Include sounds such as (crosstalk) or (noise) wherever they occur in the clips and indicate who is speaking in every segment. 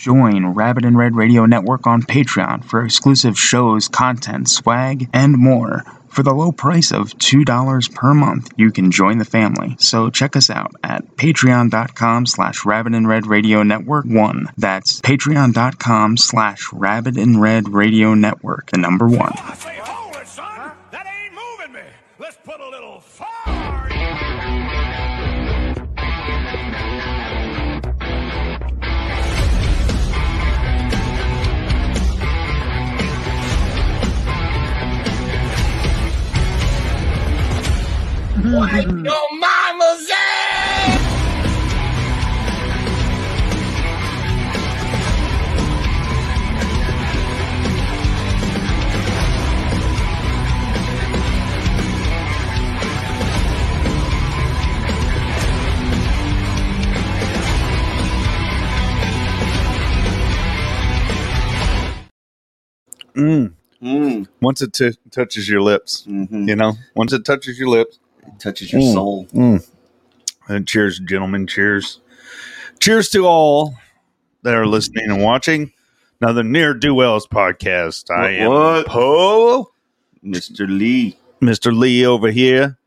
Speaker 1: Join Rabbit and Red Radio Network on Patreon for exclusive shows, content, swag, and more. For the low price of $2 per month, you can join the family. So check us out at patreon.com slash rabbit and red radio network one. That's patreon.com slash rabbit and red radio network, the number one.
Speaker 2: I say, hold it, son. That ain't moving me. Let's put a little fire. in it.
Speaker 3: Wipe your mama's ass!
Speaker 4: Mm.
Speaker 5: Mm,
Speaker 4: Once it t- touches your lips,
Speaker 5: mhm.
Speaker 4: you know, once it touches your lips.
Speaker 5: It touches your
Speaker 4: Mm.
Speaker 5: soul.
Speaker 4: Mm. And cheers, gentlemen. Cheers. Cheers to all that are listening and watching. Another Near Do Wells podcast. I am
Speaker 5: What?
Speaker 4: Poe,
Speaker 5: Mr. Lee.
Speaker 4: Mr. Lee over here,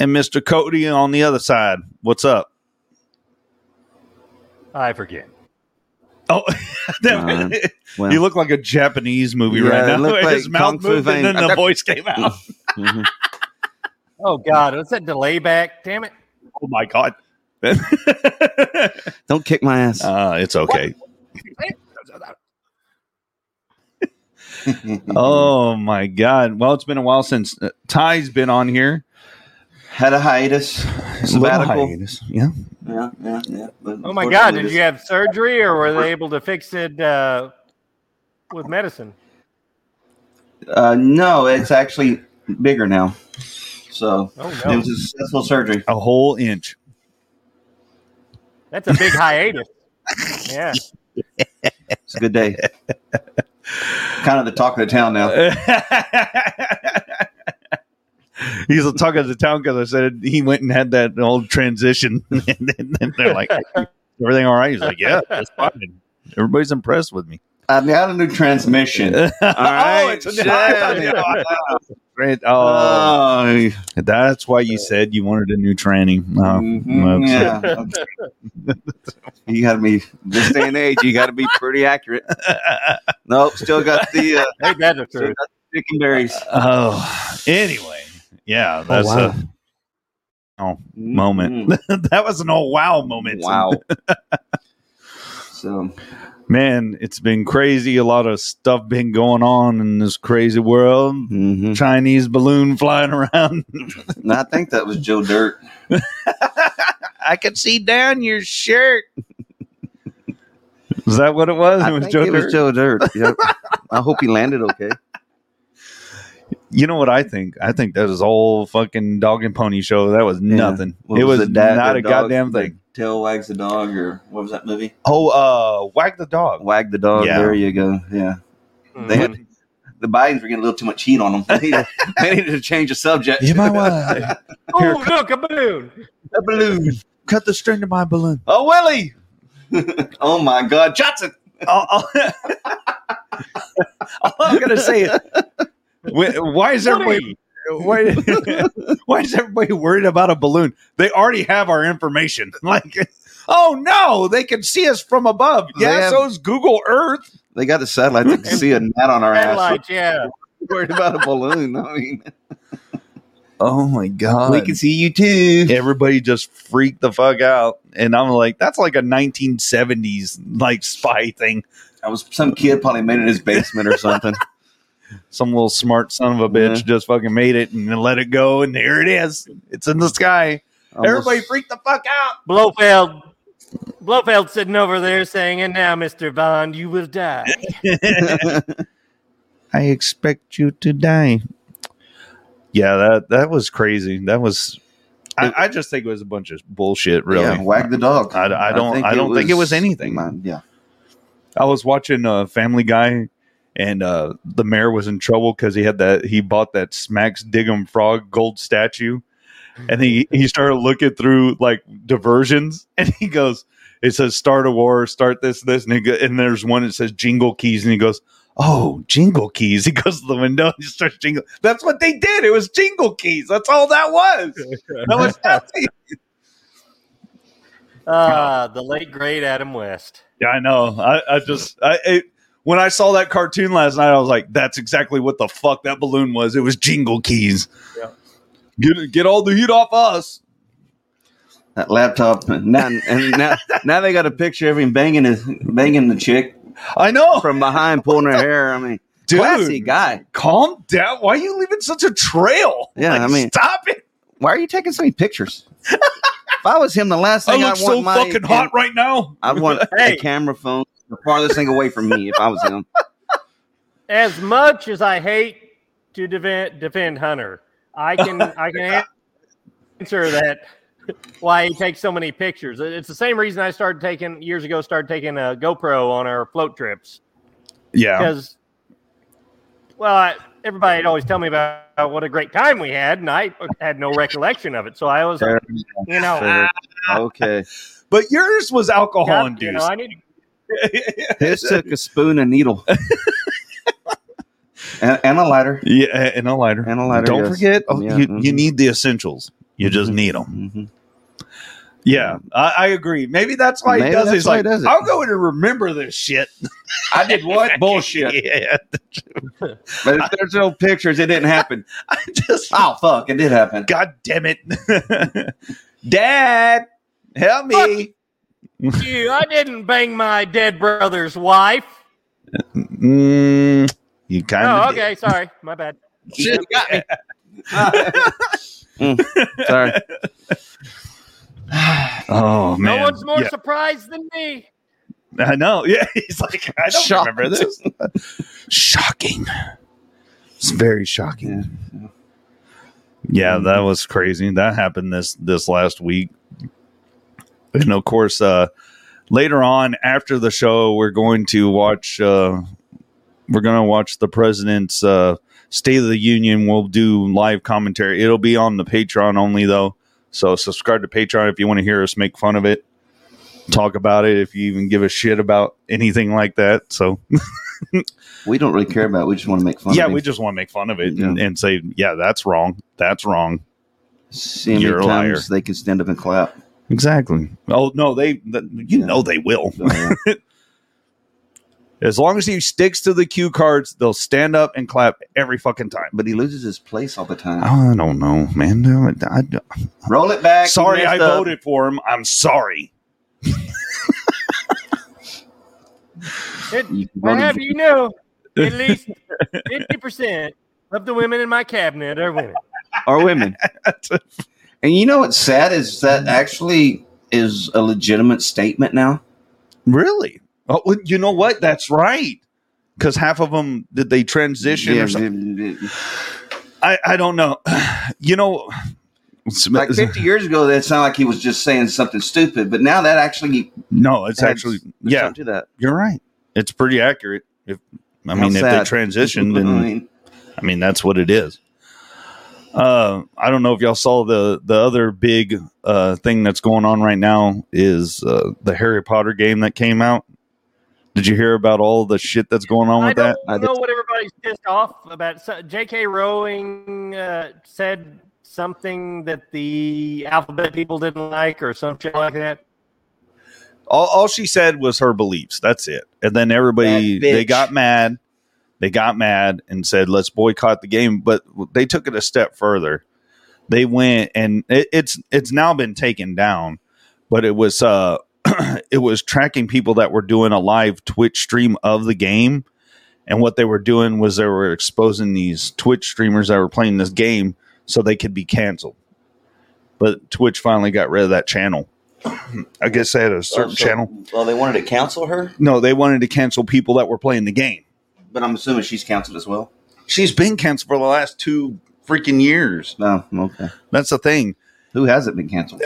Speaker 4: and Mr. Cody on the other side. What's up?
Speaker 6: I forget.
Speaker 4: Oh, (laughs)
Speaker 5: Uh, well.
Speaker 4: you look like a Japanese movie
Speaker 5: Yeah,
Speaker 4: right
Speaker 5: it
Speaker 4: now.
Speaker 5: looked
Speaker 4: (laughs)
Speaker 5: like
Speaker 4: His mouth
Speaker 5: Kung Fu
Speaker 4: moved and
Speaker 5: Vane.
Speaker 4: then the voice came out.
Speaker 5: Mhm.
Speaker 6: Oh God, what's that delay back? Damn it!
Speaker 4: Oh my god. (laughs)
Speaker 5: Don't kick my ass.
Speaker 4: uh, it's okay.
Speaker 5: Mm-hmm. uh,
Speaker 4: Oh my god. Well, it's been a while since uh, Ty's been on here.
Speaker 5: Had a hiatus.
Speaker 4: Little
Speaker 5: Sabbatical.
Speaker 4: hiatus. Yeah.
Speaker 5: Yeah, yeah, yeah. But
Speaker 6: Oh my God, did
Speaker 5: unfortunately,
Speaker 6: you have surgery or were they able to fix it uh, with medicine?
Speaker 5: this- Uh, no, it's actually bigger now. So
Speaker 6: Oh
Speaker 5: it
Speaker 6: no,
Speaker 5: was a successful surgery.
Speaker 4: A whole inch.
Speaker 6: that's a big hiatus. Yeah,
Speaker 5: It's a good (laughs) day. kind of the talk of the town now.
Speaker 4: (laughs) He's a talk of the town because I said he went and had that old transition, (laughs) and then, then they're like, "Everything all right?" He's like, "Yeah, that's fine." Everybody's impressed with me.
Speaker 5: I've got a new transmission.
Speaker 6: Oh,
Speaker 4: (laughs)
Speaker 5: All right.
Speaker 4: it's a-
Speaker 5: shit.
Speaker 4: Grant- oh,
Speaker 5: Oh,
Speaker 4: that's why you said you wanted a new tranny. Oh, oops.
Speaker 5: mhm, yeah. (laughs) you got to be this day and age. You got to be pretty accurate. (laughs) Nope, still got the uh,
Speaker 6: ain't that the
Speaker 5: still
Speaker 6: truth?
Speaker 5: got the chicken berries.
Speaker 4: Oh, anyway,
Speaker 5: Oh,
Speaker 4: yeah, that's
Speaker 3: wow.
Speaker 4: a oh, moment. (laughs) that was an old wow moment.
Speaker 5: Mm-hmm. Mm.
Speaker 4: (laughs)
Speaker 5: Wow. so
Speaker 4: man, it's been crazy. A lot of stuff been going on in this crazy world.
Speaker 5: Mm.
Speaker 4: Chinese balloon flying around. (laughs)
Speaker 5: And mm-hmm. I think that was Joe Dirt.
Speaker 4: I could see down your shirt. Is that what it was?
Speaker 5: I
Speaker 4: It was
Speaker 5: think
Speaker 4: Joe
Speaker 5: it
Speaker 4: Dirt?
Speaker 5: was Joe Dirt. Yep. I hope he landed okay.
Speaker 4: You know what I think? I think that was all fucking dog and pony show. That was nothing.
Speaker 5: What
Speaker 4: it was,
Speaker 5: it, Dad-
Speaker 4: not
Speaker 5: the
Speaker 4: a
Speaker 5: dog-
Speaker 4: goddamn thing.
Speaker 5: Tail wags the dog, or what was that movie?
Speaker 4: Oh, uh, wag the dog.
Speaker 5: Wag the dog.
Speaker 4: Yeah.
Speaker 5: There you go. Yeah. (laughs) They had, the Bidens were getting a little too much heat on them. They needed, (laughs) they needed to change the subject.
Speaker 4: You
Speaker 5: (laughs)
Speaker 4: might want
Speaker 6: Oh look, a balloon!
Speaker 5: a balloon.
Speaker 4: cut the string to my balloon.
Speaker 5: Oh Willie. oh my God, Johnson.
Speaker 4: All, all- (laughs) all I'm gonna say is, wh- why is everybody
Speaker 6: Woody!
Speaker 4: why, (laughs) why is everybody worried about a balloon? They already have our information. (laughs) Like, oh no, they can see us from above.
Speaker 5: They
Speaker 4: Yeah,
Speaker 5: have-
Speaker 4: so is Google Earth.
Speaker 5: They got the satellite (laughs) that can see a gnat on our ass.
Speaker 6: Satellites, yeah.
Speaker 5: (laughs) Worried about a balloon. I mean,
Speaker 4: Oh my god,
Speaker 5: we can see you too.
Speaker 4: everybody just freaked the fuck out, and I'm like, that's like a 1970s like spy thing.
Speaker 5: I was some kid probably made it in his basement or (laughs) something.
Speaker 4: some little smart son of a bitch just fucking made it and then let it go, and there it is. It's in the sky. Everybody freaked the fuck out.
Speaker 6: Blofeld. Blofeld sitting over there saying, "And now, Mister Bond, you
Speaker 5: (laughs)
Speaker 6: will die."
Speaker 4: I expect you to die. Yeah, that that was crazy. That was. I, I just think it was a bunch of bullshit. Really,
Speaker 5: Yeah, wag the dog.
Speaker 4: I, I don't. I, don't think it was anything.
Speaker 5: Mine, yeah.
Speaker 4: I was watching uh, Family Guy, and uh, the mayor was in trouble because he had that he bought that Smacks Diggum Frog gold statue, (laughs) and he he started looking through like diversions, and he goes, it says start a war, start this, this, and, he go, and there's one that says jingle keys, and he goes, oh, jingle keys. (laughs) He goes to the window and he starts jingle. That's what they did. It was jingle keys. That's all that was. That was nothing.
Speaker 6: Ah, the late great Adam West.
Speaker 4: Yeah, I know. I, I just I it, when I saw that cartoon last night, I was like, "That's exactly what the fuck that balloon was. It was jingle keys.
Speaker 6: Yeah.
Speaker 4: Get get all the heat off us."
Speaker 5: That laptop. Now, and
Speaker 4: (laughs)
Speaker 5: now, now they got a picture of him banging his banging the chick
Speaker 4: I know.
Speaker 5: from behind, pulling her hair. I mean,
Speaker 4: Dude.
Speaker 5: classy guy.
Speaker 4: Calm down. Why are you leaving such a trail?
Speaker 5: Yeah,
Speaker 4: Like,
Speaker 5: I mean-
Speaker 4: stop it.
Speaker 5: Why are you taking so many pictures? if I was him, the last
Speaker 4: I
Speaker 5: thing I
Speaker 4: look
Speaker 5: would
Speaker 4: so
Speaker 5: want my
Speaker 4: fucking hot right now.
Speaker 5: I want
Speaker 6: Hey.
Speaker 5: a camera phone the farthest thing away from me. If I was him,
Speaker 6: As much as I hate to defend, defend Hunter,
Speaker 4: (laughs)
Speaker 6: I can I can answer that why he takes so many pictures. It's the same reason I started taking years ago. Started taking a GoPro on our float trips.
Speaker 4: Yeah.
Speaker 6: because well I, everybody would always tell me about what a great time we had and i had no recollection of it so i was
Speaker 5: Fair.
Speaker 6: you know "Ah,
Speaker 5: Fair. okay.
Speaker 4: But yours was alcohol
Speaker 6: God, you
Speaker 4: induced. (laughs)
Speaker 6: know i need
Speaker 5: His took a spoon and needle, and, and a lighter.
Speaker 4: yeah, and a lighter.
Speaker 5: And a lighter,
Speaker 4: Don't
Speaker 5: yes.
Speaker 4: forget, oh,
Speaker 5: Yeah,
Speaker 4: you, you
Speaker 5: mhm.
Speaker 4: need the essentials. You just need them.
Speaker 5: Mhm.
Speaker 4: Yeah, I, I agree. Maybe that's why he
Speaker 5: Maybe
Speaker 4: does. it.
Speaker 5: that's
Speaker 4: He's
Speaker 5: why
Speaker 4: like,
Speaker 5: he does it.
Speaker 4: I'll go in and remember this shit.
Speaker 5: (laughs) I
Speaker 4: (laughs)
Speaker 5: did what (laughs) bullshit?
Speaker 4: Yeah,
Speaker 5: But if there's no pictures, it didn't happen.
Speaker 4: I just,
Speaker 5: Oh fuck, it did happen.
Speaker 4: god damn it, (laughs) Dad, help me.
Speaker 6: you i didn't bang my dead brother's wife
Speaker 4: Mm, you kind of.
Speaker 6: oh okay sorry my bad
Speaker 5: Shit, you got me.
Speaker 4: (laughs)
Speaker 5: Mm, sorry.
Speaker 4: Oh man.
Speaker 6: no one's more
Speaker 4: Yeah,
Speaker 6: surprised than me
Speaker 4: I know. (laughs) Yeah, he's like, I don't
Speaker 5: Shocked.
Speaker 4: remember this. shocking. It's very shocking. Mm.
Speaker 5: Yeah.
Speaker 4: Yeah, that was crazy. That happened this this last week. And of course, uh later on after the show, we're going to watch uh we're going to watch the president's uh State of the Union. We'll do live commentary. It'll be on the Patreon only though. So subscribe to Patreon if you want to hear us make fun of it. Talk about it if you even give a shit about anything like that. So
Speaker 5: We don't really care about. It. We just want to make fun.
Speaker 4: yeah,
Speaker 5: of
Speaker 4: we
Speaker 5: him.
Speaker 4: just want to make fun of it and, and say, yeah, that's wrong. That's wrong.
Speaker 5: See how many
Speaker 4: You're a liar.
Speaker 5: times they can stand up and
Speaker 4: (laughs)
Speaker 5: clap.
Speaker 4: Exactly. Oh no, they th- you
Speaker 5: Yeah.
Speaker 4: know they will.
Speaker 5: So, yeah.
Speaker 4: As long as he sticks to the cue cards, they'll stand up and clap every fucking time.
Speaker 5: but he loses his place all the time.
Speaker 4: I don't know, man. I,
Speaker 5: Roll it back.
Speaker 4: I,
Speaker 5: you
Speaker 4: sorry, I
Speaker 5: messed up.
Speaker 4: voted for him. I'm sorry.
Speaker 6: it,
Speaker 5: You
Speaker 6: i
Speaker 5: voted
Speaker 6: have
Speaker 5: for-
Speaker 6: you know
Speaker 4: (laughs)
Speaker 6: at least 50% of the women in my cabinet are women
Speaker 4: (laughs)
Speaker 5: Or women. And you know what's sad is that actually is a legitimate statement now.
Speaker 4: really? Oh, well, you know what? That's right. Because half of them did they transition
Speaker 5: Yeah,
Speaker 4: or something?
Speaker 5: d- d-
Speaker 4: I, I don't know. (sighs) You know,
Speaker 5: like
Speaker 4: (laughs)
Speaker 5: 50 years ago, that sounded like he was just saying something stupid, but now that actually
Speaker 4: no, it's
Speaker 5: adds-
Speaker 4: actually
Speaker 5: there's
Speaker 4: yeah.
Speaker 5: something to that.
Speaker 4: You're right. It's pretty accurate. If I
Speaker 5: How
Speaker 4: mean, if
Speaker 5: sad.
Speaker 4: they
Speaker 5: (laughs)
Speaker 4: transitioned
Speaker 5: I
Speaker 4: and
Speaker 5: mean,
Speaker 4: I mean, that's what it is. Uh, I don't know if y'all saw the the other big uh, thing that's going on right now is uh, the Harry Potter game that came out. Did you hear about all the shit that's going on
Speaker 6: I
Speaker 4: with that?
Speaker 6: don't
Speaker 5: I
Speaker 6: know what everybody's pissed off about. So, J.K. Rowling uh, said something that the alphabet people didn't like, or some shit like that.
Speaker 4: All, all she said was her beliefs. That's it. And then everybody
Speaker 5: That bitch.
Speaker 4: they got mad. They got mad and said, "Let's boycott the game." But they took it a step further. They went and it, it's it's now been taken down, but it was uh (clears throat) it was tracking people that were doing a live Twitch stream of the game. And what they were doing was they were exposing these Twitch streamers that were playing this game so they could be canceled. But Twitch finally got rid of that channel. (clears throat) I guess they had a certain
Speaker 5: so-
Speaker 4: channel.
Speaker 5: Well, they wanted to counsel her,
Speaker 4: No, they wanted to cancel people that were playing the game.
Speaker 5: but I'm assuming she's counseled as well.
Speaker 4: She's been canceled for the last two freaking years.
Speaker 5: No, okay.
Speaker 4: That's the thing. (sighs)
Speaker 5: Who hasn't been canceled?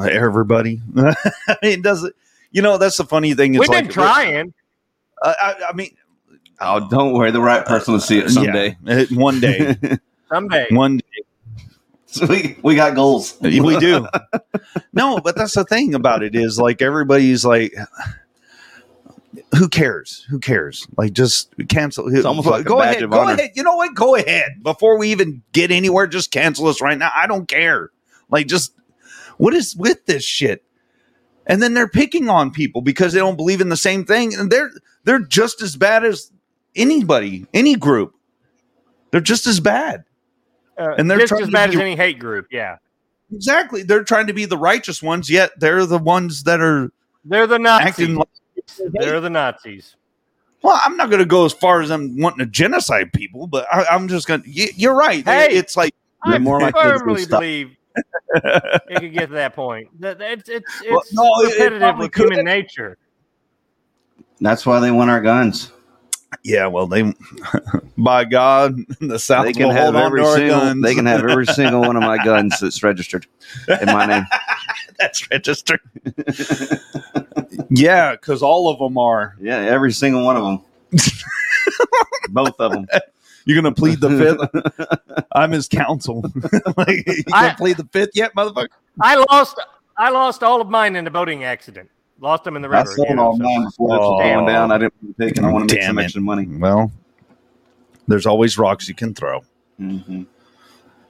Speaker 4: Everybody. (laughs) it doesn't. You know, that's the funny thing. It's
Speaker 6: We've
Speaker 4: like,
Speaker 6: been trying.
Speaker 4: I, I, I mean,
Speaker 5: Oh, don't worry. The right person will see it someday.
Speaker 4: yeah, it- one day,
Speaker 6: Someday,
Speaker 4: one day.
Speaker 5: (laughs) So we, we got goals.
Speaker 4: (laughs) we do. No, but that's the thing about it is like everybody's like, who cares? Who cares? Like just cancel. It's
Speaker 5: almost like a
Speaker 4: go
Speaker 5: badge
Speaker 4: ahead.
Speaker 5: of
Speaker 4: go
Speaker 5: honor.
Speaker 4: ahead. You know what? Go ahead before we even get anywhere. Just cancel us right now. I don't care. Like just what is with this shit? And then they're picking on people because they don't believe in the same thing, and they're they're just as bad as anybody, any group. They're just as bad.
Speaker 6: Uh,
Speaker 4: And they're
Speaker 6: just
Speaker 4: trying
Speaker 6: as
Speaker 4: to
Speaker 6: bad
Speaker 4: be-
Speaker 6: as any hate group. Yeah,
Speaker 4: Exactly. They're trying to be the righteous ones, yet they're the ones that are
Speaker 6: they're the Nazis.
Speaker 4: acting like.
Speaker 6: They're the Nazis.
Speaker 4: Well, I'm not going to go as far as I'm wanting to genocide people, but I, I'm just going to. You're right.
Speaker 6: Hey.
Speaker 4: It's like,
Speaker 6: I
Speaker 5: They're more like kids
Speaker 6: firmly
Speaker 5: with stuff.
Speaker 6: believe
Speaker 4: (laughs)
Speaker 6: it could get to that point. That, that- it's it's,
Speaker 4: Well,
Speaker 6: it's
Speaker 4: no, it- it
Speaker 6: repetitive
Speaker 4: probably
Speaker 6: with
Speaker 4: could.
Speaker 6: human nature.
Speaker 5: That's why they want our guns.
Speaker 4: (laughs) yeah, well, they, (laughs) by God, (laughs) the South
Speaker 5: They can
Speaker 4: will
Speaker 5: have
Speaker 4: hold on to
Speaker 5: every
Speaker 4: our
Speaker 5: single.
Speaker 4: guns.
Speaker 5: They can have every single one of my guns that's registered in my (laughs) name.
Speaker 4: (laughs) That's
Speaker 5: (laughs)
Speaker 4: registered. yeah, because all of them are.
Speaker 5: Yeah, every single one of them. (laughs) Both of them.
Speaker 4: You're going to plead
Speaker 5: (laughs)
Speaker 4: the fifth. I'm his counsel. (laughs) like, you
Speaker 6: I-
Speaker 4: can't plead the fifth yet, motherfucker.
Speaker 6: I lost I lost all of mine in a boating accident. Lost them in the
Speaker 5: I
Speaker 6: river. you
Speaker 5: sold
Speaker 6: know,
Speaker 5: all
Speaker 6: so-
Speaker 5: mine before it
Speaker 4: Oh.
Speaker 5: was going down. I didn't want to take it. I want to make
Speaker 4: Damn
Speaker 5: some
Speaker 4: it.
Speaker 5: extra money.
Speaker 4: Well, there's always rocks you can throw.
Speaker 5: hmm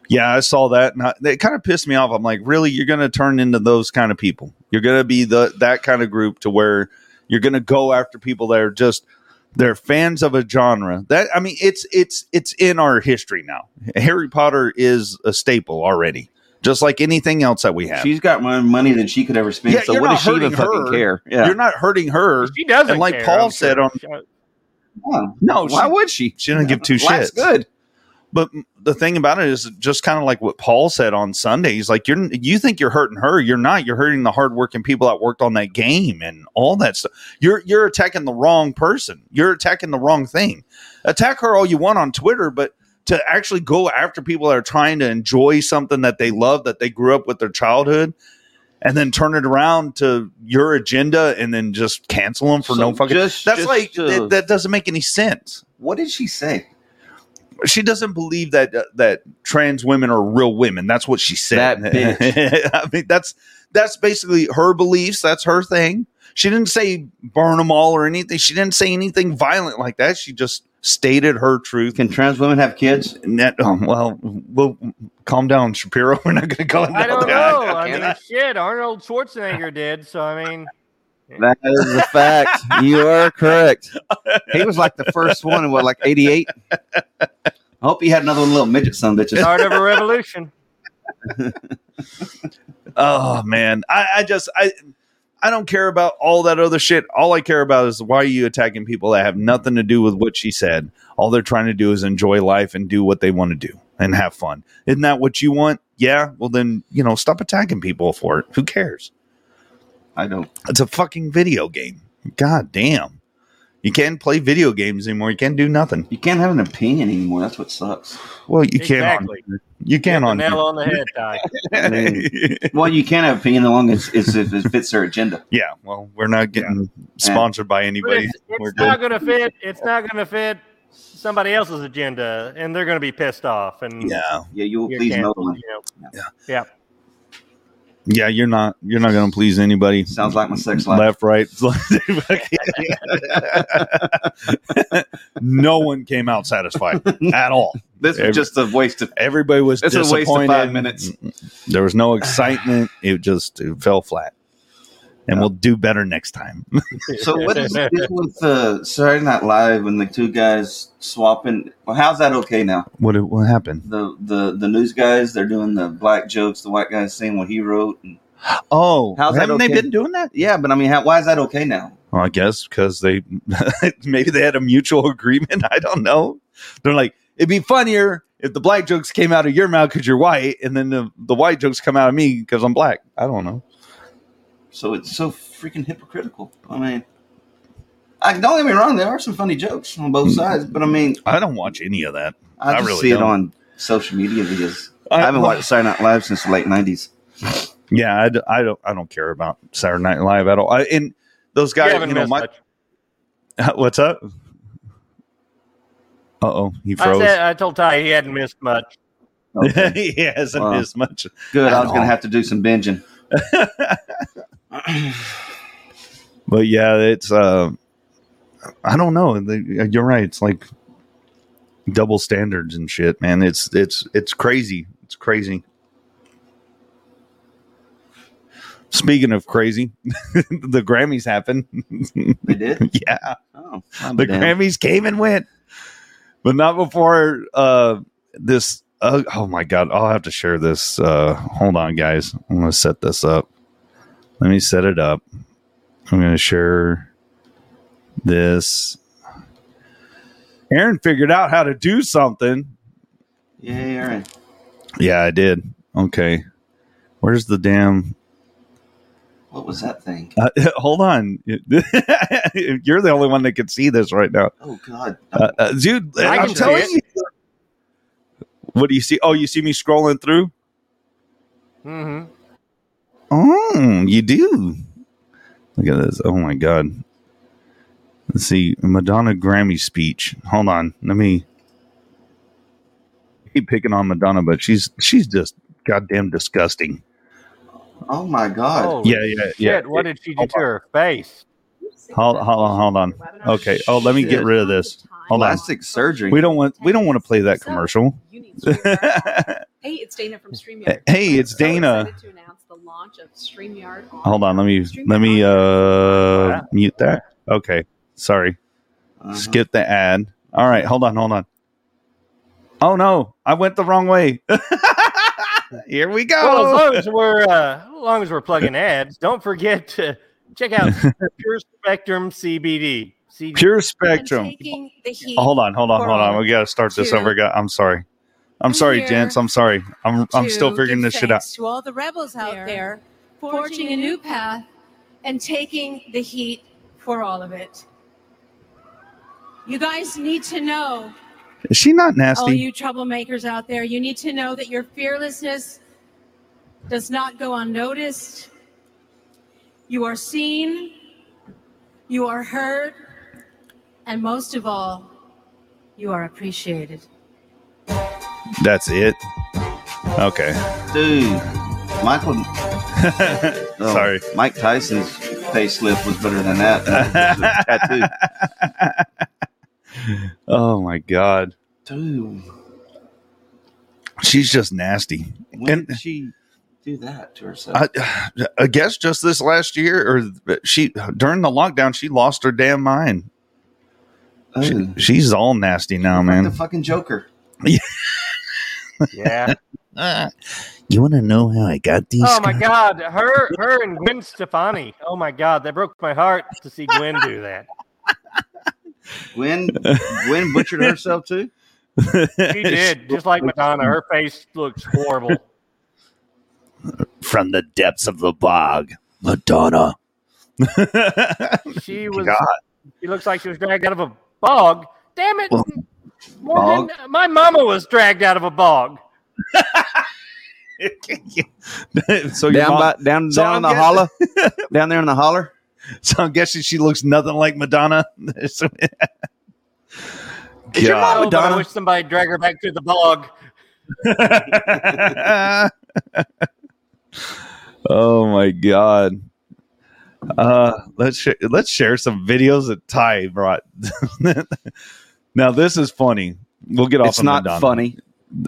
Speaker 4: Yeah, I saw that, and I, it kind of pissed me off. I'm like, really, you're going to turn into those kind of people? You're going to be the that kind of group to where you're going to go after people that are just they're fans of a genre. That I mean, it's it's it's in our history now. Harry Potter is a staple already, just like anything else that we have.
Speaker 5: She's got more money than she could ever spend.
Speaker 4: Yeah,
Speaker 5: so
Speaker 4: you're
Speaker 5: what
Speaker 4: not
Speaker 5: does she even
Speaker 4: hurting her.
Speaker 5: fucking care? Yeah.
Speaker 4: You're not hurting her.
Speaker 6: She doesn't.
Speaker 4: And like
Speaker 6: care,
Speaker 4: Paul
Speaker 6: I'm
Speaker 4: said
Speaker 6: sure.
Speaker 4: on-
Speaker 6: She-
Speaker 5: No,
Speaker 4: No,
Speaker 5: why
Speaker 4: she-
Speaker 5: would she?
Speaker 4: She doesn't give two
Speaker 5: Life's
Speaker 4: shits.
Speaker 5: good.
Speaker 4: But the thing about it is just kind of like what Paul said on Sunday. He's like, you're you think you're hurting her. You're not. You're hurting the hardworking people that worked on that game and all that stuff. You're you're attacking the wrong person. You're attacking the wrong thing. Attack her all you want on Twitter, but to actually go after people that are trying to enjoy something that they love that they grew up with their childhood and then turn it around to your agenda and then just cancel them for
Speaker 5: So
Speaker 4: no fucking
Speaker 5: just-
Speaker 4: that's
Speaker 5: just,
Speaker 4: like
Speaker 5: uh,
Speaker 4: that, that doesn't make any sense
Speaker 5: What did she say?
Speaker 4: she doesn't believe that uh, that trans women are real women. That's what she said. (laughs)
Speaker 5: That bitch.
Speaker 4: I mean, that's that's basically her beliefs. That's her thing. She didn't say burn them all or anything. She didn't say anything violent like that. She just stated her truth.
Speaker 5: Can trans women have kids?
Speaker 4: And that, um, well, well, calm down, Shapiro. (laughs) We're not going to go into
Speaker 6: I
Speaker 4: that.
Speaker 6: don't
Speaker 4: (laughs)
Speaker 6: know.
Speaker 5: I- I
Speaker 6: I, mean,
Speaker 5: cannot-
Speaker 6: shit. Arnold Schwarzenegger did. So I mean,
Speaker 5: That is a fact. you are correct. He was like the first one in what, like '88. I hope he had another little midget son bitches.
Speaker 6: start of a revolution.
Speaker 4: Oh man, I, I just I I don't care about all that other shit. All I care about is why are you attacking people that have nothing to do with what she said. All they're trying to do is enjoy life and do what they want to do and have fun. Isn't that what you want? Yeah. Well, then you know, stop attacking people for it. Who cares?
Speaker 5: I don't.
Speaker 4: It's a fucking video game. God damn. You can't play video games anymore. You can't do nothing.
Speaker 5: You can't have an opinion anymore. That's what sucks.
Speaker 4: Well, (laughs) you
Speaker 6: Exactly.
Speaker 4: can't. On, you
Speaker 6: Hit
Speaker 4: can't
Speaker 6: the
Speaker 4: on.
Speaker 6: nail on the head,
Speaker 4: (laughs)
Speaker 6: Ty.
Speaker 5: Well, you can't have opinion as long as it's, if it fits their agenda.
Speaker 4: yeah. Well, we're not getting sponsored by
Speaker 6: But
Speaker 4: anybody.
Speaker 6: it's,
Speaker 4: We're
Speaker 6: it's
Speaker 4: good.
Speaker 6: not going to fit. It's not going to fit somebody else's agenda, and they're going to be pissed off. And
Speaker 4: Yeah.
Speaker 5: Yeah, you will
Speaker 6: you're
Speaker 5: please no
Speaker 6: canceled,
Speaker 5: one.
Speaker 6: you know.
Speaker 4: Yeah, you're not you're not gonna please anybody.
Speaker 5: Sounds like my sex life.
Speaker 4: Left, right. (laughs) no one came out satisfied at all.
Speaker 5: This
Speaker 4: Every-
Speaker 5: was just a waste of.
Speaker 4: Everybody was
Speaker 5: It's a waste of
Speaker 4: disappointed.
Speaker 5: five minutes.
Speaker 4: There was no excitement. It just it fell flat. And we'll do better next time.
Speaker 5: So what
Speaker 6: (laughs)
Speaker 5: is it with uh, Saturday Night Live and the two guys swapping? Well, how's that okay now?
Speaker 4: what what happened?
Speaker 5: The the the news guys they're doing the black jokes. The white guys saying what he wrote. And,
Speaker 4: Oh,
Speaker 5: How's that
Speaker 4: haven't they
Speaker 5: okay?
Speaker 4: been doing that?
Speaker 5: yeah, but I mean, how, why is that okay now?
Speaker 4: Well, I guess because they (laughs) maybe they had a mutual agreement. I don't know. They're like, it'd be funnier if the black jokes came out of your mouth because you're white, and then the, the white jokes come out of me because I'm black. I don't know.
Speaker 5: So it's so freaking hypocritical. I mean, I, don't get me wrong. There are some funny jokes on both sides, but I mean,
Speaker 4: I don't watch any of that.
Speaker 5: I
Speaker 4: Mm-hmm. I
Speaker 5: just
Speaker 4: really
Speaker 5: see it
Speaker 4: don't.
Speaker 5: on social media videos.
Speaker 4: I-
Speaker 5: I haven't watched Saturday Night Live since the late nineties.
Speaker 4: (laughs) Yeah, I, d- I don't. I don't care about Saturday Night Live at all. I, and those
Speaker 6: You
Speaker 4: guys, you,
Speaker 6: haven't
Speaker 4: know,
Speaker 6: missed
Speaker 4: my, (laughs)
Speaker 6: much.
Speaker 4: what's up? Uh oh, he
Speaker 6: I,
Speaker 4: froze.
Speaker 6: said, I told Ty he hadn't missed much.
Speaker 5: Okay.
Speaker 4: (laughs) he hasn't
Speaker 5: Wow.
Speaker 4: as much.
Speaker 5: Good. I
Speaker 4: At
Speaker 5: was going
Speaker 4: all.
Speaker 5: to have to do some binging.
Speaker 4: But yeah, it's uh, I don't know. The- You're right. It's like double standards and shit, man. It's it's it's crazy. It's crazy. Speaking of crazy, (laughs) the Grammys happened.
Speaker 5: They did.
Speaker 4: (laughs) yeah.
Speaker 5: Oh, I'm
Speaker 4: the
Speaker 5: damn.
Speaker 4: Grammys came and went, but not before uh, this. Uh, oh my God! I'll have to share this. Uh, hold on, guys. I'm going to set this up. Let me set it up. I'm going to share this. Aaron figured out how to do something.
Speaker 5: Yeah, Aaron.
Speaker 4: Yeah, I did. Okay. Where's the damn? (laughs)
Speaker 5: What was that thing?
Speaker 4: Uh, hold on. (laughs) You're the only one that can see this right now.
Speaker 5: Oh God.
Speaker 4: Uh, uh, dude,
Speaker 6: I
Speaker 4: I'm
Speaker 6: can see
Speaker 4: telling
Speaker 6: it.
Speaker 4: you. What do you see? Oh, you see me scrolling through?
Speaker 6: hmm
Speaker 4: Oh, you do. Look at this. Oh my god. Let's see. Madonna Grammy speech. Hold on. Let me I keep picking on Madonna, but she's she's just goddamn disgusting.
Speaker 5: Oh my God.
Speaker 6: Holy
Speaker 4: Yeah, yeah, yeah.
Speaker 6: Shit, what did she do to her face?
Speaker 4: Hold- hold on, hold on. Okay. Oh, let me get rid of this. (laughs) Hold on.
Speaker 5: Plastic surgery.
Speaker 4: We don't want we don't want to play that commercial.
Speaker 7: You need to figure
Speaker 4: (laughs)
Speaker 7: out- hey, it's Dana from StreamYard.
Speaker 4: Hey, it's
Speaker 7: So
Speaker 4: Dana.
Speaker 7: excited to announce the launch of StreamYard on-
Speaker 4: Hold on, let me let me uh mute that. Okay. Sorry.
Speaker 5: Uh-huh.
Speaker 4: Skip the ad. All right, hold on, hold on. Oh no, I went the wrong way. (laughs) Here we
Speaker 6: Well,
Speaker 4: go.
Speaker 6: as long as we're uh, as long as we're plugging ads, don't forget to check out Pure Spectrum CBD. CD.
Speaker 4: Pure
Speaker 7: and
Speaker 4: Spectrum. Oh,
Speaker 7: Taking the heat.
Speaker 4: Hold on, hold on, hold on. We gotta start this
Speaker 7: Two.
Speaker 4: over. Go- I'm sorry. I'm
Speaker 7: I'm
Speaker 4: sorry,
Speaker 7: here
Speaker 4: gents. I'm sorry. I'm I'm
Speaker 7: to
Speaker 4: still figuring
Speaker 7: give
Speaker 4: this shit out.
Speaker 7: thanks To all the rebels out there, forging a new path and taking the heat for all of it. You guys need to know,
Speaker 4: Is she not
Speaker 7: all
Speaker 4: nasty?
Speaker 7: Oh, you troublemakers out there, you need to know that your fearlessness does not go unnoticed. You are seen, you are heard, and most of all, you are appreciated.
Speaker 4: That's it. Okay. (laughs)
Speaker 5: dude. Michael. Oh,
Speaker 4: Sorry.
Speaker 5: Mike Tyson's facelift was better than that.
Speaker 4: (laughs)
Speaker 5: That was a
Speaker 4: Oh my god.
Speaker 5: tattoo.
Speaker 4: She's just nasty.
Speaker 5: Dude, when
Speaker 4: And-
Speaker 5: did she do that to herself?
Speaker 4: I, (sighs) I guess just this last year, or she during the lockdown, she lost her damn mind.
Speaker 5: oh,
Speaker 4: She- she's all nasty now,
Speaker 5: like the
Speaker 4: man.
Speaker 5: fucking Joker.
Speaker 6: Yeah.
Speaker 4: Ah. You want to know how I got these?
Speaker 6: Oh my God, her, her, and Gwen Stefani. Oh my God, that broke my heart to see Gwen do that.
Speaker 5: (laughs) Gwen. Gwen butchered herself too.
Speaker 6: She did, just like Madonna. Her face looks horrible.
Speaker 4: From the depths of the bog, (laughs) Madonna.
Speaker 6: She was.
Speaker 4: God.
Speaker 6: She looks like she was dragged out of a bog. Damn it, Morgan!
Speaker 5: Bog?
Speaker 6: My mama was dragged out of a bog.
Speaker 4: so your
Speaker 5: down
Speaker 4: mom,
Speaker 5: by, down
Speaker 4: So I'm
Speaker 5: down in the
Speaker 4: guessing-
Speaker 5: holler, (laughs) down there in the holler.
Speaker 4: so I'm guessing she looks nothing like (laughs) Madonna.
Speaker 6: Is your
Speaker 4: God.
Speaker 6: mama oh, but
Speaker 5: Madonna?
Speaker 6: I wish somebody drag her back to the bog.
Speaker 4: oh my god. Uh let's sh- let's share some videos that Ty brought. (laughs) now this is funny. We'll get off
Speaker 5: It's
Speaker 4: on
Speaker 5: not
Speaker 4: Madonna.
Speaker 5: funny.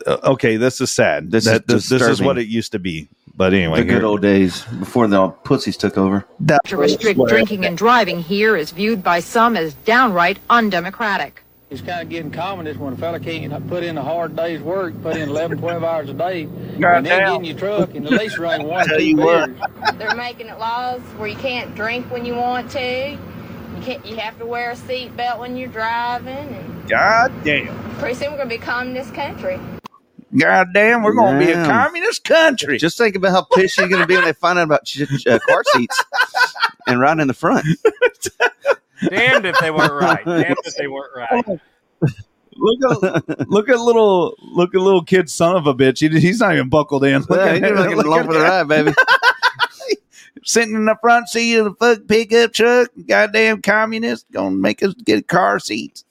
Speaker 4: Uh, okay, this is sad.
Speaker 5: This
Speaker 4: This
Speaker 5: is
Speaker 4: this, this is
Speaker 5: disturbing.
Speaker 4: what it used to be. But anyway,
Speaker 5: the good old days before the pussies took over.
Speaker 8: To restrict drinking and driving here is viewed by some as downright undemocratic.
Speaker 9: It's kind of getting common is when a fella can't put in a hard day's work, put in 11, 12 hours a day, and then get in your truck and at least run one or two beers.
Speaker 10: They're making it laws where you can't drink when you want to. You can't. You have to wear a seatbelt when you're driving. And
Speaker 4: god damn.
Speaker 10: pretty soon we're gonna be communist country.
Speaker 4: God damn, we're gonna be a
Speaker 5: Damn.
Speaker 4: communist country.
Speaker 5: Just think about how pissed she's going to be when they find out about ch- ch- uh, car seats and riding in the (laughs) front.
Speaker 6: Damned if they weren't right. Damned if they weren't right.
Speaker 4: look at look at little look at little kid son of a bitch. He, he's not even buckled in. Look
Speaker 5: (laughs) Yeah,
Speaker 4: at
Speaker 5: you
Speaker 4: him.
Speaker 5: didn't
Speaker 4: (laughs)
Speaker 5: look
Speaker 4: Look
Speaker 5: long
Speaker 4: at
Speaker 5: for the
Speaker 4: him.
Speaker 5: ride, (laughs) baby.
Speaker 4: sitting in the front seat of the fuck pickup truck. Goddamn communist gonna make us get car seats.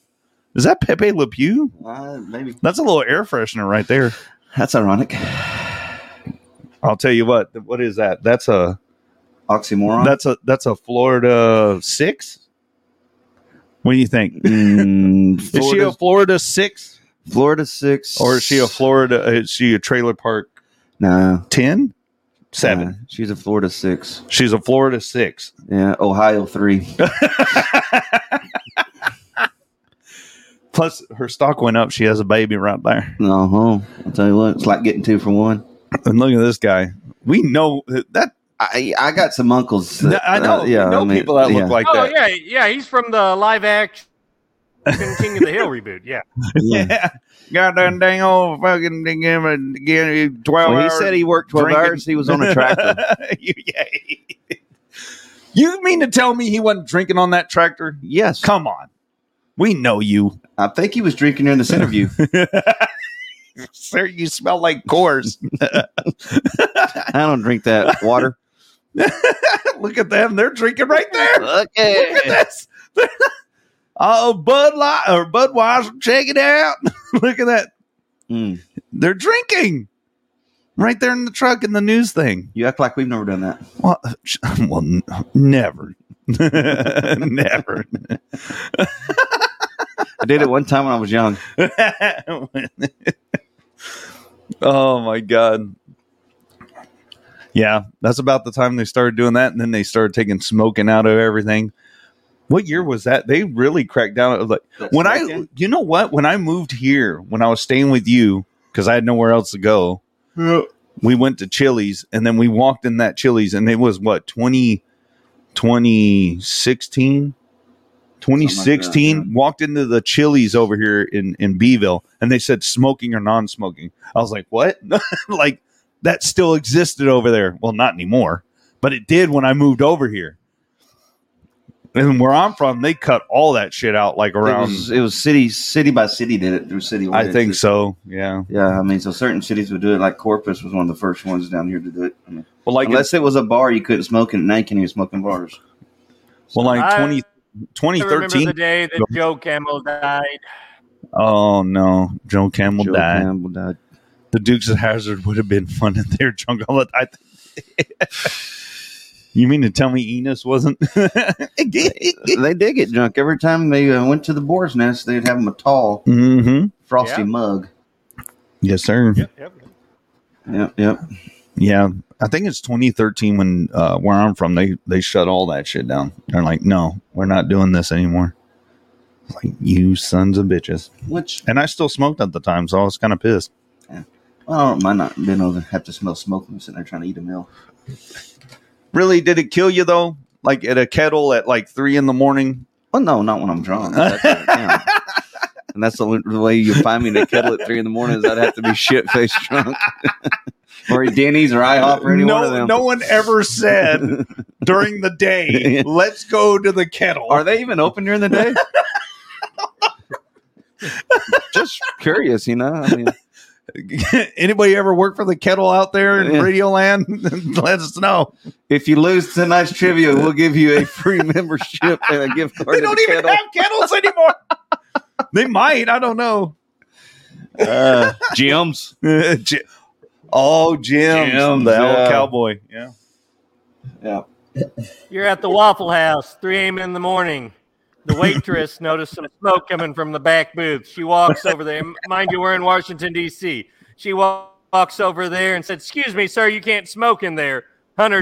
Speaker 4: Is that Pepe Le Pew?
Speaker 5: Uh, maybe
Speaker 4: That's a little air freshener right there.
Speaker 5: That's ironic.
Speaker 4: I'll tell you what. What is that? That's a
Speaker 5: Oxymoron.
Speaker 4: that's a that's a Florida six. What do you think?
Speaker 5: (laughs) Mm,
Speaker 4: Is she a
Speaker 5: Florida's-
Speaker 4: Florida six,
Speaker 5: Florida six,
Speaker 4: or is she a Florida? uh, Is she a trailer park
Speaker 5: no
Speaker 4: ten? Seven.
Speaker 5: nah, she's a Florida six.
Speaker 4: She's a Florida six.
Speaker 5: Yeah, Ohio three.
Speaker 4: Plus, her stock went up. She has a baby right there.
Speaker 5: No, huh? I'll tell you what, it's like getting two for one.
Speaker 4: And look at this guy. We know that.
Speaker 5: I I got some uncles. that-
Speaker 4: I know.
Speaker 5: uh,
Speaker 4: yeah, know
Speaker 5: mean,
Speaker 4: people that
Speaker 5: yeah.
Speaker 4: look like
Speaker 6: oh
Speaker 4: that.
Speaker 6: yeah, yeah. He's from the
Speaker 4: (laughs)
Speaker 6: live action King of the Hill reboot. Yeah.
Speaker 5: Yeah.
Speaker 4: (laughs) Goddamn dang old fucking thing, give him a- give him twelve.
Speaker 5: When he
Speaker 4: hours
Speaker 5: said he worked twelve
Speaker 4: drinking.
Speaker 5: hours, he was on a tractor.
Speaker 4: (laughs) you, yeah. you mean to tell me he wasn't drinking on that tractor?
Speaker 5: yes,
Speaker 4: Come on. We know you.
Speaker 5: I think he was drinking during this interview.
Speaker 4: (laughs) Sir, you smell like Coors.
Speaker 5: I don't drink that water.
Speaker 4: (laughs) Look at them. They're drinking right there. (laughs)
Speaker 5: okay.
Speaker 4: Look at this. (laughs) Oh, Bud Light or Budweiser, check it out. (laughs) Look at that.
Speaker 5: Mm.
Speaker 4: They're drinking right there in the truck in the news thing.
Speaker 5: You act like we've never done that.
Speaker 4: Well, (laughs) well n- never. (laughs) never. (laughs)
Speaker 5: I did it one time when I was young.
Speaker 4: oh my god. Yeah, that's about the time they started doing that, and then they started taking smoking out of everything. What year was that? They really cracked down. It was Like when I, you know what? When I moved here, when I was staying with you, because I had nowhere else to go, we went to Chili's, and then we walked in that Chili's, and it was what 20, 2016? 2016
Speaker 5: Something like that,
Speaker 4: walked into the Chili's over here in in Beeville, and they said smoking or non-smoking. I was like, what? (laughs) like that still existed over there? Well, not anymore, but it did when I moved over here. And where I'm from, they cut all that shit out like
Speaker 5: it
Speaker 4: around.
Speaker 5: was, it was city city by city did it through city.
Speaker 4: I think so. Yeah.
Speaker 5: Yeah, I mean, so certain cities would do it. Like Corpus was one of the first ones down here to do it. I mean,
Speaker 4: Well, like
Speaker 5: unless it was a bar, you couldn't smoke it. Now you can't even smoke in bars.
Speaker 4: well, like
Speaker 6: I-
Speaker 4: 20,
Speaker 6: I remember
Speaker 4: 2013.
Speaker 6: the day that Joe Camel died.
Speaker 4: oh no, Joe Campbell
Speaker 5: Joe
Speaker 4: died.
Speaker 5: Campbell died.
Speaker 4: the Dukes of Hazard would have been (laughs) fun in their drunk all the time. (laughs) you mean to tell me Enos wasn't? (laughs) mm-hmm.
Speaker 5: they did get drunk every time they uh, went to the boar's nest. They'd have them a tall frosty
Speaker 6: Yeah.
Speaker 5: mug.
Speaker 4: Yes, sir.
Speaker 6: Yep, yep.
Speaker 5: Yep, yep.
Speaker 4: Yeah, I think it's 2013 when uh, where I'm from they they shut all that shit down. They're like, no, we're not doing this anymore. It's Like you sons of bitches.
Speaker 5: Which
Speaker 4: And I still smoked at the time, so I was kind of pissed.
Speaker 5: well, I don't mind not being able to have to smell smoke when I'm sitting there trying to eat a meal.
Speaker 4: Really, did it kill you though? Like at a kettle at like three in the morning.
Speaker 5: Well, no, not when I'm drunk. That's right,
Speaker 4: (laughs)
Speaker 5: yeah. And that's the only the way you find me in a kettle at three in the morning is I'd have to be shit faced drunk. (laughs) or at Denny's or IHOP or any one of
Speaker 4: Uh, No,
Speaker 5: them.
Speaker 4: no one ever said during the (laughs) day, let's go to the kettle.
Speaker 5: Are they even open during the day? (laughs) Just curious, you know. I mean,
Speaker 4: (laughs) Anybody ever work for the kettle out there in
Speaker 5: Yeah.
Speaker 4: Radio Land? (laughs) Let us know.
Speaker 5: if you lose tonight's trivia, we'll give you a free membership and a gift card.
Speaker 4: They
Speaker 5: to
Speaker 4: don't
Speaker 5: the
Speaker 4: even
Speaker 5: kettle.
Speaker 4: have kettles anymore. (laughs) they might. I don't know.
Speaker 5: uh,
Speaker 4: (laughs)
Speaker 5: gyms.
Speaker 4: J- oh, Jim,
Speaker 5: Jim's,
Speaker 4: the old
Speaker 5: yeah.
Speaker 4: cowboy. Yeah.
Speaker 5: Yeah.
Speaker 6: You're at the Waffle House, 3 a.m. in the morning. The
Speaker 4: (laughs)
Speaker 6: waitress noticed some smoke coming from the back booth. She walks over there. Mind you, we're in Washington, D.C. She wa- walks over there and said, Excuse me, sir, you can't smoke in there. Hunter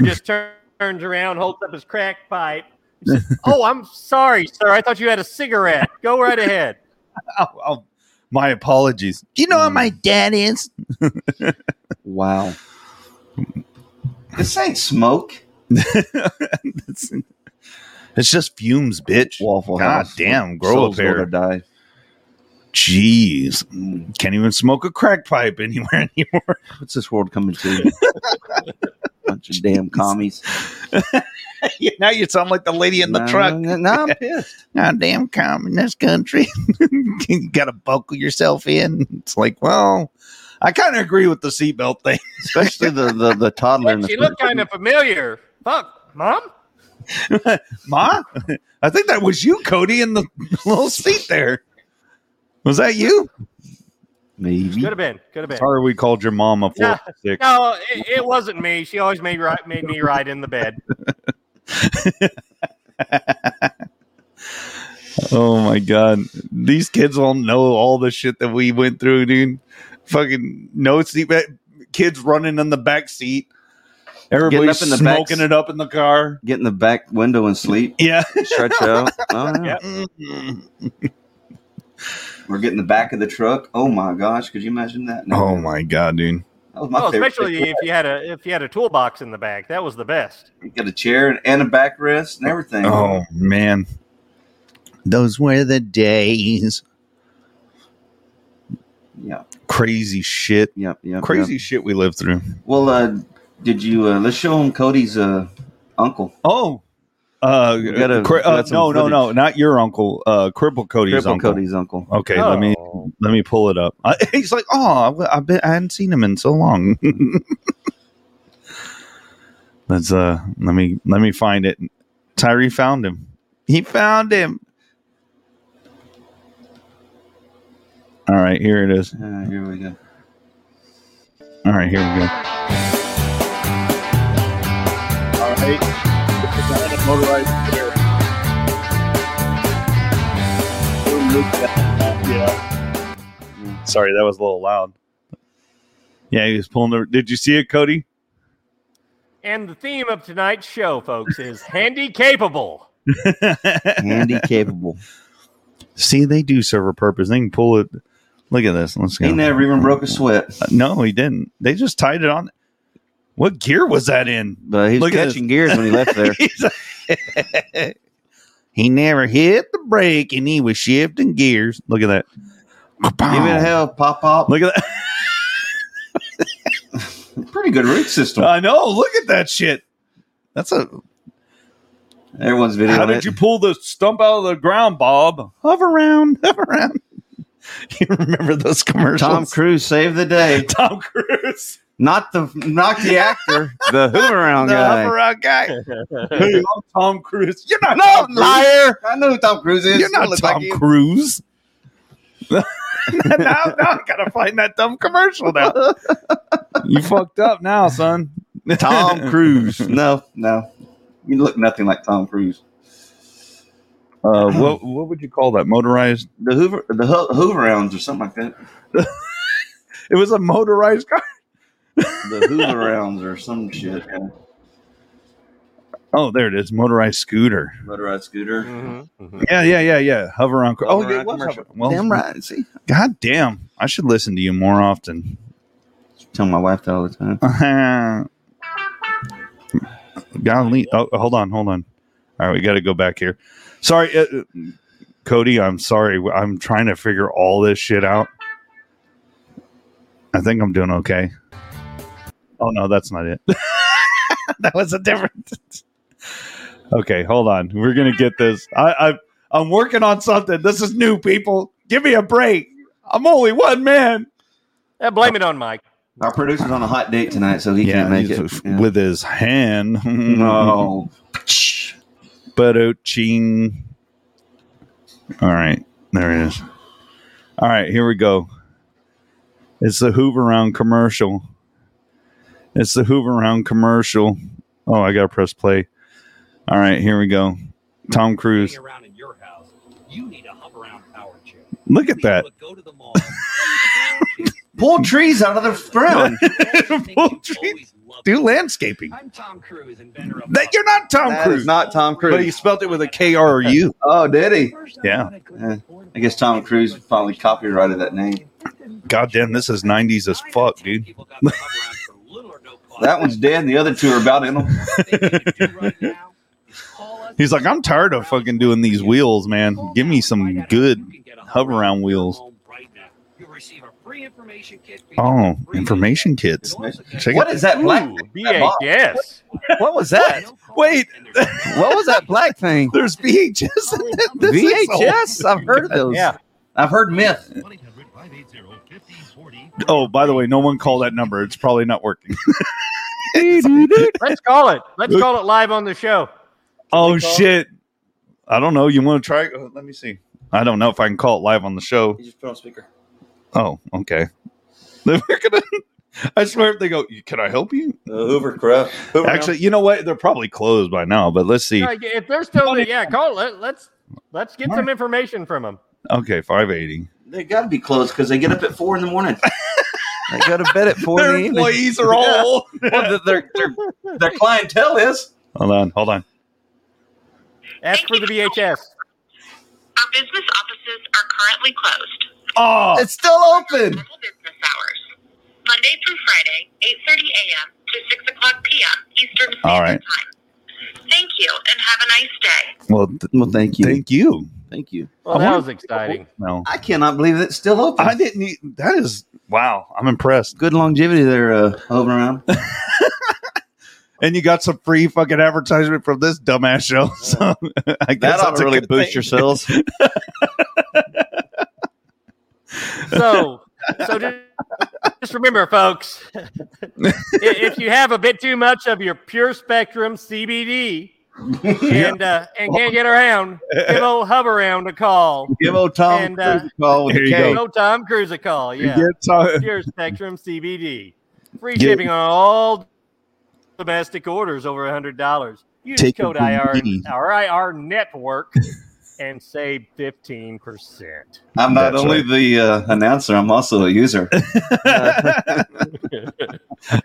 Speaker 4: (laughs)
Speaker 6: just tur- turns around, holds up his crack pipe. He says, oh, I'm sorry, sir. I thought you had a cigarette. Go right ahead.
Speaker 4: Oh, oh, my apologies. Do you know who my dad is? (laughs)
Speaker 5: Wow. This ain't smoke.
Speaker 4: it's, it's just fumes, bitch.
Speaker 5: Waffle
Speaker 4: God
Speaker 5: House.
Speaker 4: damn, grow
Speaker 5: Souls
Speaker 4: up here.
Speaker 5: will die.
Speaker 4: Jeez. Can't even smoke a crack pipe anywhere anymore. (laughs)
Speaker 5: What's this world coming to? Bunch of damn commies
Speaker 4: now you sound like the lady in the
Speaker 5: Nah,
Speaker 4: truck.
Speaker 5: nah, nah,
Speaker 4: (laughs)
Speaker 5: I'm pissed.
Speaker 4: goddamn communist country. (laughs) you got to buckle yourself in. It's like, well, I kind of agree with the seatbelt thing. (laughs)
Speaker 5: Especially the the, the toddler. in the
Speaker 6: She looked kind of familiar. Fuck, mom?
Speaker 4: Ma, I think (laughs) that was you, Cody, in the little seat there. Was that you?
Speaker 5: Maybe.
Speaker 6: Could have been. Could have been.
Speaker 4: Sorry, we called your mom a four
Speaker 6: No,
Speaker 4: six.
Speaker 6: no, it, it wasn't me. She always made right made me right in
Speaker 4: (laughs)
Speaker 6: the bed.
Speaker 4: Oh my god, these kids don't know all the shit that we went through, dude. Fucking no seat, kids running in the back seat. Everybody's
Speaker 5: up in the back
Speaker 4: smoking
Speaker 5: s-
Speaker 4: it up in the car.
Speaker 5: Get in the back window and sleep.
Speaker 4: Yeah,
Speaker 5: Stretch out. Oh, yeah.
Speaker 6: Yep.
Speaker 5: We're getting the back of the truck. Oh my gosh, could you imagine that?
Speaker 4: (laughs) Oh my god, dude.
Speaker 5: that was my
Speaker 6: Oh,
Speaker 5: favorite.
Speaker 6: especially if you had a if you had a toolbox in the back, that was the best.
Speaker 5: You got a chair and, and a backrest and everything.
Speaker 4: Oh man, those were the days.
Speaker 5: yeah,
Speaker 4: Crazy shit.
Speaker 5: yeah, yeah.
Speaker 4: Crazy shit we lived through.
Speaker 5: Well, uh, did you? Uh, let's show him Cody's uh, uncle.
Speaker 4: Oh. Uh,
Speaker 5: We gotta-
Speaker 4: cri- uh,
Speaker 5: got some
Speaker 4: no, no, no,
Speaker 5: footage.
Speaker 4: not your uncle. Uh, cripple Cody's
Speaker 5: Cripple
Speaker 4: uncle.
Speaker 5: Cody's uncle.
Speaker 4: Okay,
Speaker 6: Oh.
Speaker 4: let me let me pull it up. I, (laughs) he's like, oh, I, I, been, I hadn't seen him in so long. (laughs) Let's uh, let me let me find it. Tyree found him. He found him. All right, here it is.
Speaker 5: Uh, here we go.
Speaker 4: All right, here we go.
Speaker 11: All right. Motorized air. Yeah.
Speaker 4: Sorry, that was a little loud. Yeah, he was pulling the. Did you see it, Cody?
Speaker 6: And the theme of tonight's show, folks, is handy capable.
Speaker 5: Handy capable.
Speaker 4: See, they do serve a purpose. They can pull it. Look at this. Let's go.
Speaker 5: He never even broke a sweat,
Speaker 4: No, he didn't. They just tied it on. What gear was that in?
Speaker 5: but he
Speaker 4: Look
Speaker 5: was
Speaker 4: at
Speaker 5: catching gears when he left
Speaker 4: (laughs)
Speaker 5: there.
Speaker 4: he never hit the brake and he was shifting gears. Look at that.
Speaker 5: Give it hell, pop pop.
Speaker 4: Look at that.
Speaker 5: Pretty good root system.
Speaker 4: I know. Look at that shit. That's a.
Speaker 5: Everyone's video.
Speaker 4: How did you pull the stump out of the ground, Bob? Hover around, (laughs) hover around. You remember those commercials?
Speaker 5: Tom Cruise saved the day.
Speaker 4: (laughs) Tom Cruise,
Speaker 5: Not the not the actor, the
Speaker 4: the
Speaker 5: Hooveround guy.
Speaker 4: hover around guy.
Speaker 5: (laughs)
Speaker 4: hey, I'm Tom Cruise. You're not.
Speaker 5: No,
Speaker 4: Tom Cruise.
Speaker 5: liar! I know who Tom Cruise is.
Speaker 4: You're not
Speaker 5: Look
Speaker 4: Tom
Speaker 5: like him.
Speaker 4: Cruise. (laughs) now, now I gotta find that dumb commercial now. (laughs) you fucked up now, son.
Speaker 5: Tom
Speaker 4: (laughs)
Speaker 5: Cruise. No, no. You look nothing like Tom Cruise.
Speaker 4: Uh, what what would you call that? Motorized?
Speaker 5: The Hoover, the Ho- Hooverounds or something like that.
Speaker 4: It was a motorized car. (laughs)
Speaker 5: The Hooverounds or some shit. Yeah.
Speaker 4: Oh, there it is. Motorized scooter.
Speaker 5: Motorized scooter.
Speaker 4: Uh-huh. Yeah, yeah, yeah, yeah. Hover on.
Speaker 5: Hover
Speaker 4: oh, yeah,
Speaker 5: on
Speaker 4: it was
Speaker 5: commercial.
Speaker 4: hover- Well,
Speaker 5: Damn right. See,
Speaker 4: God damn. I should listen to you more often.
Speaker 5: tell my wife that all the time.
Speaker 4: (laughs) Golly. Oh, hold on, hold on. All right, we got to go back here. Sorry, uh, uh, Cody. I'm sorry. I'm trying to figure all this shit out. I think I'm doing okay. Oh no, that's not it. (laughs) that was a different. (laughs) okay, hold on. We're gonna get this. I, I I'm working on something. This is new, people. Give me a break. I'm only one man.
Speaker 6: Uh, blame it on Mike.
Speaker 5: Our producer's on a hot date tonight, so he can't make
Speaker 4: he's
Speaker 5: it.
Speaker 4: f-
Speaker 5: Yeah.
Speaker 4: with his hand. (laughs)
Speaker 5: no.
Speaker 4: Ba-do-ching. All right, there it is. All right, here we go. It's the Hoover Round commercial. It's the Hoover Round commercial. Oh, I gotta press play. All right, here we go. Tom Cruise.
Speaker 11: around in your house, you need a hop around power chair.
Speaker 4: Look at that.
Speaker 11: Go to the mall.
Speaker 5: Pull trees out of the ground.
Speaker 4: (laughs) Pull trees. Do landscaping.
Speaker 11: I'm Tom Cruise, inventor of
Speaker 4: That you're not Tom
Speaker 5: That
Speaker 4: Cruise.
Speaker 5: is not Tom Cruise.
Speaker 4: but he spelled it with a K R
Speaker 5: (laughs)
Speaker 4: U.
Speaker 5: oh, did he?
Speaker 4: Yeah.
Speaker 5: Uh, I guess Tom Cruise finally copyrighted that name.
Speaker 4: Goddamn, this is '90s as fuck, dude.
Speaker 5: That one's dead, and the other (laughs) two are about in them.
Speaker 4: He's like, I'm tired of fucking doing these wheels, man. Give me some good hover around wheels. Oh, information kits. Check
Speaker 5: What
Speaker 4: it.
Speaker 5: is that black?
Speaker 6: Ooh, VHS.
Speaker 5: What was that?
Speaker 4: Wait,
Speaker 5: What was that black (laughs) thing?
Speaker 4: there's VHS. in it? This is old.
Speaker 5: VHS. I've heard (laughs) of those.
Speaker 6: Yeah.
Speaker 5: I've heard myth.
Speaker 4: Oh, by the way, no one call that number. It's probably not working. (laughs)
Speaker 6: Let's call it. Let's call it live on the show.
Speaker 4: oh shit. I don't know. You want to try? uh, Let me see. I don't know if I can call it live on the show.
Speaker 5: You just put on speaker.
Speaker 4: Oh, okay. (laughs) Then we're gonna. I swear, if they go, can I help you?
Speaker 5: The Hoover crap. Hoover
Speaker 4: Actually, you know what? They're probably closed by now, but let's see.
Speaker 6: Yeah, Uh, if they're still there, yeah, call. Let, let's let's get some information from them.
Speaker 4: Okay, five eighty.
Speaker 5: They got to be closed because they get up at four in the morning. (laughs) they go to bed at four. in
Speaker 4: Their
Speaker 5: the evening.
Speaker 4: employees (laughs) are all.
Speaker 5: Yeah. Well, their, their, their clientele is.
Speaker 4: Hold on, hold on.
Speaker 6: Ask for the VHS.
Speaker 12: Our business offices are currently closed.
Speaker 4: Oh,
Speaker 5: It's still open.
Speaker 12: Normal business hours. Monday through Friday, 8.30 a.m. to 6 o'clock p.m. Eastern Standard
Speaker 4: all right.
Speaker 12: Time. Thank you and have a nice day.
Speaker 4: Well, th-
Speaker 5: Well, thank you.
Speaker 4: thank you.
Speaker 5: Thank you.
Speaker 6: Well, that was exciting.
Speaker 4: No,
Speaker 5: I cannot believe it's still open.
Speaker 4: I didn't. e- That is wow. I'm impressed.
Speaker 5: Good longevity there, uh, over (laughs) around.
Speaker 4: And you got some free fucking advertisement from this dumbass show. (laughs) So I guess
Speaker 5: That ought
Speaker 4: that's
Speaker 5: to
Speaker 4: a
Speaker 5: really
Speaker 4: good
Speaker 5: boost
Speaker 4: thing. (laughs)
Speaker 5: your sales.
Speaker 6: So, so just, just remember, folks, (laughs) i- if you have a bit too much of your pure spectrum CBD and uh, and can't get around, give old hover around a call.
Speaker 5: Give old Tom
Speaker 6: And, uh,
Speaker 5: Cruise a call with
Speaker 4: Here
Speaker 5: the
Speaker 4: you
Speaker 5: K.
Speaker 4: go.
Speaker 6: Give old Tom Cruise a call.
Speaker 4: You
Speaker 6: Yeah,
Speaker 4: get some-
Speaker 6: pure spectrum CBD, free
Speaker 4: Get-
Speaker 6: shipping on all domestic orders over a hundred dollars. Use
Speaker 4: Take it
Speaker 6: code
Speaker 4: from
Speaker 6: IR
Speaker 4: me.
Speaker 6: IR network and save
Speaker 4: (laughs)
Speaker 6: fifteen percent.
Speaker 5: I'm not
Speaker 4: That's
Speaker 5: only the uh, announcer, I'm also a user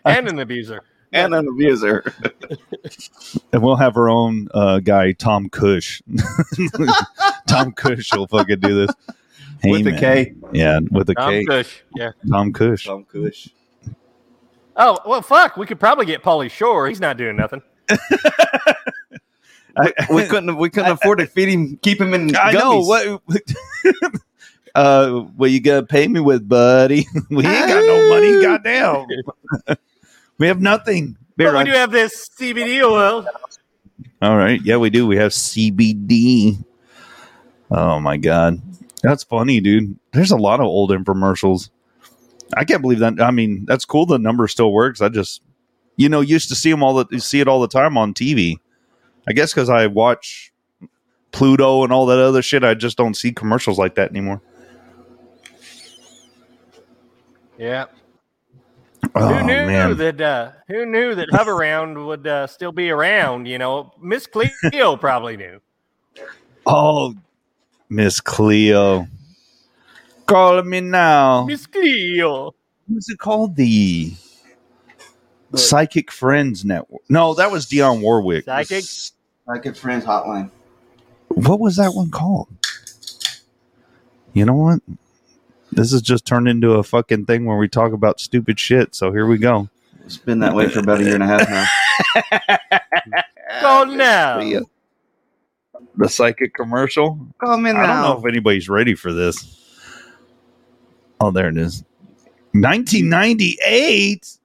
Speaker 6: and an abuser.
Speaker 5: and an abuser.
Speaker 4: and we'll have our own uh, guy, Tom Cush. (laughs) Tom Cush will fucking do this
Speaker 5: With a
Speaker 4: man.
Speaker 5: K.
Speaker 4: Yeah, with a K.
Speaker 6: Tom Cush. Yeah.
Speaker 4: Tom Cush.
Speaker 5: Tom Cush.
Speaker 6: Oh well, fuck. We could probably get Paulie Shore. He's not doing nothing.
Speaker 5: We couldn't. We
Speaker 4: (laughs)
Speaker 5: couldn't afford to feed him. Keep him in.
Speaker 4: I know
Speaker 5: gummies.
Speaker 4: what. (laughs) uh, what you gonna pay me with, buddy? (laughs) we ain't got no money. Goddamn, (laughs) we have nothing. Be
Speaker 6: But we
Speaker 4: right-
Speaker 6: do have this CBD oil.
Speaker 4: All right, yeah, we do. We have CBD. Oh my god, that's funny, dude. There's a lot of old infomercials. I can't believe that. I mean, that's cool. The number still works. I just, you know, used to see them all. The, see it all the time on TV. I guess because I watch Pluto and all that other shit. I just don't see commercials like that anymore.
Speaker 6: Yeah.
Speaker 4: Oh,
Speaker 6: who knew
Speaker 4: man.
Speaker 6: that? Uh, who knew that Hover Round would uh, still be around? You know, Miss Cleo probably knew.
Speaker 4: Oh, Miss Cleo. Call me now.
Speaker 6: Miss Cleo.
Speaker 4: What's it called? The Psychic Friends Network. No, that was Dion Warwick.
Speaker 6: Psychic?
Speaker 5: Like a friend's hotline.
Speaker 4: What was that one called? You know what? This has just turned into a fucking thing where we talk about stupid shit. So here we go.
Speaker 5: It's been that way for about a year and a half
Speaker 4: (laughs)
Speaker 5: now.
Speaker 6: Call now.
Speaker 4: The psychic commercial.
Speaker 5: Call me
Speaker 4: I don't know if anybody's ready for this. Oh, there it is. 1998.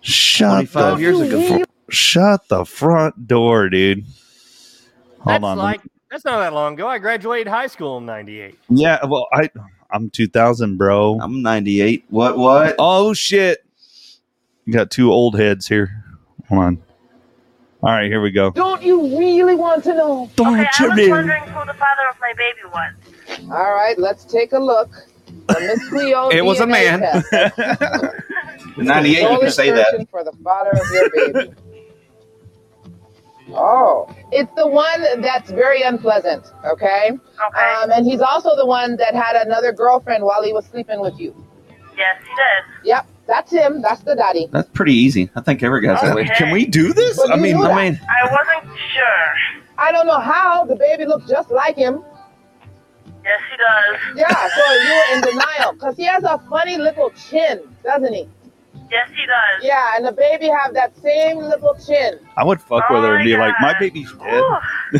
Speaker 4: Shut the,
Speaker 5: Twenty-five years ago.
Speaker 4: shut the front door, dude. Hold
Speaker 6: That's
Speaker 4: on.
Speaker 6: like that's not that long ago. I graduated high school in '98.
Speaker 4: yeah, well, I I'm 2000, bro.
Speaker 5: I'm 98. What? What?
Speaker 4: oh shit. You got two old heads here. Hold on. All right, here we go.
Speaker 13: Don't you really want to know?
Speaker 4: Don't
Speaker 12: okay,
Speaker 4: you
Speaker 12: I was
Speaker 4: really-
Speaker 12: wondering who the father of my baby was.
Speaker 13: All right, let's take a look.
Speaker 5: (laughs)
Speaker 13: The Miss Cleo
Speaker 5: It was a
Speaker 13: DNA
Speaker 5: man.
Speaker 4: (laughs)
Speaker 13: (laughs) test.
Speaker 5: 98. You
Speaker 13: Slowly
Speaker 5: can say that.
Speaker 13: searching for the father of your baby. oh, it's the one that's very unpleasant. Okay.
Speaker 12: Okay.
Speaker 13: Um, and he's also the one that had another girlfriend while he was sleeping with you.
Speaker 12: yes, he did.
Speaker 13: Yep, that's him. That's the daddy.
Speaker 5: That's pretty easy. I think every
Speaker 4: Oh,
Speaker 5: guy's that way.
Speaker 12: Can we
Speaker 4: do this?
Speaker 13: But you knew that.
Speaker 5: I mean,
Speaker 12: I wasn't sure.
Speaker 13: I don't know how the baby looks just like him.
Speaker 12: Yes, he does.
Speaker 13: Yeah, so you were in denial because he has a funny little chin, doesn't he?
Speaker 12: Yes, he does.
Speaker 13: Yeah, and the baby have that same little chin.
Speaker 4: I would fuck with her and be like, my baby's dead.
Speaker 12: Ooh,
Speaker 4: (laughs)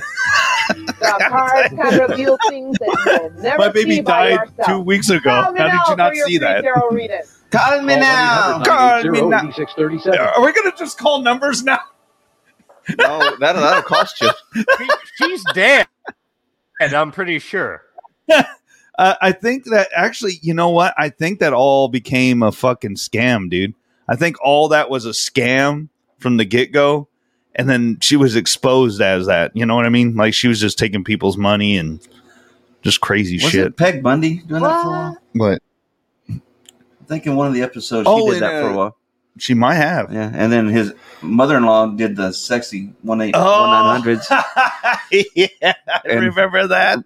Speaker 13: The cards can reveal things that you'll never
Speaker 4: My
Speaker 13: see
Speaker 4: baby
Speaker 13: by
Speaker 4: died
Speaker 13: yourself.
Speaker 4: two weeks ago.
Speaker 13: Call
Speaker 4: How
Speaker 13: me
Speaker 4: did
Speaker 13: now
Speaker 4: you not
Speaker 13: for your
Speaker 4: see that? Oh,
Speaker 13: pre-tarot reading.
Speaker 5: call me now.
Speaker 4: God, I mean, not-
Speaker 9: 8637.
Speaker 4: we gonna just call numbers now?
Speaker 5: No, that, that'll (laughs) cost you.
Speaker 6: She- she's dead, and I'm pretty sure.
Speaker 4: Uh, I think that actually, you know what? I think that all became a fucking scam, dude. I think all that was a scam from the get go, and then she was exposed as that. You know what I mean? Like she was just taking people's money and Just crazy
Speaker 5: Wasn't
Speaker 4: shit.
Speaker 5: Peg Bundy doing that for a while?
Speaker 4: What?
Speaker 5: I think in one of the episodes
Speaker 4: Oh,
Speaker 5: she
Speaker 4: in
Speaker 5: did that for
Speaker 4: a-
Speaker 5: a while.
Speaker 4: She might have.
Speaker 5: Yeah, and then his mother-in-law did the sexy one eight
Speaker 4: Oh.
Speaker 5: one nine
Speaker 4: (laughs)
Speaker 5: hundreds.
Speaker 4: yeah, I
Speaker 5: And-
Speaker 4: remember that.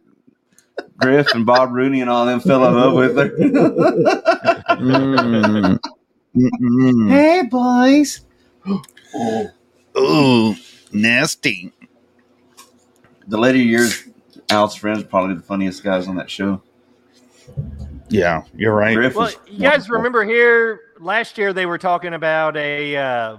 Speaker 5: Griff and Bob Rooney and all them fell in love with her.
Speaker 4: (laughs) Mm. Mm-mm.
Speaker 5: hey boys.
Speaker 4: (gasps) Ooh, nasty.
Speaker 5: The later years, Al's friends probably the funniest guys on that show.
Speaker 4: Yeah, you're right.
Speaker 5: Griff
Speaker 6: Well,
Speaker 5: was
Speaker 6: you guys remember here last year they were talking about a uh,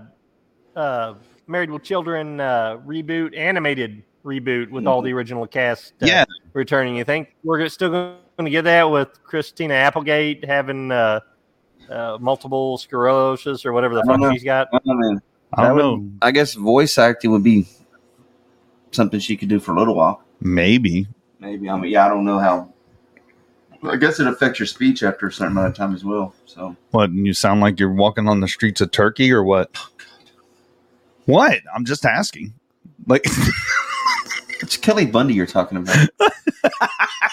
Speaker 6: uh, Married with Children uh, reboot, animated reboot with all the original cast uh,
Speaker 4: Yeah.
Speaker 6: returning. You think we're still going to get that with Christina Applegate having uh, uh, multiple sclerosis or whatever the
Speaker 5: I don't
Speaker 6: fuck
Speaker 5: know.
Speaker 6: she's got?
Speaker 5: I don't know.
Speaker 4: I don't
Speaker 5: That
Speaker 4: know.
Speaker 5: would- I guess voice acting would be something she could do for a little while.
Speaker 4: Maybe.
Speaker 5: Maybe. I mean, yeah, I don't know how. I guess it affects your speech after a certain amount of time as well. So
Speaker 4: What? You sound like you're walking on the streets of Turkey or what? What? I'm just asking. Like (laughs)
Speaker 5: it's Kelly Bundy you're talking about.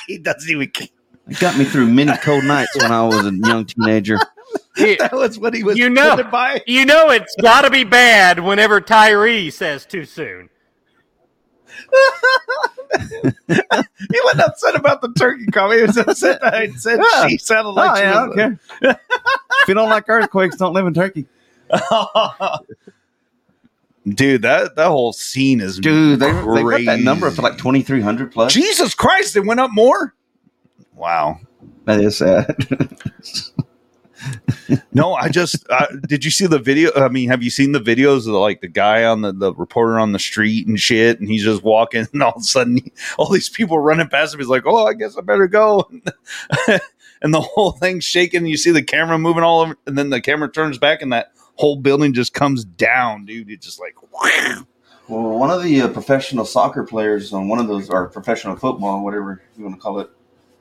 Speaker 4: he doesn't even. care.
Speaker 5: It got me through many cold nights when I was a young teenager.
Speaker 4: (laughs) That was what he was.
Speaker 6: You know,
Speaker 4: offended
Speaker 5: (laughs)
Speaker 4: by.
Speaker 6: you know, it's got to be bad whenever Tyree says too soon.
Speaker 4: He wasn't upset about the turkey comment. He was upset. that I said
Speaker 5: Yeah.
Speaker 4: she sounded like
Speaker 5: Oh,
Speaker 4: she
Speaker 5: yeah, I
Speaker 4: was-
Speaker 5: don't care. if you don't like earthquakes, don't live in Turkey.
Speaker 4: (laughs) Dude, that that whole scene is
Speaker 5: Dude, they, they got
Speaker 4: crazy.
Speaker 5: that number up to like 2,300 plus.
Speaker 4: Jesus Christ, it went up more. Wow.
Speaker 5: That is sad.
Speaker 4: No, I just uh, did you see the video? I mean, have you seen the videos of like the guy on the, the reporter on the street and shit? And he's just walking, (laughs) and all of a sudden, he- all these people running past him. He's like, "Oh, I guess I better go." (laughs) and the whole thing's shaking. You see the camera moving all over, and then the camera turns back, and that whole building just comes down, dude. It's just like,
Speaker 5: (laughs) Well, one of the uh, professional soccer players on one of those, or professional football, whatever you want to call it,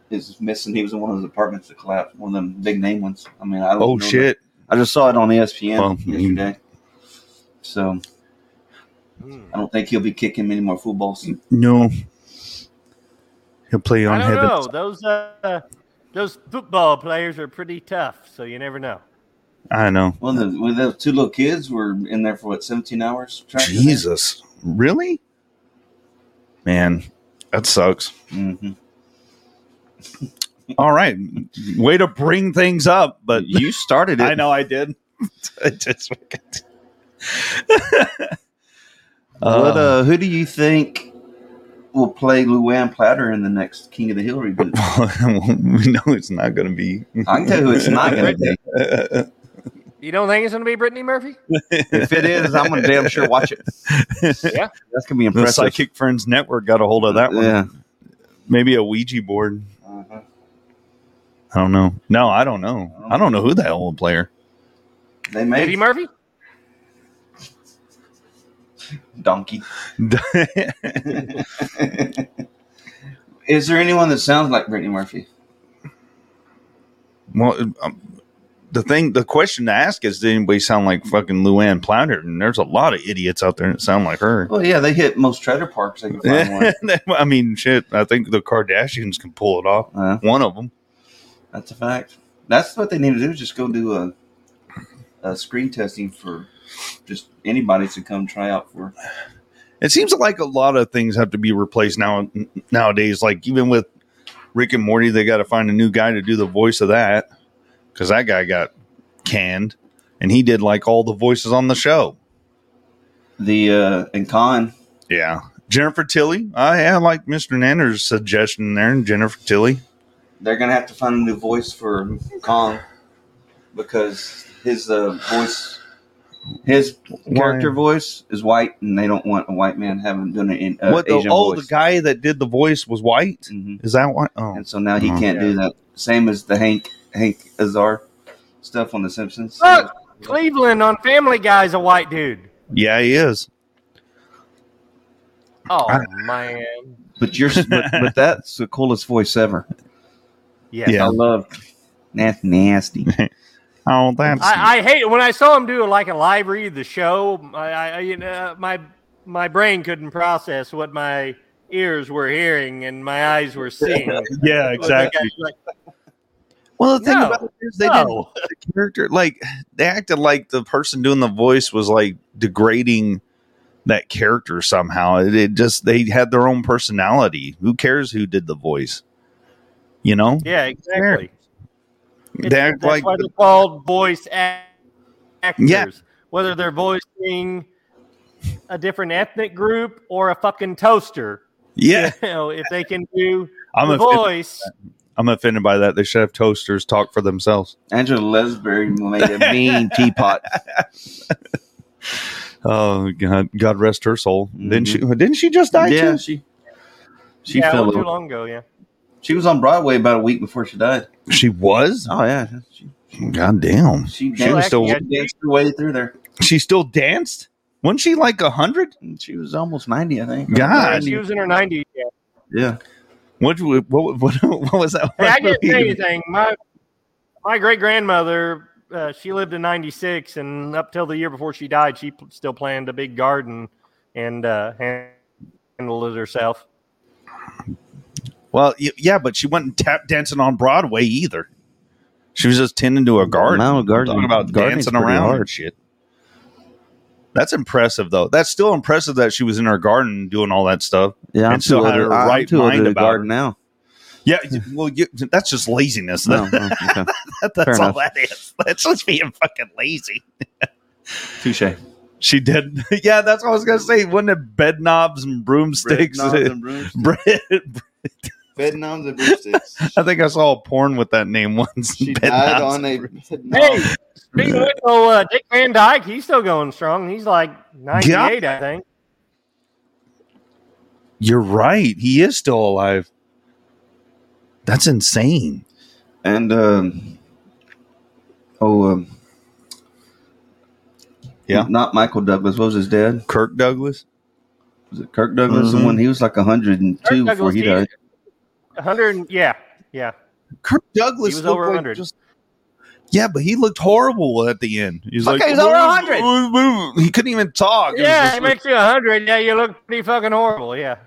Speaker 5: is missing. He was in one of those apartments that collapsed, one of them big name ones. I mean, I don't
Speaker 4: "Oh
Speaker 5: know
Speaker 4: shit!"
Speaker 5: that- I just saw it on E ESPN
Speaker 4: Well,
Speaker 5: yesterday. So I don't think he'll be kicking many more footballs.
Speaker 4: No, he'll play
Speaker 6: I
Speaker 4: on
Speaker 6: don't know.
Speaker 4: heaven.
Speaker 6: Those uh, those football players are pretty tough, so you never know.
Speaker 4: I know.
Speaker 5: Well, the, well, those two little kids were in there for what, 17 hours? trying to-
Speaker 4: Jesus, really? Man, that sucks.
Speaker 5: Mhm.
Speaker 4: All right, way to bring things up, but
Speaker 5: You started it.
Speaker 4: (laughs) I know I
Speaker 5: (laughs)
Speaker 4: did. I just- (laughs) Um,
Speaker 5: What, uh, who do you think will play Luann Platter in the next King of the Hill reboot?
Speaker 4: (laughs) we know it's not going to be.
Speaker 5: uh, I can tell you who it's not going
Speaker 4: (laughs)
Speaker 5: to be.
Speaker 6: You don't think it's going to be Brittany Murphy?
Speaker 5: If it is, I'm gonna damn sure watch it.
Speaker 6: Yeah.
Speaker 5: That's gonna be
Speaker 4: the
Speaker 5: impressive.
Speaker 4: Psychic Friends Network got a hold of that one.
Speaker 5: Yeah.
Speaker 4: Maybe a Ouija board.
Speaker 5: Uh-huh.
Speaker 4: I don't know. No, I don't know. I don't know who that old player.
Speaker 5: They
Speaker 6: Eddie
Speaker 5: made
Speaker 6: Murphy?
Speaker 5: donkey. Is there anyone that sounds like Brittany Murphy?
Speaker 4: (laughs) Well, um, the thing, the question to ask is, did anybody sound like fucking Luann Platter? And there's a lot of idiots out there that sound like her.
Speaker 5: Well, yeah, they hit most trailer parks. They
Speaker 4: (laughs)
Speaker 5: can find one.
Speaker 4: I mean, shit. I think the Kardashians can pull it off.
Speaker 5: Uh,
Speaker 4: One of them.
Speaker 5: that's a fact. That's what they need to do. Is just go do a, a screen testing for just anybody to come try out for.
Speaker 4: It seems like a lot of things have to be replaced now nowadays. Like even with Rick and Morty, they got to find a new guy to do the voice of that because that guy got canned, and he did like all the voices on the show.
Speaker 5: The uh, and con.
Speaker 4: Yeah, Jennifer Tilly. Uh, I, I like Mister Nanner's suggestion there, and Jennifer Tilly.
Speaker 5: They're gonna have to find a new voice for Kong because his uh, voice, his character voice is white, and they don't want a white man having done an uh,
Speaker 4: what? The,
Speaker 5: Asian
Speaker 4: oh,
Speaker 5: voice.
Speaker 4: the guy that did the voice was white.
Speaker 5: Mhm.
Speaker 4: Is that why? Oh,
Speaker 5: And so now he
Speaker 4: Mhm.
Speaker 5: can't do that. Same as the Hank Hank Azar stuff on The Simpsons.
Speaker 6: Look, Cleveland on Family Guy's a white dude.
Speaker 4: yeah, he is.
Speaker 6: Oh
Speaker 4: I-
Speaker 6: man,
Speaker 5: But you're but, but that's the coolest voice ever.
Speaker 6: yeah.
Speaker 4: Yeah.
Speaker 5: I love that's (laughs) nasty.
Speaker 4: Oh, that's
Speaker 6: I, I hate when I saw him do like a live read of the show. I, I you know, my my brain couldn't process what my ears were hearing and my eyes were (laughs) seeing.
Speaker 4: yeah, exactly.
Speaker 6: Like,
Speaker 4: Well, the thing
Speaker 6: No.
Speaker 4: about it is they
Speaker 6: No.
Speaker 4: didn't the character like they acted like the person doing the voice was like degrading that character somehow. It, it just they had their own personality. Who cares who did the voice? You know,
Speaker 6: yeah, exactly. It's-
Speaker 4: they act
Speaker 6: that's
Speaker 4: like
Speaker 6: why they're called voice ac- actors.
Speaker 4: Yeah.
Speaker 6: Whether they're voicing a different ethnic group or a fucking toaster.
Speaker 4: yeah.
Speaker 6: (laughs) You know, if they can do
Speaker 4: (laughs) I'm
Speaker 6: the
Speaker 4: offended by
Speaker 6: voice.
Speaker 4: I'm offended by that. They should have toasters talk for themselves.
Speaker 5: Angela Lesbury made a (laughs) mean teapot.
Speaker 4: Oh God, God rest her soul. Didn't she? Didn't she just die?
Speaker 5: Yeah,
Speaker 4: too?
Speaker 5: she she
Speaker 6: yeah,
Speaker 5: fell.
Speaker 6: not too
Speaker 5: over.
Speaker 6: long ago, yeah.
Speaker 5: She was on Broadway about a week before she died.
Speaker 4: She was.
Speaker 5: Oh yeah,
Speaker 4: God damn.
Speaker 5: she,
Speaker 4: She was
Speaker 5: danced,
Speaker 4: still.
Speaker 5: she danced her way through there.
Speaker 4: She still danced. Wasn't she like a hundred?
Speaker 5: She was almost ninety, I think.
Speaker 4: God.
Speaker 6: She was in her nineties. Yeah.
Speaker 5: Yeah.
Speaker 4: What, what, what, (laughs) what was that?
Speaker 6: Hey, I didn't say anything. My my great grandmother, uh, she lived in '96, and up till the year before she died, she p- still planned a big garden and uh, han- handled it herself.
Speaker 4: Well, y- yeah, but she wasn't tap dancing on Broadway either. She was just tending to a garden.
Speaker 5: No, garden-
Speaker 4: Talking about
Speaker 5: gardening's
Speaker 4: dancing
Speaker 5: pretty
Speaker 4: around
Speaker 5: hard.
Speaker 4: and shit. That's impressive, though. That's still impressive that she was in her garden doing all that stuff.
Speaker 5: Yeah, I'm
Speaker 4: and still
Speaker 5: too
Speaker 4: had
Speaker 5: old
Speaker 4: her
Speaker 5: to- I'm
Speaker 4: right
Speaker 5: too old to
Speaker 4: mind
Speaker 5: the
Speaker 4: about
Speaker 5: garden
Speaker 4: her.
Speaker 5: now.
Speaker 4: Yeah,
Speaker 5: (laughs)
Speaker 4: y- well, you, that's just laziness.
Speaker 5: No, no, okay. Fair
Speaker 4: (laughs) that's all
Speaker 5: enough.
Speaker 4: that is. (laughs) That's just being fucking lazy.
Speaker 5: (laughs) Touche.
Speaker 4: She did. (laughs) Yeah, that's what I was gonna say. Wasn't it bed knobs and broomsticks?
Speaker 5: knobs and broomsticks.
Speaker 4: (laughs) Bread-
Speaker 5: Bed knobs and (laughs) broomsticks.
Speaker 4: I think I saw a porn with that name once. She
Speaker 5: died on a (laughs) bed
Speaker 6: Hey, speaking of which, oh, uh, Dick Van Dyke, he's still going strong. He's like 98, I think.
Speaker 4: You're right. He is still alive. That's insane.
Speaker 5: And um, oh, um,
Speaker 4: yeah,
Speaker 5: not Michael Douglas. What was his dad?
Speaker 4: Kirk Douglas.
Speaker 5: Was it Kirk Douglas? The
Speaker 4: Mhm.
Speaker 5: one he was like hundred and two
Speaker 6: Kirk
Speaker 5: before he
Speaker 6: Douglas,
Speaker 5: died.
Speaker 6: A 100, yeah, yeah.
Speaker 4: Kirk Douglas
Speaker 6: he was
Speaker 4: looked
Speaker 6: over
Speaker 4: like
Speaker 6: 100.
Speaker 4: just- Yeah, but he looked horrible at the end. He's
Speaker 6: Okay,
Speaker 4: like,
Speaker 6: he's over 100.
Speaker 4: He couldn't even talk. It was
Speaker 6: yeah,
Speaker 4: just
Speaker 6: it
Speaker 4: like-
Speaker 6: makes you 100. Yeah, you look pretty fucking horrible. Yeah.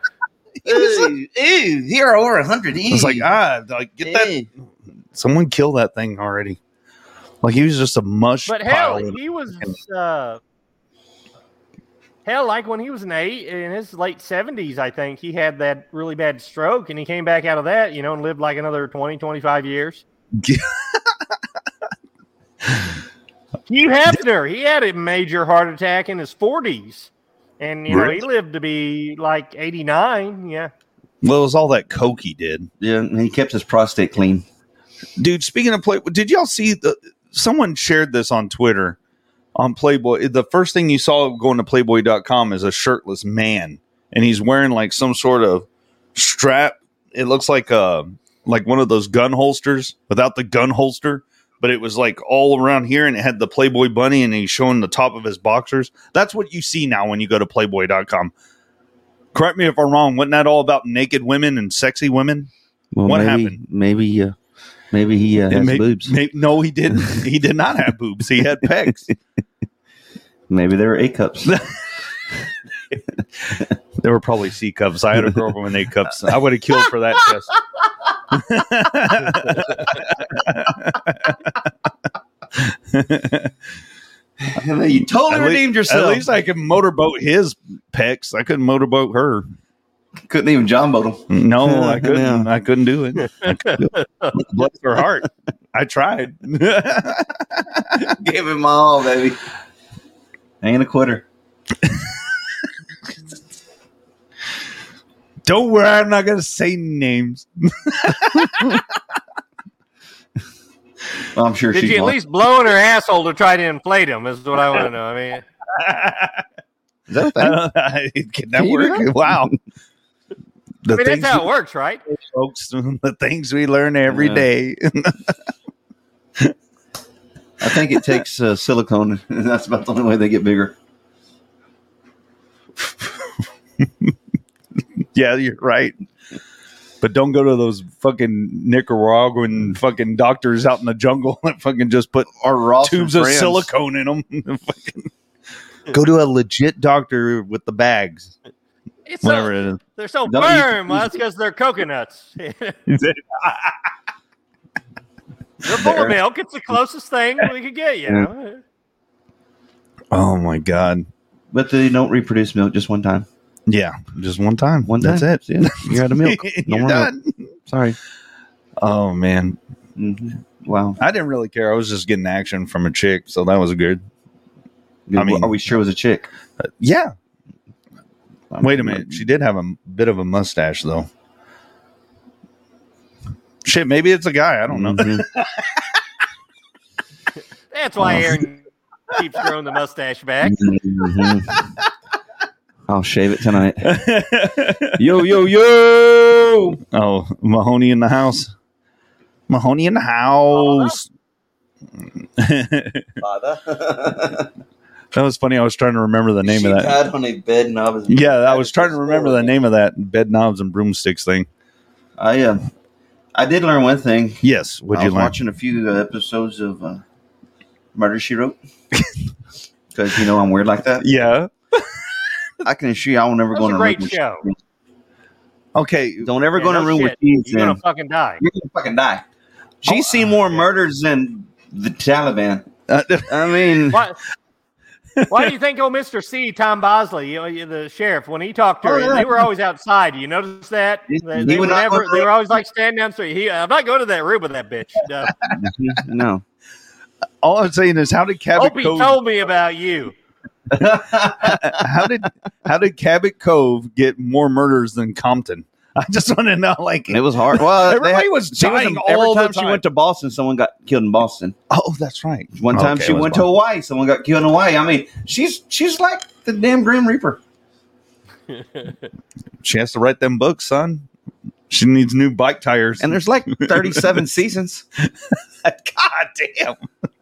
Speaker 5: Ew, ew, here over a hundred.
Speaker 4: I was like, ah, like, get that. Someone kill that thing already. Like he was just a mush.
Speaker 6: But hell,
Speaker 4: pile of-
Speaker 6: he was uh, hell like when he was in eight in his late seventies, I think he had that really bad stroke, and he came back out of that, you know, and lived like another 20, 25 years.
Speaker 4: (laughs)
Speaker 6: Hugh Hefner, he had a major heart attack in his forties, and you know he lived to be like eighty nine. Yeah,
Speaker 4: Well, it was all that coke he did.
Speaker 5: Yeah, and he kept his prostate clean.
Speaker 4: dude. Speaking of play, did y'all see the? Someone shared this on Twitter on Playboy. The first thing you saw going to Playboy.com is a shirtless man, and he's wearing like some sort of strap. It looks like a like one of those gun holsters without the gun holster, but it was like all around here, and it had the Playboy bunny, and he's showing the top of his boxers. That's what you see now when you go to Playboy.com. Correct me if I'm wrong. Wasn't that all about naked women and sexy women?
Speaker 5: Well,
Speaker 4: what
Speaker 5: maybe,
Speaker 4: happened?
Speaker 5: Maybe, uh, maybe he uh,
Speaker 4: And
Speaker 5: has
Speaker 4: may-
Speaker 5: boobs.
Speaker 4: (laughs) may- no, he didn't. He did not have boobs. He had (laughs) pecs.
Speaker 5: Maybe there were A (laughs) cups.
Speaker 4: They were probably C cups. I had a girlfriend with A cups. I would have killed for
Speaker 6: (laughs)
Speaker 4: that test.
Speaker 5: you totally
Speaker 4: At lea-
Speaker 5: redeemed yourself.
Speaker 4: At least I could motorboat his pecs. I couldn't motorboat her.
Speaker 5: Couldn't even John boat
Speaker 4: him. No, (laughs) I couldn't. I couldn't do it. I couldn't.
Speaker 6: (laughs)
Speaker 4: Bless her heart. I tried.
Speaker 5: (laughs)
Speaker 4: (laughs)
Speaker 5: Give him all, baby. I ain't a quitter.
Speaker 4: Don't worry, I'm not gonna say names. (laughs)
Speaker 5: I'm sure
Speaker 6: did
Speaker 5: she's
Speaker 6: you at least blow in her asshole to try to inflate him? Is what I want to know. I mean,
Speaker 5: Is that a
Speaker 4: I don't- I- Can that
Speaker 6: Can you do
Speaker 4: work?
Speaker 6: that?
Speaker 4: Wow. The
Speaker 6: I mean that's
Speaker 4: things
Speaker 6: how
Speaker 4: we-
Speaker 6: it works, right?
Speaker 4: folks. (laughs) The things we learn every
Speaker 5: Yeah.
Speaker 4: day.
Speaker 5: I think it takes uh, silicone, (laughs) and that's about the only way they get bigger.
Speaker 4: yeah, you're right. But don't go to those fucking Nicaraguan fucking doctors out in the jungle (laughs) and fucking just put
Speaker 5: Ross and
Speaker 4: tubes of (laughs)
Speaker 5: Friends.
Speaker 4: silicone in them. go to a legit doctor with the bags.
Speaker 6: It's
Speaker 4: Whatever
Speaker 6: so,
Speaker 4: it is.
Speaker 6: They're so
Speaker 4: Don't eat-
Speaker 6: firm. Well, that's because they're coconuts. (laughs)
Speaker 5: (laughs)
Speaker 6: they're
Speaker 4: Is it-
Speaker 6: full of milk. It's the closest thing we could get you.
Speaker 5: Yeah.
Speaker 6: know?
Speaker 4: (laughs) Oh my god!
Speaker 5: But they don't reproduce milk just one time.
Speaker 4: Yeah, just one time.
Speaker 5: One
Speaker 4: That's
Speaker 5: time.
Speaker 4: it.
Speaker 5: Yeah, you're out
Speaker 4: (laughs)
Speaker 5: of milk. No
Speaker 4: You're
Speaker 5: more
Speaker 4: done.
Speaker 5: milk. Sorry.
Speaker 4: Oh man. Mm-hmm.
Speaker 5: Wow.
Speaker 4: I didn't really care. I was just getting action from a chick, so that was good. I
Speaker 5: Yeah,
Speaker 4: mean,
Speaker 5: are we sure it was a chick?
Speaker 4: yeah. Wait a minute. She did have a m- bit of a mustache, though. Shit, maybe it's a guy. I don't know.
Speaker 5: Mm-hmm.
Speaker 4: (laughs)
Speaker 6: That's why
Speaker 5: Oh.
Speaker 6: Aaron keeps growing the mustache back.
Speaker 5: Mhm. I'll shave it (laughs) tonight. Mm.
Speaker 4: (laughs)
Speaker 5: yo, yo, yo.
Speaker 4: Oh, Mahoney in the house. Mahoney in the house. (laughs)
Speaker 5: Father.
Speaker 4: That was funny. I was trying to remember the name
Speaker 5: she
Speaker 4: of that.
Speaker 5: died on a bed and I was
Speaker 4: yeah, I was trying to remember the name of that bed knobs and broomsticks thing.
Speaker 5: I uh, I did learn one thing.
Speaker 4: Yes, what'd
Speaker 5: I
Speaker 4: you
Speaker 5: was
Speaker 4: learn?
Speaker 5: watching a few uh, episodes of uh, Murder She Wrote (laughs) because you know I'm weird like that.
Speaker 4: Yeah,
Speaker 5: I can assure you, I will never go in
Speaker 6: That's a
Speaker 5: a
Speaker 6: great
Speaker 5: room.
Speaker 6: show.
Speaker 4: Okay,
Speaker 5: don't ever
Speaker 6: Yeah,
Speaker 5: go in a
Speaker 6: no
Speaker 5: room
Speaker 6: shit.
Speaker 5: with Oh, these.
Speaker 6: You're gonna
Speaker 5: (laughs)
Speaker 6: fucking die.
Speaker 5: You're gonna fucking die. She's seen more murders than the Taliban. Uh, I mean,
Speaker 6: Why, why do you think old Mister C, Tom Bosley, you know, you- the sheriff, when he talked to her,
Speaker 5: Oh, yeah.
Speaker 6: they were always outside. You notice that they,
Speaker 5: he
Speaker 6: they
Speaker 5: would
Speaker 6: would
Speaker 5: not go
Speaker 6: never.
Speaker 5: to
Speaker 6: They
Speaker 5: the-
Speaker 6: were always like standing down the street. He, I'm not going to that room with that
Speaker 5: (laughs)
Speaker 6: bitch. Uh,
Speaker 5: (laughs) no.
Speaker 4: All I'm saying is, how did Cabot
Speaker 6: Opie
Speaker 4: Cove?
Speaker 6: told me about you.
Speaker 4: how did how did Cabot Cove get more murders than Compton? I just want to know. Like
Speaker 5: It was hard. Well, they
Speaker 4: everybody
Speaker 5: had-
Speaker 4: was
Speaker 5: she was-
Speaker 4: dying
Speaker 5: every
Speaker 4: all
Speaker 5: time,
Speaker 4: the
Speaker 5: she went to Boston, someone got killed in Boston.
Speaker 4: Oh, that's right.
Speaker 5: One time
Speaker 4: Okay,
Speaker 5: she
Speaker 4: it was
Speaker 5: went to
Speaker 4: Boston.
Speaker 5: Hawaii, someone got killed in Hawaii. I mean, she's she's like the damn Grim Reaper.
Speaker 4: She has to write them books, son. She needs new bike tires.
Speaker 5: And there's (laughs) like 37 seasons. (laughs)
Speaker 4: God damn.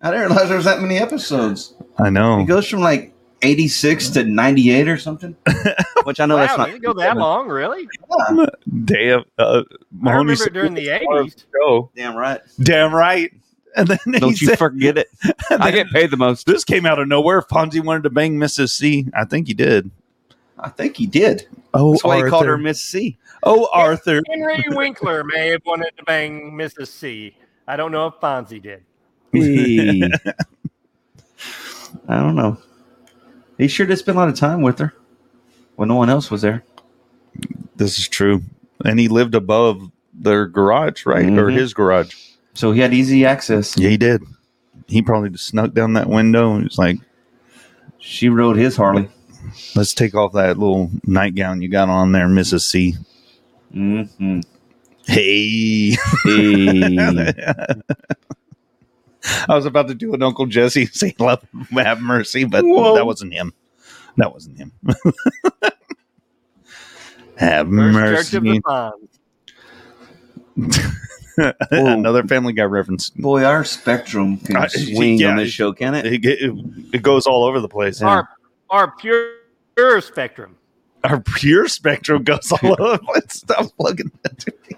Speaker 5: I didn't realize there was that many episodes.
Speaker 4: I know.
Speaker 5: It goes from like 86 to 98 or (laughs) something, which I know
Speaker 6: wow,
Speaker 5: that's
Speaker 6: did
Speaker 5: not.
Speaker 6: it go that long? Really?
Speaker 4: Damn. Uh,
Speaker 6: I
Speaker 4: Mahoney
Speaker 6: remember
Speaker 4: said-
Speaker 6: during the '80s.
Speaker 4: Go.
Speaker 5: Damn right.
Speaker 4: Damn right. And then he
Speaker 5: Don't you
Speaker 4: said- (laughs)
Speaker 5: forget it. I get paid the most.
Speaker 4: This came out of nowhere. Fonzie wanted to bang Mrs. C. I think he did.
Speaker 5: I think he did.
Speaker 4: Oh,
Speaker 5: That's why
Speaker 4: Arthur.
Speaker 5: he called her Miss C.
Speaker 4: Oh, Arthur.
Speaker 6: Henry Winkler may have wanted to bang Mrs. C. I don't know if Fonzie did.
Speaker 5: Hey. (laughs) I don't know. He sure did spend a lot of time with her when no one else was there.
Speaker 4: This is true. And he lived above their garage, right? Or
Speaker 5: Mhm.
Speaker 4: his garage.
Speaker 5: So he had easy access.
Speaker 4: Yeah, he did. He probably just snuck down that window and was like,
Speaker 5: She rode his Harley.
Speaker 4: let's take off that little nightgown you got on there, Mrs. C.
Speaker 5: Mm-hmm.
Speaker 4: Hey. (laughs)
Speaker 5: (laughs) Hey.
Speaker 4: I was about to do an Uncle Jesse and say, Love, have mercy, but
Speaker 5: Whoa.
Speaker 4: that wasn't him. That wasn't him. (laughs) have
Speaker 6: First Church of the
Speaker 4: mercy.
Speaker 6: Fonz.
Speaker 4: (laughs) Another Family Guy reference.
Speaker 5: Boy, our spectrum can
Speaker 4: I-
Speaker 5: swing
Speaker 4: yeah,
Speaker 5: on this show, can (laughs) it?
Speaker 4: It, it, it goes all over the place.
Speaker 6: Our our pure pure spectrum.
Speaker 4: Our pure spectrum goes all over the place. Stop plugging that to me.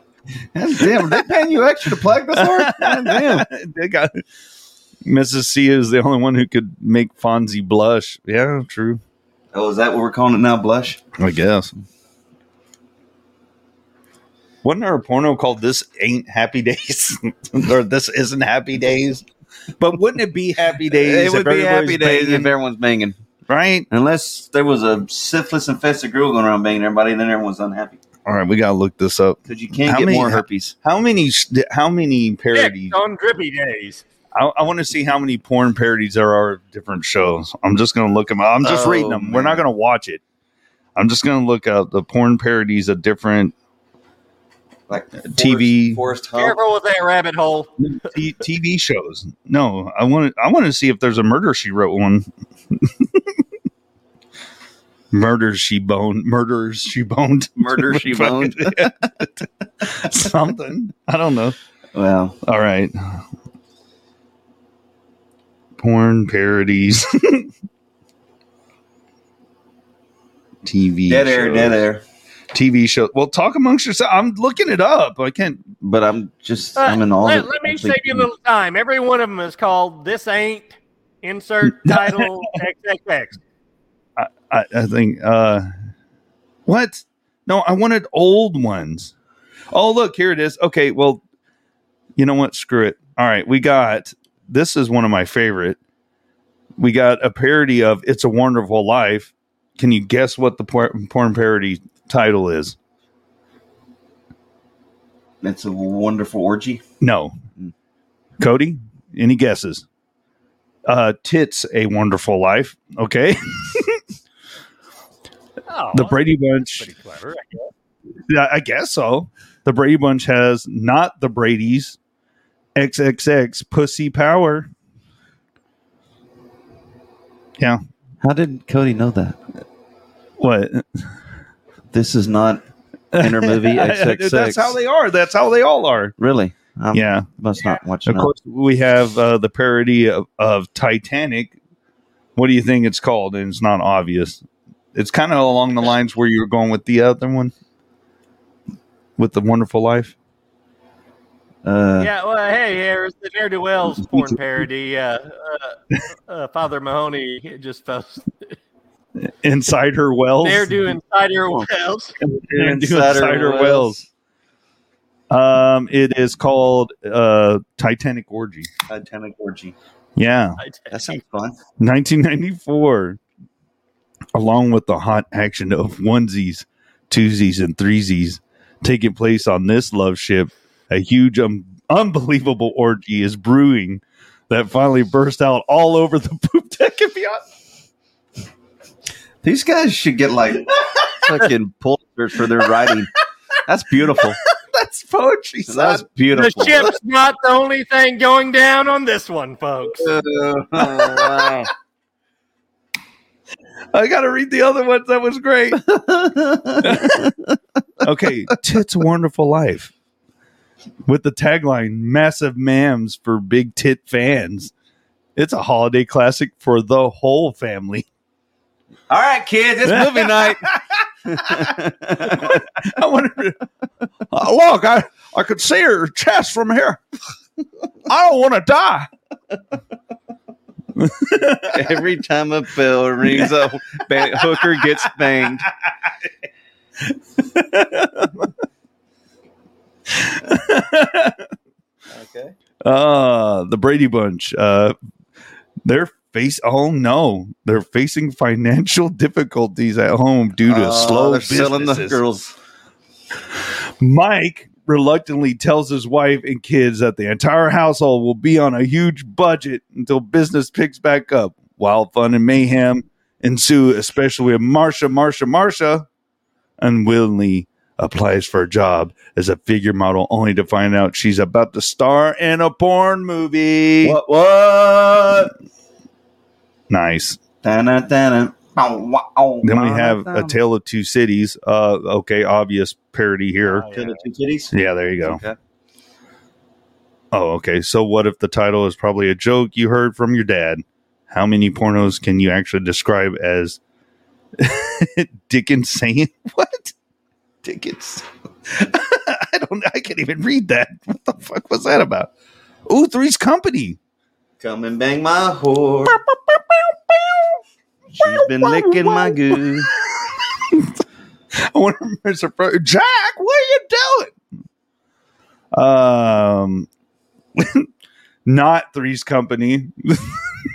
Speaker 5: Damn, they paying you extra to plug (laughs) this hard? Oh, Damn.
Speaker 4: (laughs) They got- Mrs. C is the only one who could make Fonzie blush. Yeah, true.
Speaker 5: Oh, is that what we're calling it now? Blush?
Speaker 4: I guess. Wasn't there a porno called This Ain't Happy Days? (laughs) or This Isn't Happy Days? But wouldn't it be Happy Days?
Speaker 5: it would
Speaker 4: if
Speaker 5: be happy
Speaker 4: everybody's
Speaker 5: days if
Speaker 4: banging,
Speaker 5: everyone's banging.
Speaker 4: right?
Speaker 5: Unless there was a syphilis infested girl going around banging everybody, then everyone's unhappy.
Speaker 4: All right, we gotta look this up.
Speaker 5: Because you can't
Speaker 4: How
Speaker 5: get
Speaker 4: many-
Speaker 5: more herpes.
Speaker 4: How many? sh- How many parodies?
Speaker 6: Dick on drippy days.
Speaker 4: I, I want to see how many porn parodies there are of different shows. I'm just gonna look them up. I'm just
Speaker 5: Oh,
Speaker 4: reading them. We're not
Speaker 5: man.
Speaker 4: gonna watch it. I'm just gonna look up the porn parodies of different
Speaker 5: Like
Speaker 4: TV.
Speaker 5: Forest hump.
Speaker 6: Careful with that rabbit hole.
Speaker 4: T- (laughs) TV shows. No, I want to. I want to see if there's a murder she wrote one. (laughs) murder she boned. Murders she boned. (laughs)
Speaker 5: Murder (laughs) She Boned.
Speaker 4: Something. I don't know.
Speaker 5: Well,
Speaker 4: All right. Porn parodies. (laughs) TV.
Speaker 5: dead air,
Speaker 4: shows.
Speaker 5: dead air.
Speaker 4: TV shows. Well, talk amongst yourself. I'm looking it up. I can't.
Speaker 5: But I'm just,
Speaker 6: Uh,
Speaker 5: I'm in all
Speaker 6: let,
Speaker 5: the-
Speaker 6: let me save you a little time. Every one of them is called "This Ain't
Speaker 4: (laughs)
Speaker 6: Insert Title XXX."
Speaker 4: I, I think. uh What? No, I wanted old ones. Oh, look, here it is. Okay, well, you know what? Screw it. All right, we got this is one of my favorite. We got a parody of "It's a Wonderful Life." Can you guess what the por- porn parody title is?
Speaker 5: That's a wonderful orgy.
Speaker 4: No, Cody. Any guesses? Uh, tits a wonderful life. Okay. (laughs)
Speaker 6: Oh,
Speaker 4: the Brady Bunch.
Speaker 6: pretty clever. I guess.
Speaker 4: Yeah, I guess so. The Brady Bunch has not the Brady's XXX pussy power. Yeah.
Speaker 5: How did Cody know that?
Speaker 4: What?
Speaker 5: This is not
Speaker 4: (laughs)
Speaker 5: intermovie XXX.
Speaker 4: That's how they are. That's how they all are.
Speaker 5: Really? Um,
Speaker 4: Yeah.
Speaker 5: Must not watch
Speaker 4: Of
Speaker 5: that.
Speaker 4: course, we have uh, the parody of, of Titanic. What do you think it's called? And it's not obvious. It's kind of along the lines where you're going with the other one, with the Wonderful Life.
Speaker 5: Uh,
Speaker 6: yeah, well, hey, here's the ne'er
Speaker 4: (laughs)
Speaker 6: do wells porn parody. Uh, uh, uh, Father Mahoney just posted
Speaker 4: Inside her wells.
Speaker 6: ne'er do inside your
Speaker 4: Oh.
Speaker 6: wells. (laughs)
Speaker 4: (laughs) And do Insider Wells. Um, it is called uh, Titanic Orgy.
Speaker 5: Titanic orgy.
Speaker 4: Yeah,
Speaker 5: That sounds fun.
Speaker 4: 1994, along with the hot action of onesies, twosies, and threesies taking place on this love ship, a huge, um, unbelievable orgy is brewing that finally burst out all over the (laughs) poop deck and beyond.
Speaker 5: These guys should get (laughs) like fucking Pulitzers for their writing. That's beautiful.
Speaker 4: That's poetry.
Speaker 5: That's beautiful. (laughs)
Speaker 6: The ship's not the only thing going down on this one, folks.
Speaker 5: Oh,
Speaker 4: I gotta read the other ones. That was great. okay, tits wonderful life. With the tagline "Massive Mams for Big Tit Fans," it's a holiday classic for the whole family. (laughs)
Speaker 5: All right, kids, it's movie night.
Speaker 4: I wonder. Oh, look, I I could see her chest from here. I don't want to die.
Speaker 5: (laughs) Every time a bell rings, a ba- hooker gets banged. okay.
Speaker 4: Uh, the Brady Bunch. Uh, they're face. Oh no, they're facing financial (laughs) difficulties at home due to
Speaker 5: Oh,
Speaker 4: slow
Speaker 5: they're selling the
Speaker 4: businesses.
Speaker 5: girls.
Speaker 4: Mike reluctantly tells his wife and kids that the entire household will be on a huge budget until business picks back up. Wild fun and mayhem ensue, especially when Marsha, Marsha, Marsha unwillingly applies for a job as a figure model, only to find out she's about to star in a porn movie.
Speaker 5: What? What?
Speaker 4: Nice.
Speaker 5: Dun, dun, dun.
Speaker 4: Then we have A Tale of Two Cities. Uh, okay, obvious parody here.
Speaker 5: Kill the two kitties.
Speaker 4: Yeah, there you go.
Speaker 5: Okay.
Speaker 4: Oh, okay. So what if the title is probably a joke you heard from your dad? How many pornos can you actually describe as (laughs) Dickens saying (laughs) what? Dickens. (laughs) I don't I can't even read that. What the fuck was that about? Ooh, Three's Company. (laughs)
Speaker 5: Come and bang my whore. She's been licking (laughs) my goo.
Speaker 4: I wonder if there's a fro- Jack, what are you doing? Um (laughs) not Three's Company.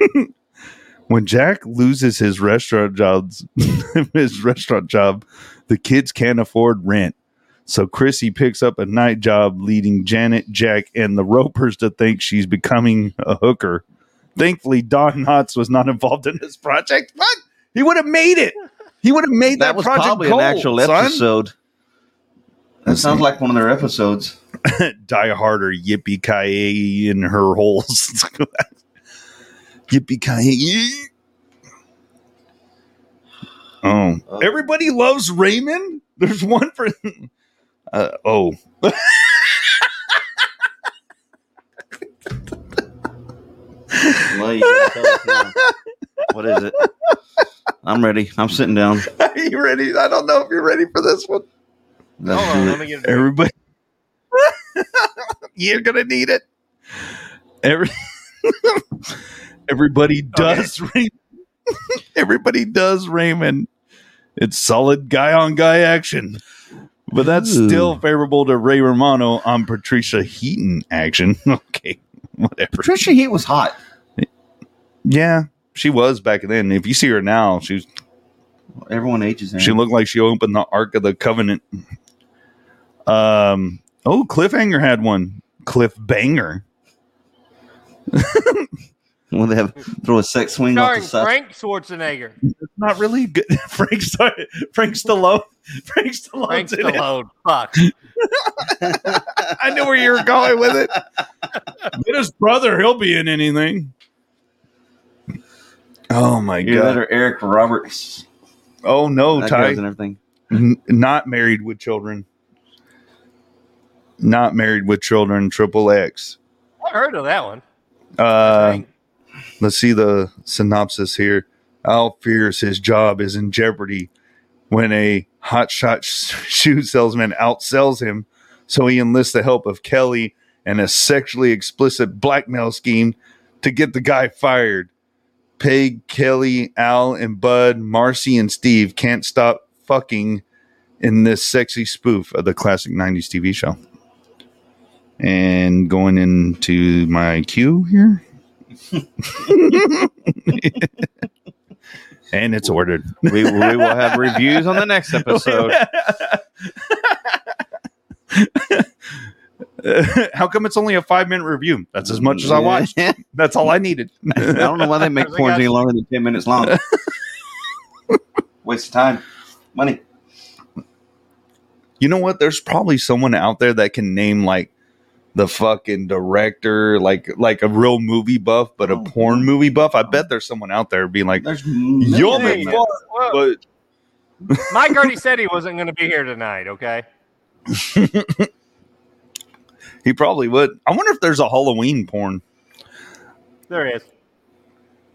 Speaker 4: (laughs) when Jack loses his restaurant jobs, (laughs) his restaurant job, the kids can't afford rent. So Chrissy picks up a night job, leading Janet, Jack, and the Ropers to think she's becoming a hooker. Thankfully, Don Knotts was not involved in this project. Fuck, he would have made it. He would have made that,
Speaker 5: That was
Speaker 4: project
Speaker 5: probably
Speaker 4: gold,
Speaker 5: an actual
Speaker 4: son.
Speaker 5: episode. That sounds like one of their episodes.
Speaker 4: Die harder, yippee ki in her holes. (laughs) yippee ki Oh,
Speaker 5: (laughs)
Speaker 4: everybody loves Raymond. There's one for. (laughs) Uh, oh, (laughs)
Speaker 5: Well, you gotta tell us now. what is it? I'm ready. I'm sitting down.
Speaker 4: are you ready? I don't know if you're ready for this one.
Speaker 5: Let's
Speaker 6: Hold on,
Speaker 5: do
Speaker 6: let
Speaker 5: it.
Speaker 6: me get a drink.
Speaker 4: Everybody, (laughs) you're gonna need it. Every (laughs) (laughs) everybody does Raymond. everybody does Raymond. It's solid guy on guy action. But that's still favorable to Ray Romano on Patricia Heaton action. (laughs) okay, whatever.
Speaker 5: Patricia Heat was hot.
Speaker 4: Yeah, she was back then. If you see her now, she's
Speaker 5: Everyone ages.
Speaker 4: she looked like she opened the Ark of the Covenant. Um. Oh, Cliffhanger had one. Cliff Banger.
Speaker 5: When they have throw a sex swing off
Speaker 6: Starring
Speaker 5: the side.
Speaker 6: Frank Schwarzenegger.
Speaker 4: Not really good. (laughs) Frank Star- Frank Stallone. (laughs) Frank Stallone.
Speaker 6: Frank
Speaker 4: did it.
Speaker 6: Stallone. Fuck.
Speaker 4: I knew where you were going with
Speaker 5: (laughs)
Speaker 4: it. Get his brother. He'll be in anything. Oh my
Speaker 5: You
Speaker 4: god.
Speaker 5: better Eric Roberts.
Speaker 4: Oh no,
Speaker 5: That
Speaker 4: Ty.
Speaker 5: goes and everything.
Speaker 4: N- not married with children. Not married with children. Triple X.
Speaker 6: I heard of that one.
Speaker 4: Uh, let's see the synopsis here. Al fears his job is in jeopardy when a hotshot (laughs) sh- shoe salesman outsells him, so he enlists the help of Kelly and a sexually explicit blackmail scheme to get the guy fired. Peg, Kelly, Al, and Bud, Marcy, and Steve can't stop fucking in this sexy spoof of the classic 90s TV show. And going into my queue here. (laughs) and it's ordered.
Speaker 5: We, we will have reviews on the (laughs) next episode.
Speaker 4: (laughs) How come it's only a five minute review? That's as much as I
Speaker 5: (laughs)
Speaker 4: watched. That's all I needed.
Speaker 5: I don't know why they make porn any longer than ten minutes long.
Speaker 4: (laughs)
Speaker 5: Waste of time, money.
Speaker 4: You know what? There's probably someone out there that can name like the fucking director, like like a real movie buff, but a porn movie buff. I bet there's someone out there being like,
Speaker 5: There's
Speaker 4: "You'll be
Speaker 6: Hey,
Speaker 4: fucked,"
Speaker 6: well,
Speaker 4: but
Speaker 6: Mike already said he wasn't going to be here tonight. Okay.
Speaker 4: he probably would. I wonder if there's a Halloween porn.
Speaker 6: There he is.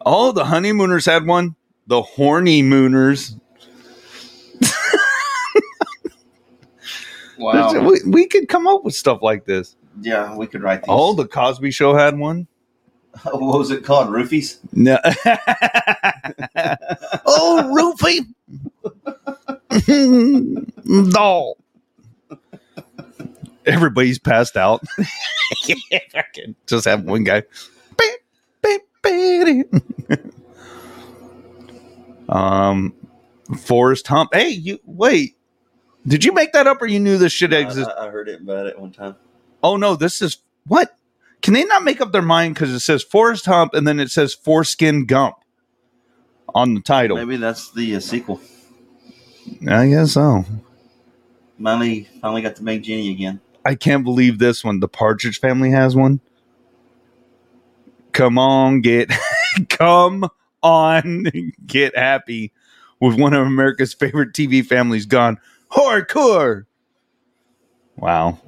Speaker 4: Oh, the honeymooners had one. The horny mooners.
Speaker 5: Wow.
Speaker 4: We, we could come up with stuff like this.
Speaker 5: Yeah, we could write these.
Speaker 4: Oh, the Cosby Show had one.
Speaker 5: (laughs) What was it called? Roofies.
Speaker 4: No.
Speaker 5: oh,
Speaker 4: (laughs) roofie. Doll. Everybody's passed out. (laughs) Just have one guy. (laughs) um, Forrest Hump. Hey, you wait. Did you make that up, or you knew this shit existed?
Speaker 5: I, I heard it about it one time.
Speaker 4: oh no, this is what? Can they not make up their mind because it says Forrest Hump and then it says Foreskin Gump on the title?
Speaker 5: Maybe that's the uh, sequel.
Speaker 4: I guess so.
Speaker 5: Finally, finally got the Big Genie again.
Speaker 4: I can't believe this one. The Partridge Family has one. Come on, get (laughs) come on, (laughs) get happy with one of America's favorite TV families gone hardcore. Wow,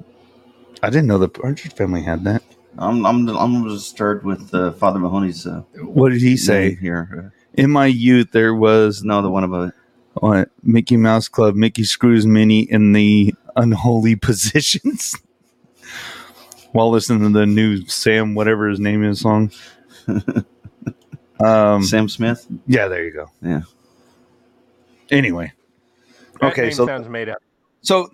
Speaker 4: I didn't know the Partridge Family had that.
Speaker 5: I'm I'm I'm disturbed with uh, Father Mahoney's. Uh,
Speaker 4: What did he say?
Speaker 5: name here?
Speaker 4: In my youth, there was
Speaker 5: No, the one uh, above it.
Speaker 4: what, Mickey Mouse Club, Mickey Screws Minnie in the unholy (laughs) positions. While listening to the new Sam, whatever his name is,
Speaker 5: (laughs)
Speaker 4: song. um,
Speaker 5: Sam Smith.
Speaker 4: yeah, there you go.
Speaker 5: Yeah.
Speaker 4: Anyway,
Speaker 6: That
Speaker 4: Okay,
Speaker 6: name
Speaker 4: so-
Speaker 6: sounds made up.
Speaker 4: so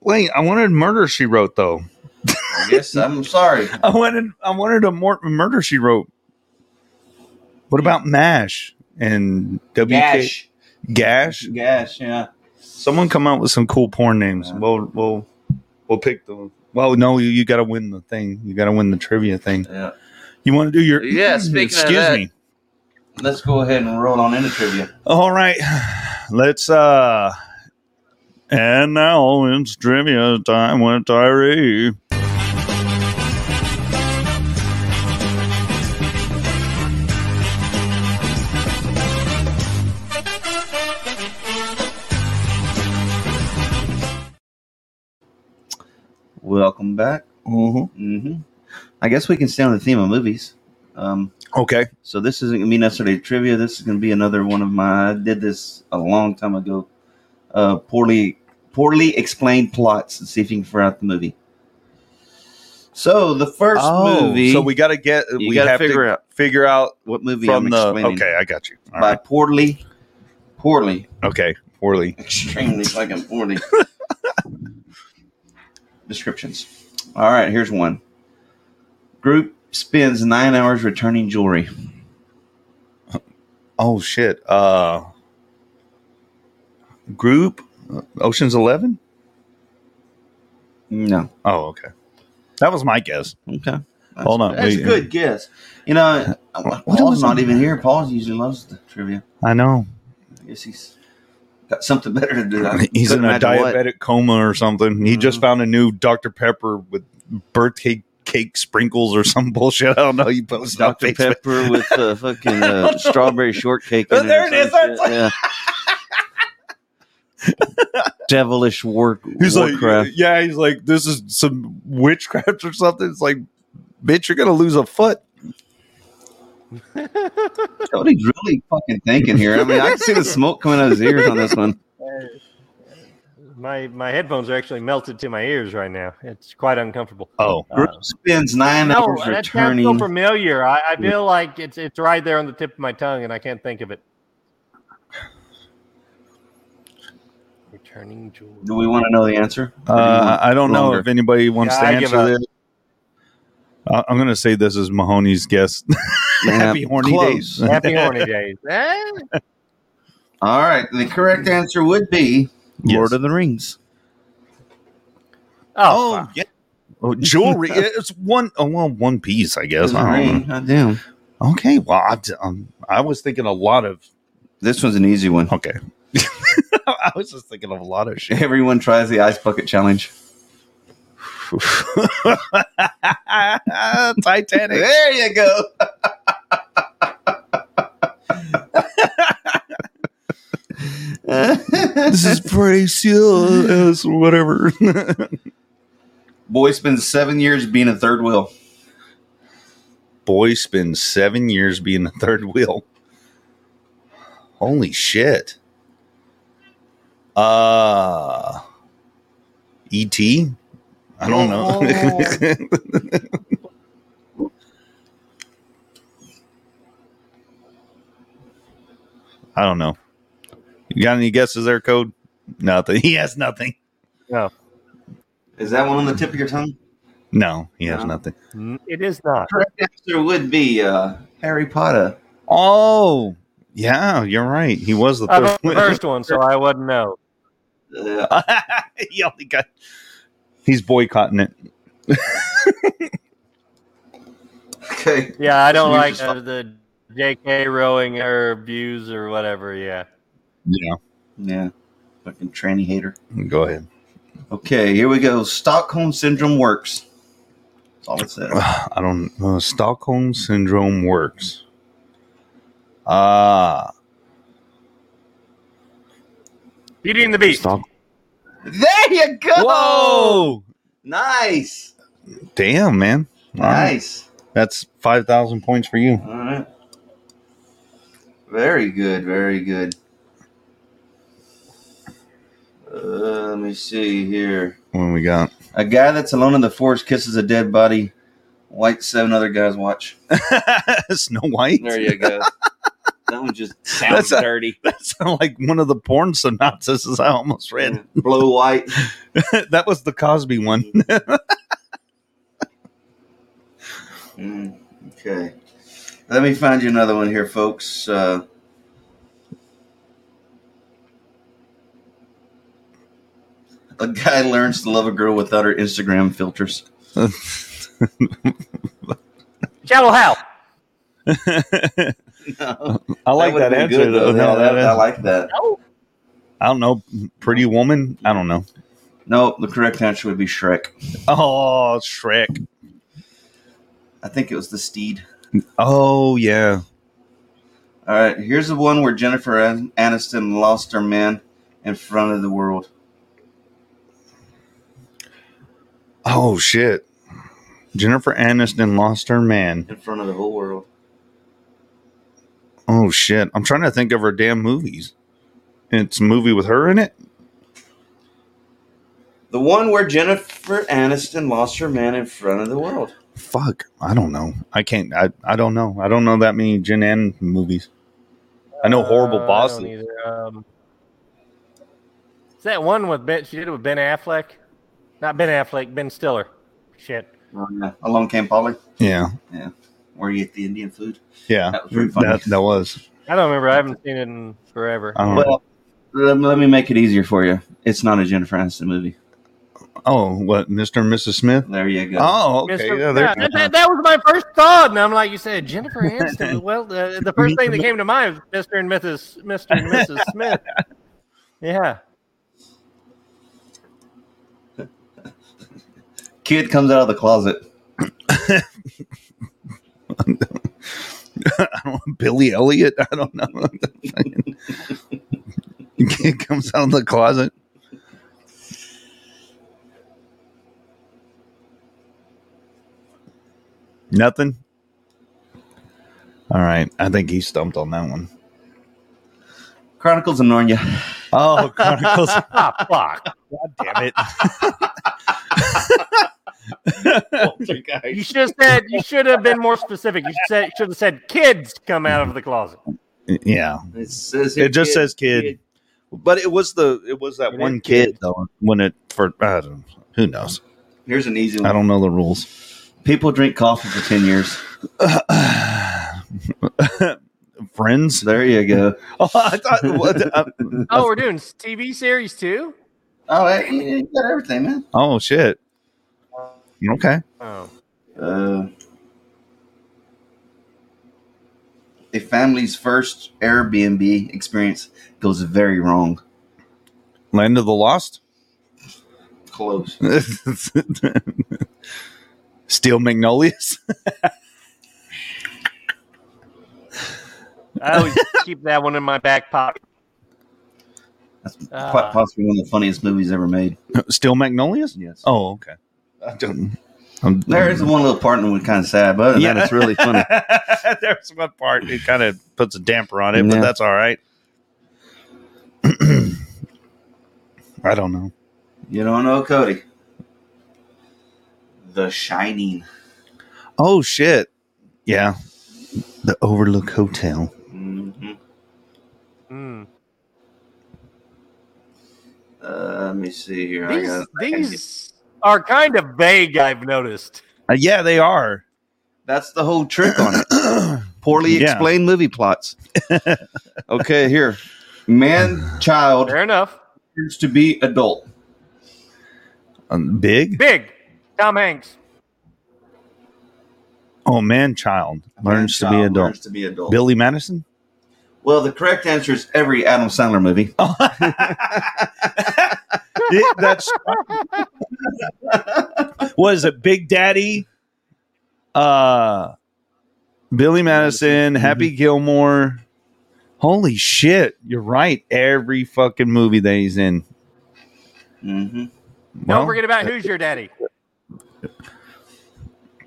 Speaker 4: wait, I wanted Murder She Wrote though.
Speaker 5: I guess
Speaker 4: (laughs)
Speaker 5: I'm sorry.
Speaker 4: I wanted I wanted a more Murder She Wrote. What about Mash and WK
Speaker 5: Gash.
Speaker 4: Gash?
Speaker 5: Gash. Yeah.
Speaker 4: Someone come out with some cool porn names. We'll we'll we'll pick the. Well, no, you, you got to win the thing. You got to win the trivia thing.
Speaker 5: Yeah.
Speaker 4: You want to do your (laughs)
Speaker 5: Yeah, speaking of
Speaker 4: Excuse
Speaker 5: that-
Speaker 4: me.
Speaker 5: Let's go ahead and roll on into trivia.
Speaker 4: All right, (sighs) let's. uh And now it's trivia time with Tyree.
Speaker 5: Welcome back. Mm-hmm. I guess we can stay on the theme of movies. Um,
Speaker 4: Okay.
Speaker 5: so this isn't gonna be necessarily trivia. This is gonna be another one of my. I did this a long time ago. Uh, poorly, poorly explained plots and see if you can figure out the movie. So the first movie.
Speaker 4: Oh, so we got to get.
Speaker 5: You
Speaker 4: we
Speaker 5: gotta
Speaker 4: have
Speaker 5: figure
Speaker 4: to
Speaker 5: out
Speaker 4: figure out
Speaker 5: what movie
Speaker 4: from
Speaker 5: I'm
Speaker 4: the.
Speaker 5: explaining
Speaker 4: Okay, I got you. All
Speaker 5: by
Speaker 4: right.
Speaker 5: poorly, (laughs) poorly
Speaker 4: Okay, poorly.
Speaker 5: Extremely
Speaker 4: (laughs)
Speaker 5: fucking poorly. Descriptions. All right, here's one. Group spends nine hours returning jewelry.
Speaker 4: Oh shit. Uh group uh, Ocean's 11?
Speaker 5: No.
Speaker 4: Oh, okay. That was my guess.
Speaker 5: Okay. That's,
Speaker 4: Hold on.
Speaker 5: That's a
Speaker 4: wait.
Speaker 5: good guess.
Speaker 4: (laughs)
Speaker 5: You know, Paul's not even here. Paul usually loves the trivia.
Speaker 4: I know.
Speaker 5: I guess he's got something better to do. I
Speaker 4: (laughs) He's in
Speaker 5: couldn't
Speaker 4: a
Speaker 5: imagine what.
Speaker 4: diabetic coma or something. He just found a new Dr. Pepper with birthday cake sprinkles or some (laughs) bullshit. I don't know. You posted on
Speaker 5: Dr.
Speaker 4: Facebook.
Speaker 5: Pepper
Speaker 4: (laughs)
Speaker 5: with uh, fucking uh, strawberry shortcake.
Speaker 4: Oh,
Speaker 5: in
Speaker 4: there
Speaker 5: or
Speaker 4: it is.
Speaker 5: some
Speaker 4: That's-
Speaker 5: shit,
Speaker 4: (laughs)
Speaker 5: yeah. Devilish war.
Speaker 4: He's (laughs)
Speaker 5: Warcraft.
Speaker 4: like, yeah, he's like, this is some witchcraft or something. It's like, bitch, you're gonna lose a foot.
Speaker 5: Cody's really fucking thinking here. I mean, I can see the smoke coming out of his ears on this
Speaker 4: (laughs)
Speaker 5: one.
Speaker 6: My my headphones are actually melted to my ears right now. It's quite uncomfortable.
Speaker 4: Oh,
Speaker 5: Group spends nine
Speaker 6: no,
Speaker 5: hours
Speaker 6: that sounds so
Speaker 5: returning.
Speaker 6: familiar. I, I feel like it's it's right there on the tip of my tongue, and I can't think of it. Returning jewelry.
Speaker 5: Do we want to know the answer?
Speaker 4: Uh, I don't know
Speaker 5: Longer.
Speaker 4: if anybody wants
Speaker 6: Yeah, I
Speaker 4: to
Speaker 6: give
Speaker 4: answer
Speaker 6: up.
Speaker 4: this. I- I'm gonna say this is Mahoney's guess. (laughs) Happy horny
Speaker 5: Close.
Speaker 4: days.
Speaker 6: Happy horny days. Eh?
Speaker 5: All right, the correct answer would be
Speaker 4: Yes.
Speaker 5: Lord of the Rings.
Speaker 6: Oh, fuck.
Speaker 4: yeah. Oh, (laughs) jewelry. it's one, oh, well, one piece, I guess. I don't know.
Speaker 5: God Oh, damn.
Speaker 4: Okay. Well, I, um, I was thinking a lot of. (laughs)
Speaker 5: This one's an easy one.
Speaker 4: Okay. I was just thinking of a lot of shit. (laughs)
Speaker 5: Everyone tries the ice bucket challenge.
Speaker 4: Titanic.
Speaker 5: There you go.
Speaker 4: this is precious, whatever.
Speaker 5: (laughs)
Speaker 4: (laughs)
Speaker 5: Boy spends seven years being a third wheel.
Speaker 4: Boy spends seven years being a third wheel. Holy shit. Uh ET? I don't know. (laughs) I don't know. You got any guesses there, Code? Nothing. (laughs) He has nothing.
Speaker 6: No,
Speaker 5: Is that one on the tip of your tongue?
Speaker 4: No, he has nothing.
Speaker 6: n- it is not.
Speaker 5: Correct answer would be uh, Harry Potter.
Speaker 4: Oh, yeah, you're right. He was the
Speaker 6: I
Speaker 4: third
Speaker 6: was uh, the first one, so I wouldn't know.
Speaker 5: Uh,
Speaker 4: (laughs) he only got. He's boycotting it.
Speaker 5: okay.
Speaker 6: Yeah, I don't
Speaker 5: You're
Speaker 6: like
Speaker 5: just
Speaker 6: uh, the J.K. Rowling her views or whatever. Yeah.
Speaker 4: Yeah.
Speaker 5: Yeah. Fucking tranny hater.
Speaker 4: Go ahead. (sighs)
Speaker 5: Okay, here we go. Stockholm syndrome works. That's all it says.
Speaker 4: I don't. Uh, Stockholm syndrome works. Ah,
Speaker 6: Beauty and the Beast.
Speaker 5: There you go.
Speaker 4: whoa!
Speaker 5: Nice.
Speaker 4: Damn, man. All right.
Speaker 5: Nice.
Speaker 4: That's five thousand points for you.
Speaker 5: All right. Very good. Very good. Uh, let me see here.
Speaker 4: When we got
Speaker 5: A guy that's alone in the forest kisses a dead body. White seven other guys watch.
Speaker 4: (laughs) Snow White.
Speaker 5: There you go. (laughs) that one just sounds
Speaker 4: That's a-
Speaker 5: dirty.
Speaker 4: That sounded like one of the porn synopsis I almost read.
Speaker 5: Blue white.
Speaker 4: (laughs) that was the Cosby
Speaker 5: (laughs)
Speaker 4: one.
Speaker 5: Mm, okay. Let me find you another one here, folks. Uh, a guy (laughs) learns to love a girl without her Instagram (laughs) filters.
Speaker 6: Shallow Hal.
Speaker 4: (laughs) I like that,
Speaker 5: would've been
Speaker 4: answer
Speaker 5: good,
Speaker 4: though.
Speaker 5: Yeah,
Speaker 4: No,
Speaker 5: that-
Speaker 4: that
Speaker 5: I
Speaker 4: is-
Speaker 5: like that.
Speaker 4: I don't know. Pretty woman. I don't know.
Speaker 5: No, the correct answer would be Shrek.
Speaker 4: Oh, Shrek.
Speaker 5: I think it was the steed.
Speaker 4: Oh yeah.
Speaker 5: All right, here's the one where Jennifer An- Aniston lost her man in front of the world.
Speaker 4: Oh shit. Jennifer Aniston lost her man.
Speaker 5: In front of the whole world.
Speaker 4: Oh shit. I'm trying to think of her damn movies. It's a movie with her in it.
Speaker 5: The one where Jennifer Aniston lost her man in front of the world.
Speaker 4: Fuck. I don't know. I can't. I, I don't know. I don't know that many Jen An movies. I know horrible
Speaker 6: Uh, I don't
Speaker 4: bosses.
Speaker 6: either. Um, It's that one with Ben. She did it with Ben Affleck, not Ben Affleck, Ben Stiller. Shit.
Speaker 5: Oh, yeah. Along Came Polly.
Speaker 4: Yeah.
Speaker 5: Yeah. Where you get the Indian food.
Speaker 4: Yeah.
Speaker 5: That was pretty funny.
Speaker 4: That, that was.
Speaker 6: I don't remember. I haven't seen it in forever.
Speaker 4: I don't know.
Speaker 5: Well, let, let me make it easier for you. It's not a Jennifer Aniston movie.
Speaker 4: Oh, what, Mr. and Mrs. Smith?
Speaker 5: There you go.
Speaker 4: Oh, okay.
Speaker 6: Mr.
Speaker 4: Yeah,
Speaker 6: Yeah,
Speaker 4: there-
Speaker 6: that, that- that was my first thought, and I'm like, you said
Speaker 4: (laughs)
Speaker 6: Jennifer Aniston. well, the, the first thing that came to mind was Mr. and Mrs. Mr. and
Speaker 4: (laughs)
Speaker 6: Mrs. Smith. Yeah,
Speaker 5: Kid comes out of the closet.
Speaker 4: (laughs) I don't know, Billy Elliot. I don't know. (laughs) Fucking- Kid comes out of the closet. Nothing. All right, I think he stumped on that one.
Speaker 5: Chronicles of Narnia.
Speaker 4: Oh, (laughs) Chronicles.
Speaker 6: Ah, fuck.
Speaker 4: God damn it.
Speaker 6: you should have said. You should have been more specific. You should, said, should have said kids come out of the closet.
Speaker 4: (laughs) Yeah,
Speaker 5: It says
Speaker 4: it just says kid. but it was the it was that one kid though when it for I don't, who knows
Speaker 5: Here's an easy one.
Speaker 4: I don't know the rules.
Speaker 5: People drink coffee for ten years.
Speaker 4: (laughs) Friends.
Speaker 5: There you go.
Speaker 4: (laughs) Oh, I thought, what, uh,
Speaker 6: Oh, we're doing TV series too.
Speaker 5: Oh, hey, you you got everything, man.
Speaker 4: oh shit. Okay.
Speaker 6: Oh,
Speaker 5: Uh, a family's first Airbnb experience goes very wrong.
Speaker 4: Land of the Lost. (laughs)
Speaker 5: Close.
Speaker 4: Steel Magnolias.
Speaker 6: I (laughs) always keep that one in my back pocket.
Speaker 5: That's
Speaker 6: Ah.
Speaker 5: quite possibly one of the funniest movies ever made.
Speaker 4: (laughs) Steel Magnolias.
Speaker 5: Yes.
Speaker 4: Oh, okay. I don't. I'm,
Speaker 5: There is one little part that was kind of sad, but other than that, it's really (laughs) funny.
Speaker 4: (laughs) There's one part it kind of puts a damper on it, but
Speaker 5: Yeah.
Speaker 4: that's all right. (clears throat) I don't know.
Speaker 5: You don't know Cody. The Shining.
Speaker 4: Oh shit! Yeah, the Overlook Hotel.
Speaker 5: Mhm.
Speaker 6: Mm.
Speaker 5: Uh, let me see here. I
Speaker 6: These
Speaker 5: got-
Speaker 6: these are kind of vague. I've noticed.
Speaker 4: Uh, yeah, they are. (clears throat) Um,
Speaker 5: That's the whole trick on it. Poorly
Speaker 4: Yeah.
Speaker 5: explained movie (laughs) plots. okay, here. Man child
Speaker 6: Fair enough.
Speaker 5: appears to be adult.
Speaker 4: Um, big.
Speaker 6: Big. Tom Hanks.
Speaker 4: Oh man, child learns to be
Speaker 5: Man-child
Speaker 4: adult.
Speaker 5: Learns to be adult.
Speaker 4: Billy (laughs) Madison.
Speaker 5: Well, the correct answer is every Adam Sandler movie.
Speaker 4: Yeah, that's what is it? Big Daddy. Uh, Billy Madison, Mm-hmm. Happy Gilmore. Holy shit! You're right. Every fucking movie that he's in.
Speaker 5: hmm
Speaker 6: Don't forget about Who's Your Daddy.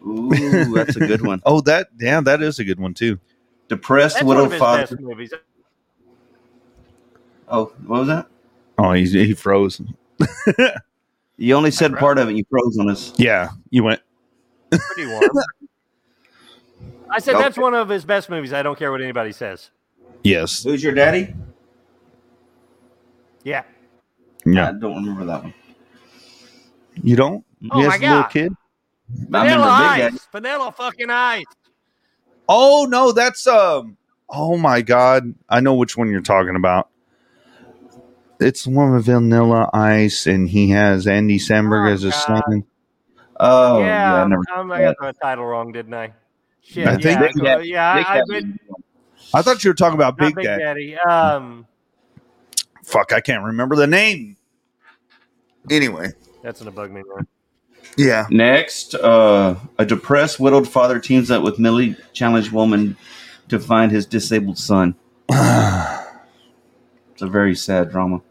Speaker 5: Ooh, that's a good (laughs) one.
Speaker 4: Oh, that yeah, that is a good one too.
Speaker 5: Depressed
Speaker 6: That's one
Speaker 5: widow
Speaker 6: of his
Speaker 5: father.
Speaker 6: best movies.
Speaker 5: Oh, what was that?
Speaker 4: Oh, he's, he froze.
Speaker 5: You only said part of it. You froze on us.
Speaker 4: Yeah, you went.
Speaker 5: (laughs)
Speaker 6: Pretty warm. I said
Speaker 5: Okay.
Speaker 6: that's one of his best movies. I don't care what anybody says.
Speaker 4: Yes.
Speaker 5: Who's your daddy?
Speaker 6: Yeah.
Speaker 5: I
Speaker 4: Yeah.
Speaker 5: don't remember that one.
Speaker 4: You don't.
Speaker 6: Oh,
Speaker 4: He
Speaker 6: my
Speaker 4: has a little
Speaker 6: God.
Speaker 4: kid.
Speaker 5: I
Speaker 6: Vanilla
Speaker 5: remember Big Daddy.
Speaker 6: Ice. Vanilla fucking Ice.
Speaker 4: Oh no, that's um. Oh my god, I know which one you're talking about. It's one with Vanilla Ice, and he has Andy Samberg
Speaker 6: Oh,
Speaker 4: as a
Speaker 6: God.
Speaker 4: son.
Speaker 5: Oh, yeah.
Speaker 6: yeah.
Speaker 5: I never.
Speaker 6: I'm, I got the title wrong, didn't I? Shit.
Speaker 4: I
Speaker 6: yeah.
Speaker 4: think
Speaker 5: Big
Speaker 6: I-
Speaker 5: Daddy-
Speaker 6: yeah. I-
Speaker 5: Big
Speaker 6: I've
Speaker 5: Daddy.
Speaker 6: been
Speaker 4: I thought you were talking about
Speaker 6: not
Speaker 4: Big,
Speaker 6: Big
Speaker 4: Daddy.
Speaker 6: Daddy. Um,
Speaker 4: Fuck, I can't remember the name. Anyway,
Speaker 6: that's gonna bug me. Man.
Speaker 4: yeah,
Speaker 5: Next, uh, a depressed widowed father teams up with mentally challenged woman to find his disabled son. (sighs) it's a very sad drama.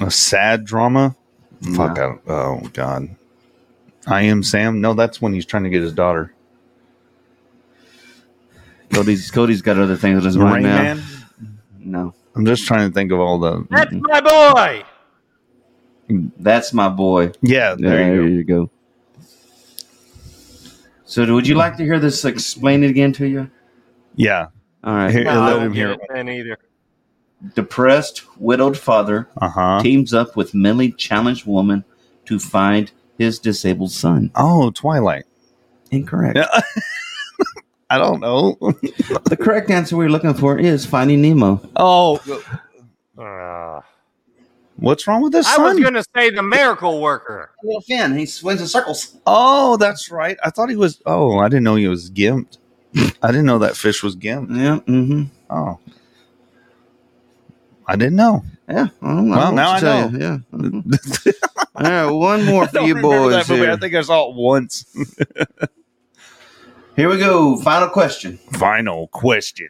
Speaker 4: a sad drama. Fuck. I, oh god, I am Sam. No, that's when he's trying to get his daughter.
Speaker 5: Cody's Cody's got other things on his mind
Speaker 4: Rain
Speaker 5: now.
Speaker 4: Man.
Speaker 5: No,
Speaker 4: I'm just trying to think of all the.
Speaker 6: That's
Speaker 5: Mm-hmm.
Speaker 6: my boy.
Speaker 5: that's my boy.
Speaker 4: Yeah, there you go.
Speaker 5: So, would you like to hear this explained again to you?
Speaker 4: Yeah,
Speaker 5: All right.
Speaker 4: Here-
Speaker 6: No, I
Speaker 4: let
Speaker 6: won't
Speaker 4: him
Speaker 6: get
Speaker 4: hear
Speaker 6: it then either.
Speaker 5: depressed, widowed father
Speaker 4: Uh-huh.
Speaker 5: teams up with mentally challenged woman to find his disabled son.
Speaker 4: Oh, Twilight.
Speaker 5: Incorrect.
Speaker 4: I don't know. (laughs)
Speaker 5: the correct answer we're looking for is Finding Nemo.
Speaker 4: Oh,
Speaker 6: Uh,
Speaker 4: what's wrong with this?
Speaker 6: I was
Speaker 4: son?
Speaker 6: going to say the miracle worker.
Speaker 5: Little fin, he swings in circles.
Speaker 4: Oh, that's right. I thought he was. Oh, I didn't know he was gimped. I didn't know that fish was gimped.
Speaker 5: Yeah. Mm-hmm.
Speaker 4: Oh, I didn't (laughs) know.
Speaker 5: Yeah. I don't know
Speaker 4: well,
Speaker 5: what
Speaker 4: now
Speaker 5: to
Speaker 4: I
Speaker 5: tell
Speaker 4: know.
Speaker 5: you, yeah.
Speaker 4: (laughs)
Speaker 5: All right, one more for
Speaker 4: don't
Speaker 5: you
Speaker 4: remember
Speaker 5: boys.
Speaker 4: that movie.
Speaker 5: Here.
Speaker 4: I think I saw it once.
Speaker 5: here we go. Final question.
Speaker 4: (laughs) Final question.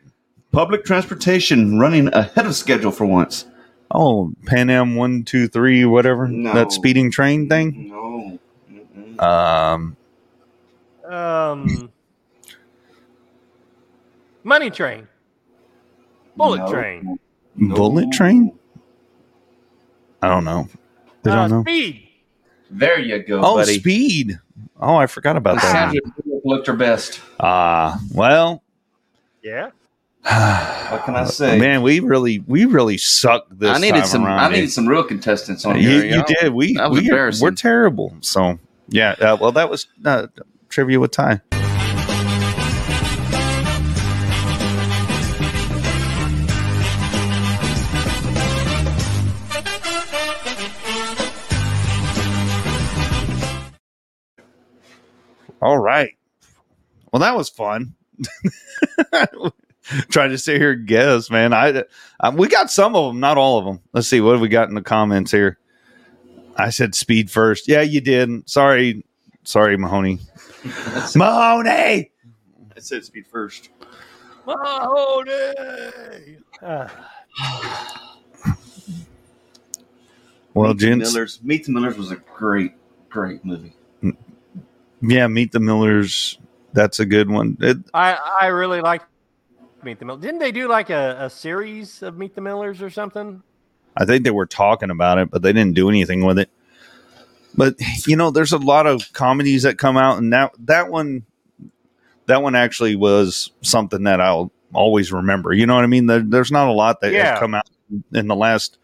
Speaker 5: Public transportation running ahead of schedule for once.
Speaker 4: Oh, Pan Am one two three whatever
Speaker 5: No.
Speaker 4: that speeding train thing.
Speaker 5: No.
Speaker 4: Um,
Speaker 6: Um,
Speaker 5: (clears throat)
Speaker 6: money train, bullet
Speaker 4: No.
Speaker 6: train,
Speaker 4: bullet train. I don't know. I
Speaker 6: uh,
Speaker 4: don't know.
Speaker 6: speed.
Speaker 5: There you go,
Speaker 4: Oh,
Speaker 5: buddy.
Speaker 4: speed. Oh, I forgot about that.
Speaker 5: Sandra Bullock looked her best.
Speaker 4: Ah, well,
Speaker 6: Yeah.
Speaker 5: What
Speaker 4: Uh,
Speaker 5: can I say?
Speaker 4: man, we really, we really suck this.
Speaker 5: I needed
Speaker 4: time
Speaker 5: some.
Speaker 4: around,
Speaker 5: I
Speaker 4: dude.
Speaker 5: needed some real contestants on
Speaker 4: Oh, You,
Speaker 5: here.
Speaker 4: you
Speaker 5: know?
Speaker 4: did. We
Speaker 5: that was
Speaker 4: we are,
Speaker 5: embarrassing.
Speaker 4: we're terrible. So yeah. Uh, well, that was uh, trivia with Ty. All right. Well, that was fun. (laughs) Trying to sit here and guess, man. I, I we got some of them, not all of them. Let's see what have we got in the comments here. I said speed first. Yeah, you did. Sorry, sorry,
Speaker 5: (laughs)
Speaker 4: Mahoney. Mahoney.
Speaker 5: I said speed first.
Speaker 6: Mahoney. Uh,
Speaker 4: Well,
Speaker 5: Meet the
Speaker 4: gents,
Speaker 5: Millers. Meet the Millers was a great, great movie.
Speaker 4: yeah, meet the Millers. That's a good one. It,
Speaker 6: I I really like Meet the Millers. Didn't they do like a, a series of Meet the Millers or something?
Speaker 4: I think they were talking about it, but they didn't do anything with it. But you know, there's a lot of comedies that come out, and that that one, that one actually was something that I'll always remember. You know what I mean? There, there's not a lot that
Speaker 6: Yeah.
Speaker 4: have come out in the last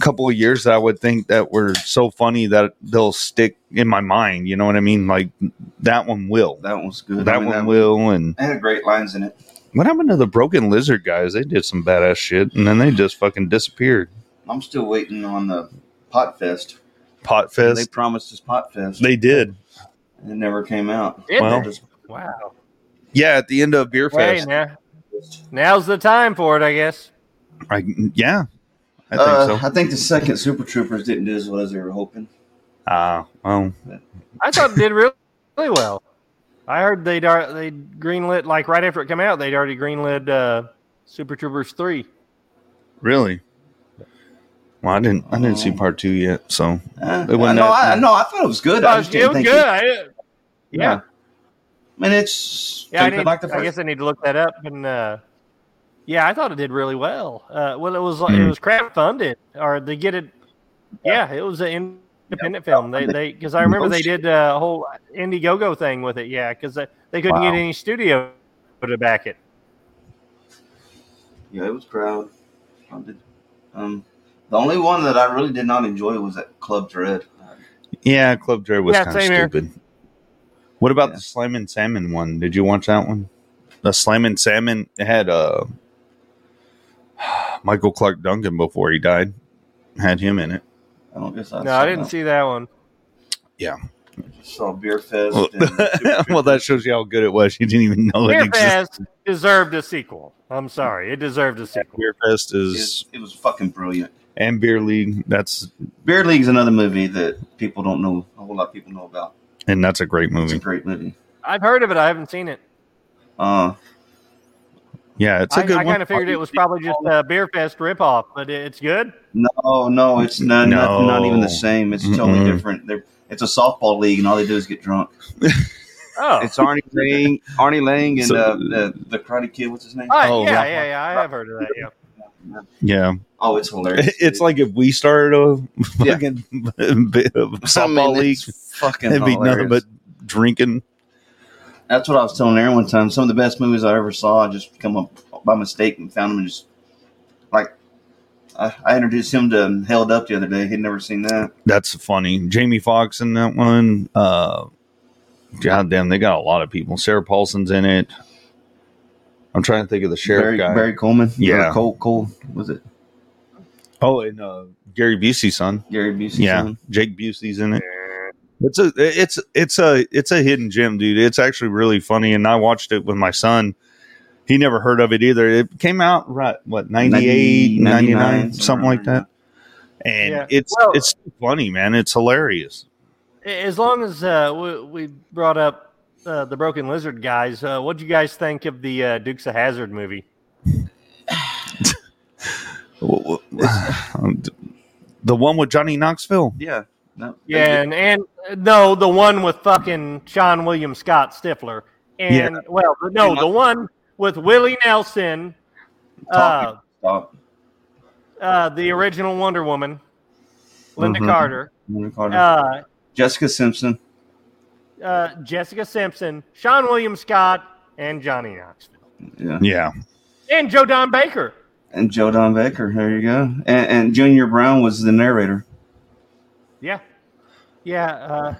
Speaker 4: couple of years that I would think that were so funny that they'll stick in my mind. You know what I mean? Like that one will.
Speaker 5: That one's good.
Speaker 4: That
Speaker 5: I mean,
Speaker 4: one will. And
Speaker 5: It had great lines in it.
Speaker 4: what happened to the Broken Lizard guys? They did some badass shit, and then they just fucking disappeared.
Speaker 5: I'm still waiting on the Pot Fest.
Speaker 4: Pot
Speaker 5: They
Speaker 4: fest.
Speaker 5: promised us Pot Fest.
Speaker 4: They did.
Speaker 5: it never came out.
Speaker 6: Did
Speaker 4: Well-
Speaker 5: They just-
Speaker 6: Wow.
Speaker 4: Yeah, at the end of Beer
Speaker 6: Wait,
Speaker 4: Fest.
Speaker 6: now, now's the time for it, I guess.
Speaker 4: I, yeah, I think
Speaker 5: Uh,
Speaker 4: so.
Speaker 5: I think the second Super Troopers didn't do as well as they were hoping.
Speaker 4: Ah, well,
Speaker 6: I thought it did really, really well. I heard they'd ar- they greenlit like right after it came out. They'd already greenlit uh, Super Troopers three.
Speaker 4: really. Well, I didn't. I didn't see part two yet, so
Speaker 5: Uh,
Speaker 4: It wasn't
Speaker 5: no,
Speaker 4: that-
Speaker 5: I, no, I thought it was good. I
Speaker 6: Oh,
Speaker 5: just
Speaker 6: it
Speaker 5: didn't
Speaker 6: was
Speaker 5: think
Speaker 6: good.
Speaker 5: It,
Speaker 6: I,
Speaker 5: yeah.
Speaker 6: yeah,
Speaker 5: I mean, it's
Speaker 6: yeah. I,
Speaker 5: stupid
Speaker 6: need,
Speaker 5: like the
Speaker 6: I
Speaker 5: first.
Speaker 6: guess I need to look that up. And uh, yeah, I thought it did really well. Uh, well, it was like it
Speaker 4: Hmm.
Speaker 6: was crap funded, or they get it. Yeah, it was an independent film. They they because I remember they did uh, a whole Indiegogo thing with it. Yeah, because they, they couldn't
Speaker 4: Wow.
Speaker 6: get any studio to back it.
Speaker 5: Yeah, it was crowd. Um, the only one that I really did not enjoy was that Club Dread.
Speaker 4: yeah, Club Dread was
Speaker 6: Yeah,
Speaker 4: kind of
Speaker 6: same here.
Speaker 4: stupid. What about the Slam and Salmon one? Did you watch that one? The Slam and Salmon had uh, (sighs) Michael Clark Duncan before he died. Had him in it.
Speaker 5: I don't guess I
Speaker 6: No, I didn't see that one.
Speaker 4: Yeah.
Speaker 5: saw Beer Fest.
Speaker 4: Well,
Speaker 5: and Super
Speaker 4: (laughs) well, that shows you how good it was. You didn't even know it
Speaker 6: Beer
Speaker 4: existed.
Speaker 6: Fest deserved a sequel. I'm sorry, it deserved a sequel.
Speaker 4: Beer Fest
Speaker 5: Troopers.
Speaker 4: is
Speaker 5: It was fucking brilliant.
Speaker 4: and Beer League. That's
Speaker 5: Beer League's another movie that people don't know. A whole lot of people know about.
Speaker 4: and that's a great
Speaker 5: It's a
Speaker 4: movie.
Speaker 5: great movie.
Speaker 6: I've heard of it. I haven't seen it.
Speaker 5: Uh,
Speaker 4: Yeah, it's a
Speaker 6: I,
Speaker 4: good
Speaker 6: I
Speaker 4: one.
Speaker 6: kind of figured it was probably just a beer fest ripoff, but it- it's good.
Speaker 5: no, no, it's not, not, not even
Speaker 4: No.
Speaker 5: the same. It's totally
Speaker 4: Mm-mm.
Speaker 5: different. They're, it's a softball league, and all they do is get drunk.
Speaker 6: Oh,
Speaker 4: (laughs)
Speaker 5: It's Arnie Lang, Arnie Lang, and
Speaker 4: So-
Speaker 5: uh, the the Karate Kid. What's his name?
Speaker 6: All right,
Speaker 4: oh,
Speaker 6: yeah,
Speaker 4: Rock-
Speaker 6: yeah, yeah. I have heard of that. Yeah.
Speaker 4: Yeah,
Speaker 5: Oh, it's hilarious.
Speaker 4: (laughs) it's like if we started a
Speaker 5: Yeah.
Speaker 4: fucking (laughs) softball
Speaker 5: I mean,
Speaker 4: league,
Speaker 5: it's fucking
Speaker 4: it'd be nothing
Speaker 5: hilarious.
Speaker 4: but drinking.
Speaker 5: That's what I was telling Aaron one time. Some of the best movies I ever saw, I just come up by mistake and found them and just like I, I introduced him to Held Up the other day. He'd never seen that.
Speaker 4: That's funny. Jamie Foxx in that one. Uh, God damn, they got a lot of people. Sarah Paulson's in it. I'm trying to think of the sheriff
Speaker 5: Barry,
Speaker 4: guy.
Speaker 5: Barry Coleman.
Speaker 4: Yeah.
Speaker 5: Or Cole, Cole, was it?
Speaker 4: Oh, and uh, Gary Busey's son.
Speaker 5: Gary Busey's
Speaker 4: yeah.
Speaker 5: son.
Speaker 4: Jake Busey's in it. It's a it's it's a it's a hidden gem, dude. It's actually really funny, and I watched it with my son. He never heard of it either. It came out right what 98,
Speaker 5: 90,
Speaker 4: 99,
Speaker 5: 99,
Speaker 4: something like that. And
Speaker 6: Yeah.
Speaker 4: it's
Speaker 6: Well-
Speaker 4: it's funny, man. It's (laughs) hilarious.
Speaker 6: As long as uh, we, we brought up uh, the Broken Lizard guys, uh, what do you guys think of the uh, Dukes of Hazard movie?
Speaker 4: The one with Johnny Knoxville.
Speaker 5: Yeah. No.
Speaker 6: Yeah, and, and uh, no, the one with fucking Sean William Scott Stifler, and
Speaker 4: Yeah.
Speaker 6: well, no, the one with Willie Nelson, uh,
Speaker 5: Stop.
Speaker 6: uh, the original Wonder Woman, Linda
Speaker 5: Mhm.
Speaker 6: Carter,
Speaker 5: Linda Carter.
Speaker 6: uh,
Speaker 5: Jessica Simpson.
Speaker 6: uh, Jessica Simpson, Sean William Scott, and Johnny Knoxville,
Speaker 5: Yeah.
Speaker 4: Yeah.
Speaker 6: and Joe Don Baker.
Speaker 5: And Joe Don Baker. There you go. And, and Junior Brown was the narrator.
Speaker 6: Yeah, yeah. Uh,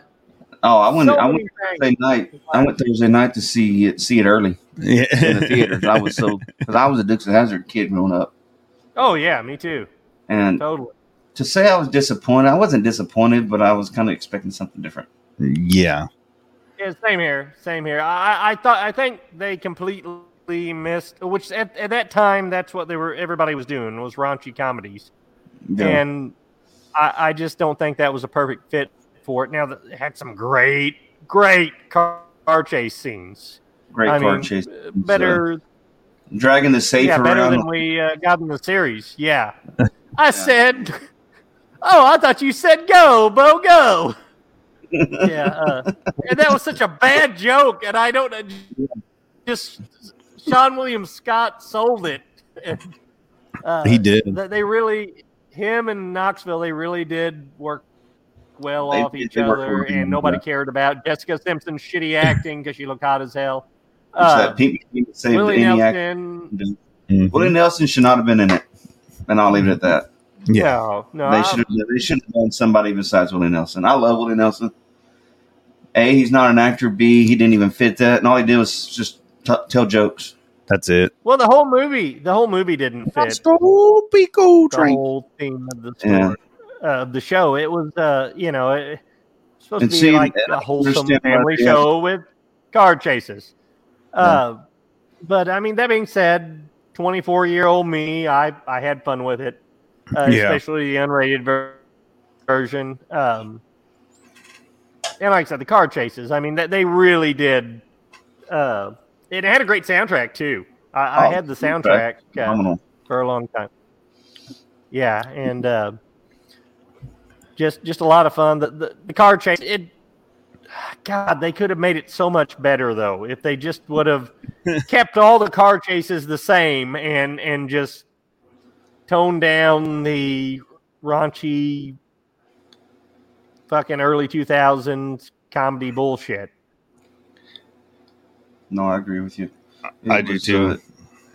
Speaker 5: Oh, I went.
Speaker 6: So
Speaker 5: I
Speaker 6: many
Speaker 5: went Thursday
Speaker 6: things.
Speaker 5: night. I went Thursday night to see it. See it early.
Speaker 4: Yeah.
Speaker 5: In the theaters. I was so because I was a Dukes of Hazard kid growing up,
Speaker 6: oh yeah, me too.
Speaker 5: and
Speaker 6: Totally.
Speaker 5: to say I was disappointed, I wasn't disappointed, but I was kind of expecting something different.
Speaker 4: (laughs) Yeah.
Speaker 6: Yeah, same here. Same here. I, I- I thought I think they completely missed, which at, at that time that's what they were. Everybody was doing was raunchy comedies,
Speaker 5: Yeah.
Speaker 6: and I, I just don't think that was a perfect fit for it. Now that it had some great, great car, car chase scenes.
Speaker 5: Great
Speaker 6: I
Speaker 5: car
Speaker 6: mean,
Speaker 5: chase.
Speaker 6: Better,
Speaker 5: So, dragging the safe
Speaker 6: yeah, better
Speaker 5: around.
Speaker 6: than we uh, got in the series.
Speaker 5: (laughs)
Speaker 6: Yeah, I said. Oh, I thought you said go, Bo,
Speaker 5: (laughs)
Speaker 6: go. yeah, uh, and that was such a bad joke, and I don't uh, just Sean William Scott sold it. And, uh,
Speaker 4: He did.
Speaker 6: That they really him and Knoxville they really did work well
Speaker 5: They
Speaker 6: off
Speaker 5: did.
Speaker 6: each
Speaker 5: They worked
Speaker 6: other,
Speaker 5: really
Speaker 6: and
Speaker 5: good,
Speaker 6: nobody
Speaker 5: yeah.
Speaker 6: cared about Jessica
Speaker 5: (laughs)
Speaker 6: Simpson's shitty acting because she looked hot as hell.
Speaker 5: Uh,
Speaker 6: Uh,
Speaker 5: Pete McKean saved
Speaker 6: Willie
Speaker 5: any
Speaker 6: Nelson.
Speaker 5: action. Willie Nelson should not have been in it, and I'll leave it at that.
Speaker 6: No, no,
Speaker 5: they
Speaker 6: I-
Speaker 5: should have. They should have done somebody besides Willie Nelson. I love Willie Nelson. A, he's not an actor. B, he didn't even fit that, and all he did was just t- tell jokes.
Speaker 4: That's it.
Speaker 6: Well, the whole movie, the whole movie didn't fit. the whole theme of the story,
Speaker 5: Yeah.
Speaker 6: uh, of the show. It was, uh, you know, it, it's supposed
Speaker 5: And
Speaker 6: to be
Speaker 5: see,
Speaker 6: like
Speaker 5: I
Speaker 6: a wholesome
Speaker 5: understand why
Speaker 6: family
Speaker 5: they-
Speaker 6: show with car chases. Uh, But I mean, that being said, twenty-four year old me, I I had fun with it, uh,
Speaker 4: Yeah.
Speaker 6: especially the unrated ver- version. Um, and like I said, the car chases. I mean, that they really did. Uh, it had a great soundtrack too. I,
Speaker 5: Oh, Um,
Speaker 6: I had the
Speaker 5: soundtrack.
Speaker 6: soundtrack uh,
Speaker 5: Phenomenal.
Speaker 6: for a long time. Yeah, and uh, just just a lot of fun. The the, the car chase. It, God, they could have made it so much better though if they just would have kept all the car chases the same and and just toned down the raunchy fucking early 2000s comedy bullshit.
Speaker 5: No, I agree with you.
Speaker 4: I do
Speaker 5: was,
Speaker 4: too.
Speaker 5: uh,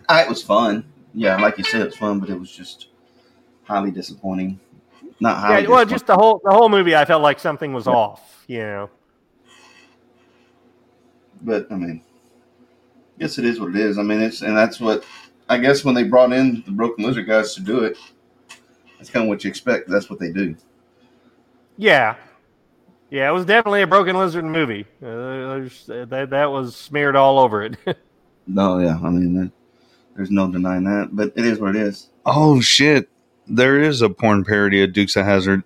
Speaker 5: I, it was fun. Yeah, like you said, it was fun, but it was just highly disappointing. Not highly.
Speaker 6: Yeah, well,
Speaker 5: disappointing.
Speaker 6: just the whole the whole movie, I felt like something was off. You know,
Speaker 5: but I mean, yes, it is what it is. I mean, it's and that's what I guess when they brought in the Broken Lizard guys to do it, that's kind of what you expect. That's what they do.
Speaker 6: yeah, yeah, it was definitely a broken lizard movie. Uh, there's- that that was smeared all over it.
Speaker 5: No, yeah, I mean, there- there's no denying that. But it is what it is.
Speaker 4: Oh shit! There is a porn parody of Dukes of (laughs) Hazard.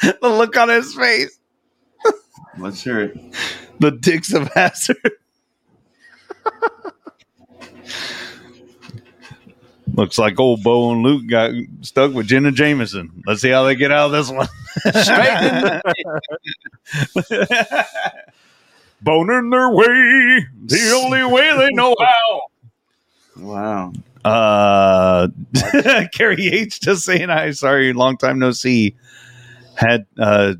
Speaker 4: the look on his face.
Speaker 5: Let's hear it.
Speaker 4: The Dukes of Hazard. Looks like old Bo and Luke got stuck with Jenna Jameson. Let's see how they get out of this one. (laughs) Boning their way, the only way they know how.
Speaker 5: Wow.
Speaker 4: Uh, (laughs) Carrie H just saying hi. Sorry, long time no see. Had uh,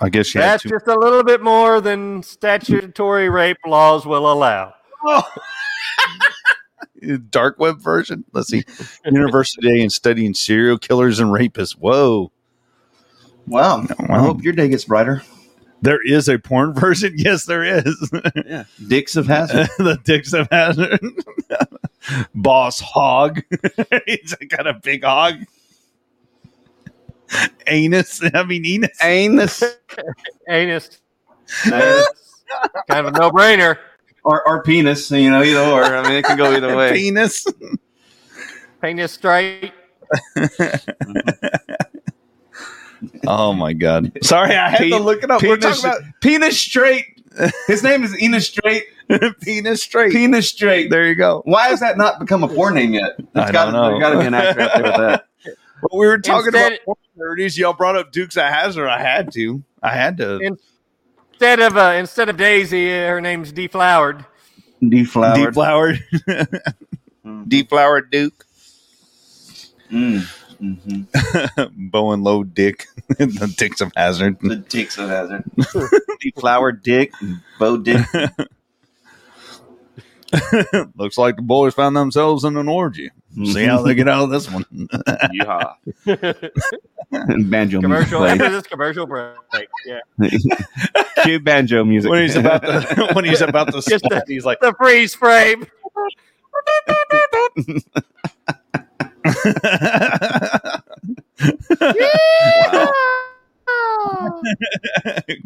Speaker 4: I guess she
Speaker 6: That's
Speaker 4: had two.
Speaker 6: just a little bit more than statutory rape laws will allow.
Speaker 4: Dark web version. Let's
Speaker 5: (laughs)
Speaker 4: see. University Day and studying serial killers and rapists. Whoa.
Speaker 5: Wow. I hope your day gets brighter.
Speaker 4: There is a porn (laughs) version. Yes, there is. (laughs)
Speaker 5: Yeah. Dicks of Hazard.
Speaker 4: the Dicks of Hazard. (laughs) Boss Hog. (laughs) He's got a big hog. Anus. I mean, Enos.
Speaker 5: Anus.
Speaker 6: Anus. kind of a no brainer.
Speaker 5: Or, or penis, you know, either or. I mean, it can go
Speaker 4: (laughs)
Speaker 5: either way. (laughs)
Speaker 4: Penis.
Speaker 6: Penis straight.
Speaker 4: oh my god! Sorry, I had
Speaker 5: Pe-
Speaker 4: to look it up. We're
Speaker 5: penis-
Speaker 4: talking about
Speaker 5: Penis Straight. His name is Enos Straight.
Speaker 4: (laughs) penis straight.
Speaker 5: Penis Straight.
Speaker 4: There you go.
Speaker 5: Why has that not become a porn name yet? It's
Speaker 4: I
Speaker 5: gotta,
Speaker 4: don't know.
Speaker 5: There's got to be an actor out there with that.
Speaker 4: But we were talking
Speaker 6: Instead-
Speaker 4: about porn 30s. Y'all brought up Dukes of Hazard. I had to. I had to.
Speaker 6: Instead of uh, instead of Daisy, uh, her name's Deflowered.
Speaker 5: Deflowered.
Speaker 4: Deflowered. (laughs) Deflowered Duke.
Speaker 5: Mm, mm-hmm.
Speaker 4: Bow and low dick. (laughs) the dicks of hazard.
Speaker 5: The dicks of hazard. Mm-hmm. Deflowered dick, bow dick.
Speaker 4: (laughs) Looks like the boys found themselves in an orgy. See how they get out of this one.
Speaker 5: Yeehaw. And (laughs) banjo
Speaker 6: Commercial
Speaker 4: (laughs)
Speaker 5: music.
Speaker 6: after
Speaker 5: played.
Speaker 6: (laughs) this commercial break. Yeah,
Speaker 5: Cue banjo music.
Speaker 4: when he's about (laughs) to when he's about to
Speaker 6: Just
Speaker 4: split, he's like
Speaker 6: the freeze frame.
Speaker 4: (laughs)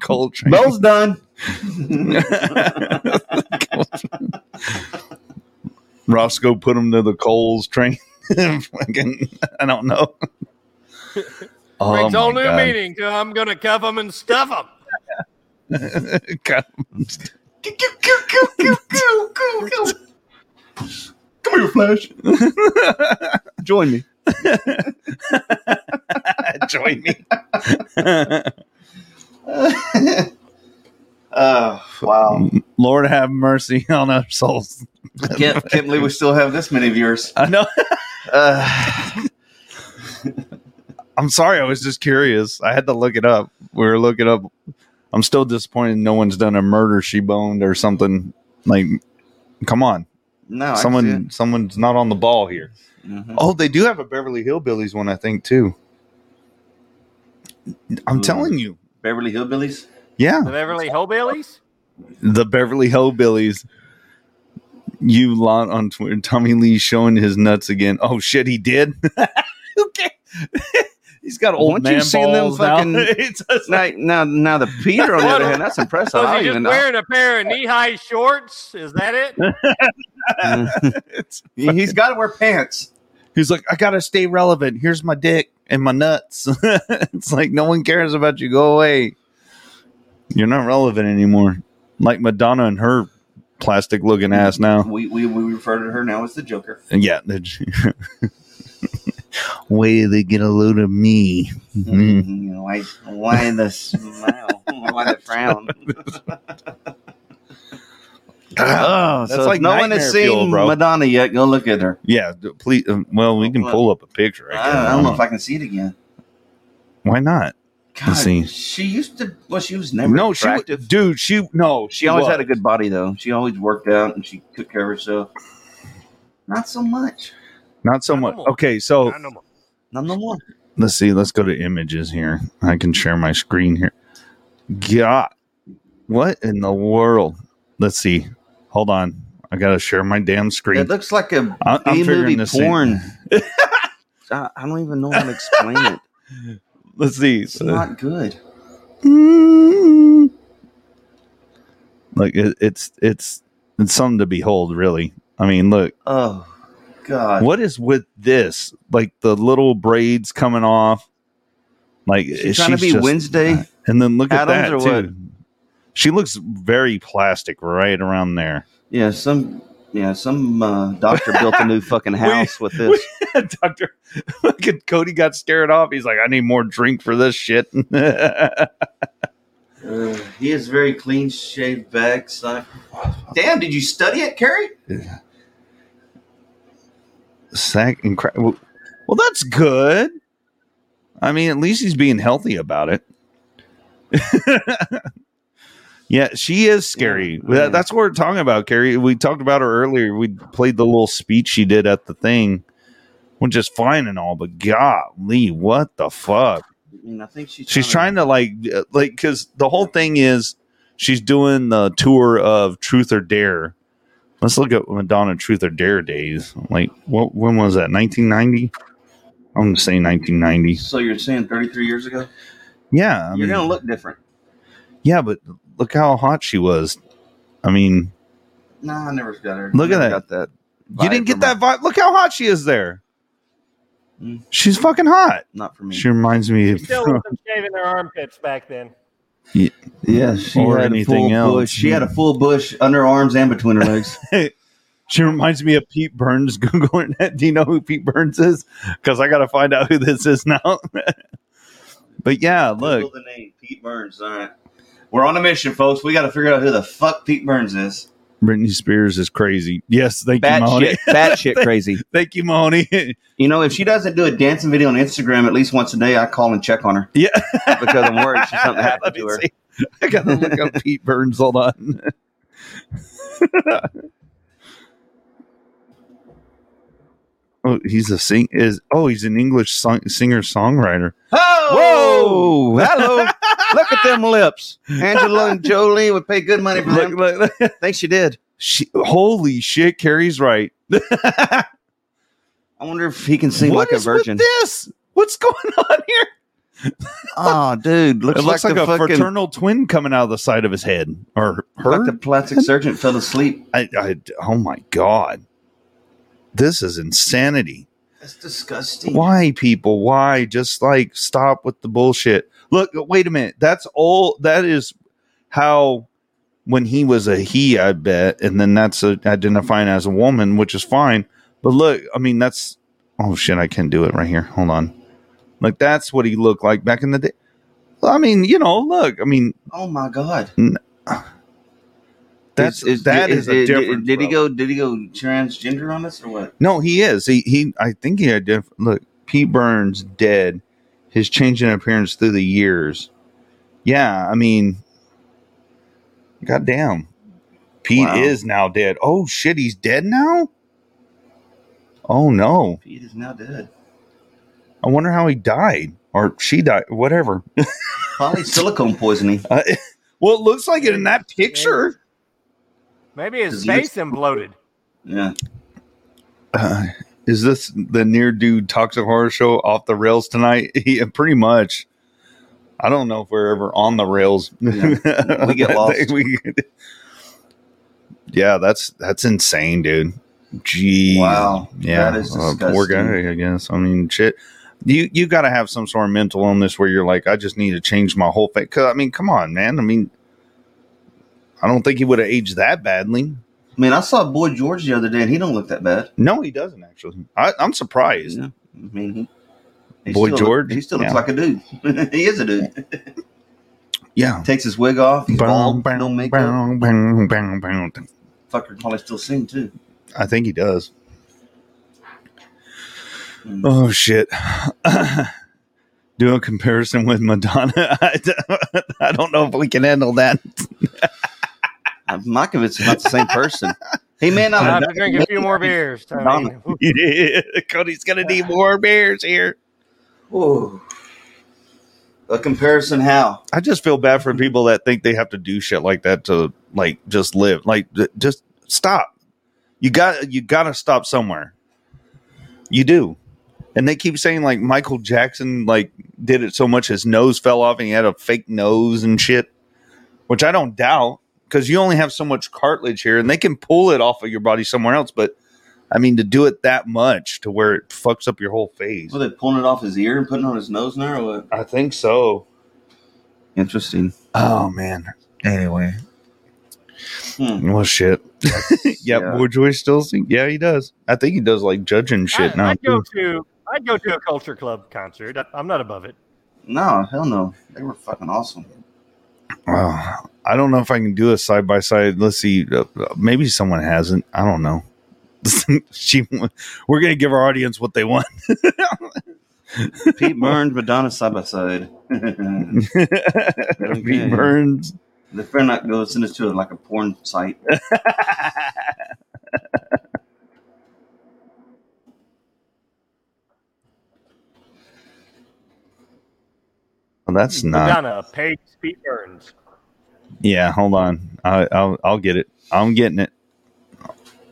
Speaker 4: cold train.
Speaker 5: Bell's done.
Speaker 4: (laughs) Roscoe put him to the coals train. (laughs) Fucking- I don't
Speaker 5: (laughs)
Speaker 4: know. Oh
Speaker 6: Brings
Speaker 4: my
Speaker 6: all new
Speaker 4: God.
Speaker 6: meaning to I'm gonna cuff them and stuff them.
Speaker 4: (laughs) God.
Speaker 5: Come here, Flash.
Speaker 4: (laughs)
Speaker 5: Join me.
Speaker 4: Join me.
Speaker 5: Oh, wow.
Speaker 4: Lord have mercy (laughs) on our souls.
Speaker 5: Can't, can't believe we still have this many viewers.
Speaker 4: I know.
Speaker 5: Uh,
Speaker 4: I'm sorry. I was just curious. I had to look it up. We were looking up. I'm still disappointed no one's done a murder she boned or something. Like, come on.
Speaker 5: no,
Speaker 4: Someone, someone's not on the ball here.
Speaker 5: hmm
Speaker 4: Oh, they do have a Beverly Hillbillies one, I think, too. I'm
Speaker 5: Ooh.
Speaker 4: telling you.
Speaker 5: Beverly Hillbillies.
Speaker 4: Yeah.
Speaker 6: The Beverly Hillbillies.
Speaker 4: The Beverly Hillbillies. You lot on Twitter. Tommy Lee showing his nuts again. Oh, shit, he did? (laughs) okay. He's got old
Speaker 5: Once
Speaker 4: man
Speaker 5: you've seen them
Speaker 4: balls now. (laughs)
Speaker 5: fucking-
Speaker 4: It's
Speaker 5: (laughs)
Speaker 4: just like-
Speaker 5: Now, now, now, the Peter on the other hand, that's impressive.
Speaker 6: So
Speaker 5: I
Speaker 6: Oh, is
Speaker 5: don't
Speaker 6: he just
Speaker 5: even know.
Speaker 6: wearing a pair of knee-high shorts? Is that it?
Speaker 4: it's-
Speaker 5: He's got to wear pants.
Speaker 4: He's like, I gotta stay relevant. Here's my dick and my nuts. (laughs) it's like no one cares about you. Go away. You're not relevant anymore. Like Madonna and her plastic looking ass now.
Speaker 5: We, we we refer to her now as the Joker.
Speaker 4: And yeah. (laughs) the- Way they get a load of me. Mhm.
Speaker 5: You know, why why the smile? why the
Speaker 4: (laughs)
Speaker 5: frown? oh,
Speaker 4: That's
Speaker 5: so
Speaker 4: like
Speaker 5: like no one
Speaker 4: nightmare
Speaker 5: has seen
Speaker 4: fuel, bro.
Speaker 5: Madonna yet. Go look at her.
Speaker 4: Yeah, d- please. um, Well, we can pull up a picture. I
Speaker 5: I, don't-
Speaker 4: guess.
Speaker 5: I don't know if I can see it again.
Speaker 4: Why not?
Speaker 5: God,
Speaker 4: see.
Speaker 5: she used to. Well, she was never.
Speaker 4: No, she,
Speaker 5: attractive.
Speaker 4: w- dude, she no,
Speaker 5: She always had a good body, though. She always worked out and she took care of herself. Not so much.
Speaker 4: not so much.
Speaker 6: Animal.
Speaker 4: Okay, so
Speaker 6: Animal.
Speaker 5: Not no more.
Speaker 4: let's see let's go to images here i can share my screen here god what in the world let's see hold on i gotta share my damn screen
Speaker 5: It looks like a
Speaker 4: I- I'm
Speaker 5: B
Speaker 4: figuring
Speaker 5: movie
Speaker 4: this thing- (laughs)
Speaker 5: porn. I, I don't even know how to explain it.
Speaker 4: let's see
Speaker 5: It's not good.
Speaker 4: like it, it's it's it's something to behold really i mean look
Speaker 5: Oh God!
Speaker 4: what is with this like the little braids coming off like
Speaker 5: She's trying to be
Speaker 4: just-
Speaker 5: Wednesday.
Speaker 4: and then look at that
Speaker 5: Adams or
Speaker 4: too she looks very plastic right around there
Speaker 5: Yeah, some yeah some uh, doctor built a
Speaker 4: (laughs)
Speaker 5: new fucking house with this.
Speaker 4: (laughs) Doctor, (laughs) fucking Cody got scared off. He's like, I need more drink for this shit. (laughs)
Speaker 5: Uh, he has very clean shaved back. Son. Damn! Did you study it, Carrie?
Speaker 4: Sack and crack. Well, well, that's good. I mean, at least he's being healthy about it. (laughs) Yeah, she is scary. That- that's what we're talking about, Carrie. We talked about her earlier. We played the little speech she did at the thing, which is fine and all, but God, Lee, what the fuck?
Speaker 5: And I think she's
Speaker 4: she's trying to like uh, like because the whole thing is she's doing the tour of truth or dare let's look at madonna truth or dare days like what when was that 1990 i'm gonna say 1990
Speaker 5: So you're saying 33 years ago?
Speaker 4: yeah I
Speaker 5: you're
Speaker 4: mean,
Speaker 5: gonna look different.
Speaker 4: yeah but look how hot she was i mean
Speaker 5: No, I never got her.
Speaker 4: look at
Speaker 5: Never
Speaker 4: that,
Speaker 5: got that.
Speaker 4: you didn't get that vibe look how hot she is there
Speaker 5: Mm.
Speaker 4: she's fucking hot
Speaker 5: Not for me.
Speaker 4: she reminds me
Speaker 6: She still
Speaker 4: of
Speaker 6: wasn't shaving their armpits back then.
Speaker 4: yeah,
Speaker 5: Yeah, she
Speaker 4: or
Speaker 5: had
Speaker 4: anything
Speaker 5: a full
Speaker 4: else
Speaker 5: Bush. She had a full bush under arms and between her legs.
Speaker 4: She reminds me of Pete Burns. (laughs) Google internet. Do you know who Pete Burns is? Because I got to find out who this is now. (laughs) but yeah, (laughs)
Speaker 5: Google
Speaker 4: look,
Speaker 5: the name Pete Burns. All right, we're on a mission, folks. We got to figure out who the fuck Pete Burns is.
Speaker 4: Britney Spears is crazy. Yes, thank
Speaker 5: Bad
Speaker 4: you, Mahoney.
Speaker 5: (laughs) shit, bad shit, crazy.
Speaker 4: (laughs) thank you, (laughs) Mahoney.
Speaker 5: You know, if she doesn't do a dancing video on Instagram at least once a day, I call and check on her.
Speaker 4: Yeah,
Speaker 5: (laughs) because I'm worried she's something happened to her.
Speaker 4: I gotta look up Pete Burns. Hold on. (laughs) oh, he's a sing is oh he's an English song- singer songwriter.
Speaker 5: Oh, whoa, hello! (laughs) look at them lips. Angela and Jolie would pay good money for them. Think she did.
Speaker 4: She, holy shit, Carrie's right. (laughs)
Speaker 5: I wonder if he can sing
Speaker 4: What
Speaker 5: like a
Speaker 4: is with
Speaker 5: virgin.
Speaker 4: this? What's going (laughs) on here?
Speaker 5: Oh, dude, looks,
Speaker 4: it looks like,
Speaker 5: the
Speaker 4: a
Speaker 5: fucking,
Speaker 4: fraternal twin coming out of the side of his head or her.
Speaker 5: Like the plastic surgeon fell asleep.
Speaker 4: I, I, oh my god, this is insanity.
Speaker 5: That's disgusting.
Speaker 4: Why, people? Why? Just like stop with the bullshit. Look, wait a minute. That's all. That is how when he was a he, I bet, and then that's a, identifying as a woman, which is fine. But look, I mean, that's oh shit, I can do it right here. Hold on. Like that's what he looked like back in the day. I mean, you know, look, I mean,
Speaker 5: Oh my god.
Speaker 4: that's
Speaker 5: uh, Is- is-
Speaker 4: that is, a different.
Speaker 5: Did, did he go? Did he go transgender on us or what?
Speaker 4: No, he is. He, he I think he had different. Look, Pete Burns dead. His change in appearance through the years. Yeah, I mean, goddamn, Pete
Speaker 5: Wow.
Speaker 4: is now dead. Oh shit, he's dead now. Oh no,
Speaker 5: Pete is now dead.
Speaker 4: I wonder how he died or she died, whatever.
Speaker 5: Probably silicone poisoning.
Speaker 4: Uh, well, it looks like it in that picture.
Speaker 6: Maybe his
Speaker 4: Does he- (laughs)
Speaker 6: face imploded.
Speaker 5: Yeah.
Speaker 4: Uh, (sighs) is this the near dude toxic horror show off the rails tonight? (laughs) yeah, pretty much. I don't know if we're ever on the rails.
Speaker 5: Yeah.
Speaker 4: (laughs)
Speaker 5: We get lost.
Speaker 4: We- yeah, that's that's insane, dude. Gee,
Speaker 5: Wow.
Speaker 4: yeah,
Speaker 5: That is
Speaker 4: uh, poor
Speaker 5: disgusting.
Speaker 4: guy. I guess. I mean, shit. You you got to have some sort of mental illness where you're like, I just need to change my whole face. Cause I mean, come on, man. I mean, I don't think he would have aged that badly.
Speaker 5: Man, I saw Boy George the other day, and he don't look that bad.
Speaker 4: No, he doesn't actually. I, I'm surprised.
Speaker 5: I mean, he, he
Speaker 4: Boy
Speaker 5: still look-
Speaker 4: George?
Speaker 5: he still looks
Speaker 4: Yeah.
Speaker 5: like a dude. (laughs) he is a dude.
Speaker 4: Yeah.
Speaker 5: Takes his wig off. He's
Speaker 4: Bow,
Speaker 5: bald.
Speaker 4: bow,
Speaker 5: No makeup.
Speaker 4: bow, bow, bow, bow.
Speaker 5: Fucker probably still sing too.
Speaker 4: I think he does. Oh shit! (coughs) Do a comparison with Madonna. (laughs) I don't- I don't know if we can handle that. (laughs)
Speaker 5: I'm not convinced it's not the same
Speaker 4: (laughs)
Speaker 5: person. He may not
Speaker 6: I'll
Speaker 5: have
Speaker 6: have to drink a few more beers. I mean,
Speaker 5: Madonna.
Speaker 4: Cody's gonna need more beers here.
Speaker 5: Ooh. A comparison how?
Speaker 4: I just feel bad for people that think they have to do shit like that to like just live. Like th- just stop. You got you got to stop somewhere. You do. And they keep saying like Michael Jackson like did it so much his nose fell off and he had a fake nose and shit, which I don't doubt cuz you only have so much cartilage here and they can pull it off of your body somewhere else, but I mean to do it that much to where it fucks up your whole face.
Speaker 5: Were they pulling it off his ear and putting it on his nose now or what?
Speaker 4: I think so.
Speaker 5: Interesting.
Speaker 4: Oh man. Anyway.
Speaker 5: Hmm.
Speaker 4: Well, shit. (laughs) yeah,
Speaker 5: Yeah.
Speaker 4: Boy Joyce still sing. Yeah, he does. I think he does like judging shit now.
Speaker 6: I, would go
Speaker 4: too.
Speaker 6: to I'd go to a culture club concert. I, I'm not above it.
Speaker 5: No, hell no. They were fucking awesome.
Speaker 4: Wow. I don't know if I can do a side by side. Let's see. Uh, uh, maybe someone hasn't. I don't know. (laughs) she, we're gonna give our audience what they want. (laughs)
Speaker 5: (laughs) Pete Burns, Madonna side by side.
Speaker 4: Pete Burns,
Speaker 5: The friend not go send us to like a porn site.
Speaker 4: Well, that's not.
Speaker 6: Madonna, paid speed burns.
Speaker 4: Yeah, hold on. I, I'll I'll get it. I'm getting it.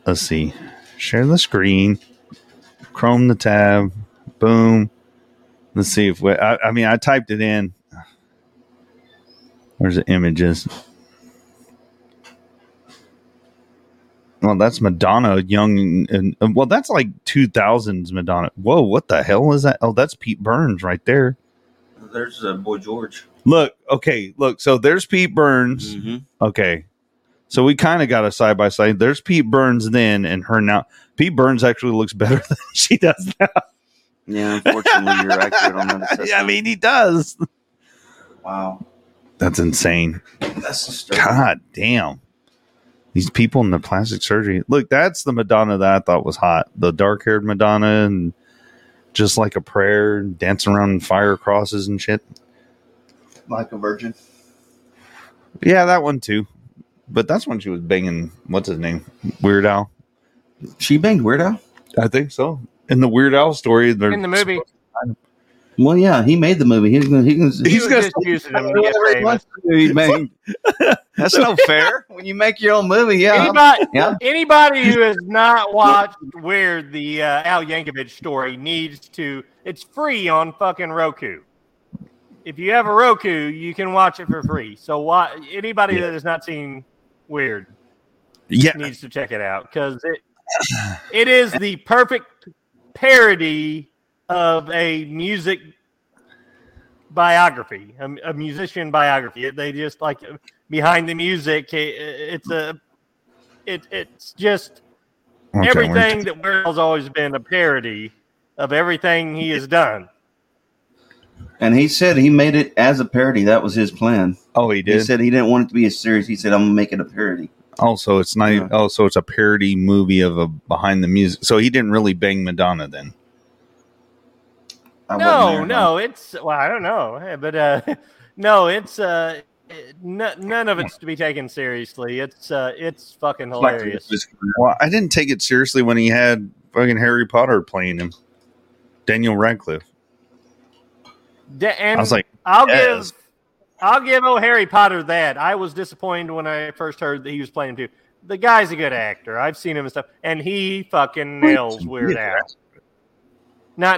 Speaker 4: Let's see. Share the screen. Chrome the tab. Boom. Let's see if we. I, I mean, I typed it in. Where's the images? Well, that's Madonna, young, and and- well, that's like two thousands Madonna. Whoa, what the hell is that? Oh, that's Pete Burns right there.
Speaker 5: There's uh, boy George.
Speaker 4: Look, okay, look. So there's Pete Burns.
Speaker 5: Mm-hmm.
Speaker 4: Okay. So we kind of got a side by side. There's Pete Burns then and her now. Pete Burns actually looks better (laughs) than she does now.
Speaker 5: Yeah, unfortunately, you're accurate on (laughs) that.
Speaker 4: I mean, he does.
Speaker 5: Wow,
Speaker 4: That's insane.
Speaker 5: that's disturbing.
Speaker 4: God damn. These people in the plastic surgery. Look, that's the Madonna that I thought was hot. The dark haired Madonna and just like a prayer, dancing around in fire crosses and shit.
Speaker 5: Like a virgin.
Speaker 4: Yeah, that one too. But that's when she was banging what's his name? Weird Al.
Speaker 5: She banged Weird Al?
Speaker 4: I think so. In the Weird Al story, they're-
Speaker 6: In the movie,
Speaker 5: Well, yeah, he made the movie. He's gonna. (laughs) He can,
Speaker 6: he was just
Speaker 4: (laughs)
Speaker 6: using them to get famous.
Speaker 5: he made. That's no fair. When you make your own movie, yeah,
Speaker 6: Anybody,
Speaker 5: yeah.
Speaker 6: anybody who has not watched Weird the uh, Al Yankovic story needs to. It's free on fucking Roku. If you have a Roku, you can watch it for free. So why anybody that has not seen Weird
Speaker 4: Yeah.
Speaker 6: needs to check it out because it it is the perfect parody of a music biography, a, a musician biography. They just like behind the music. i- i- It's a it it's just
Speaker 4: Okay, we're-
Speaker 6: everything that Weird's always been a parody of everything he has done.
Speaker 5: And he said he made it as a parody. That was his plan.
Speaker 4: Oh, he
Speaker 5: He
Speaker 4: did.
Speaker 5: said he didn't want it to be a series. He said I'm gonna make it a parody.
Speaker 4: also, it's not. Oh, so it's a parody movie of a behind the music. So he didn't really bang Madonna then.
Speaker 5: I wasn't
Speaker 6: No,
Speaker 5: there,
Speaker 6: no, it's well, I don't know, eh, but uh, (laughs) no, it's uh, n- none of it's to be taken seriously. It's uh, it's fucking hilarious.
Speaker 4: Well, I didn't take it seriously when he had fucking Harry Potter playing him, Daniel Radcliffe.
Speaker 6: Da- and
Speaker 4: I was like,
Speaker 6: I'll
Speaker 4: yes.
Speaker 6: give, I'll give old Harry Potter that. I was disappointed when I first heard that he was playing too. The guy's a good actor. I've seen him and stuff, and he fucking nails Weird Al. Not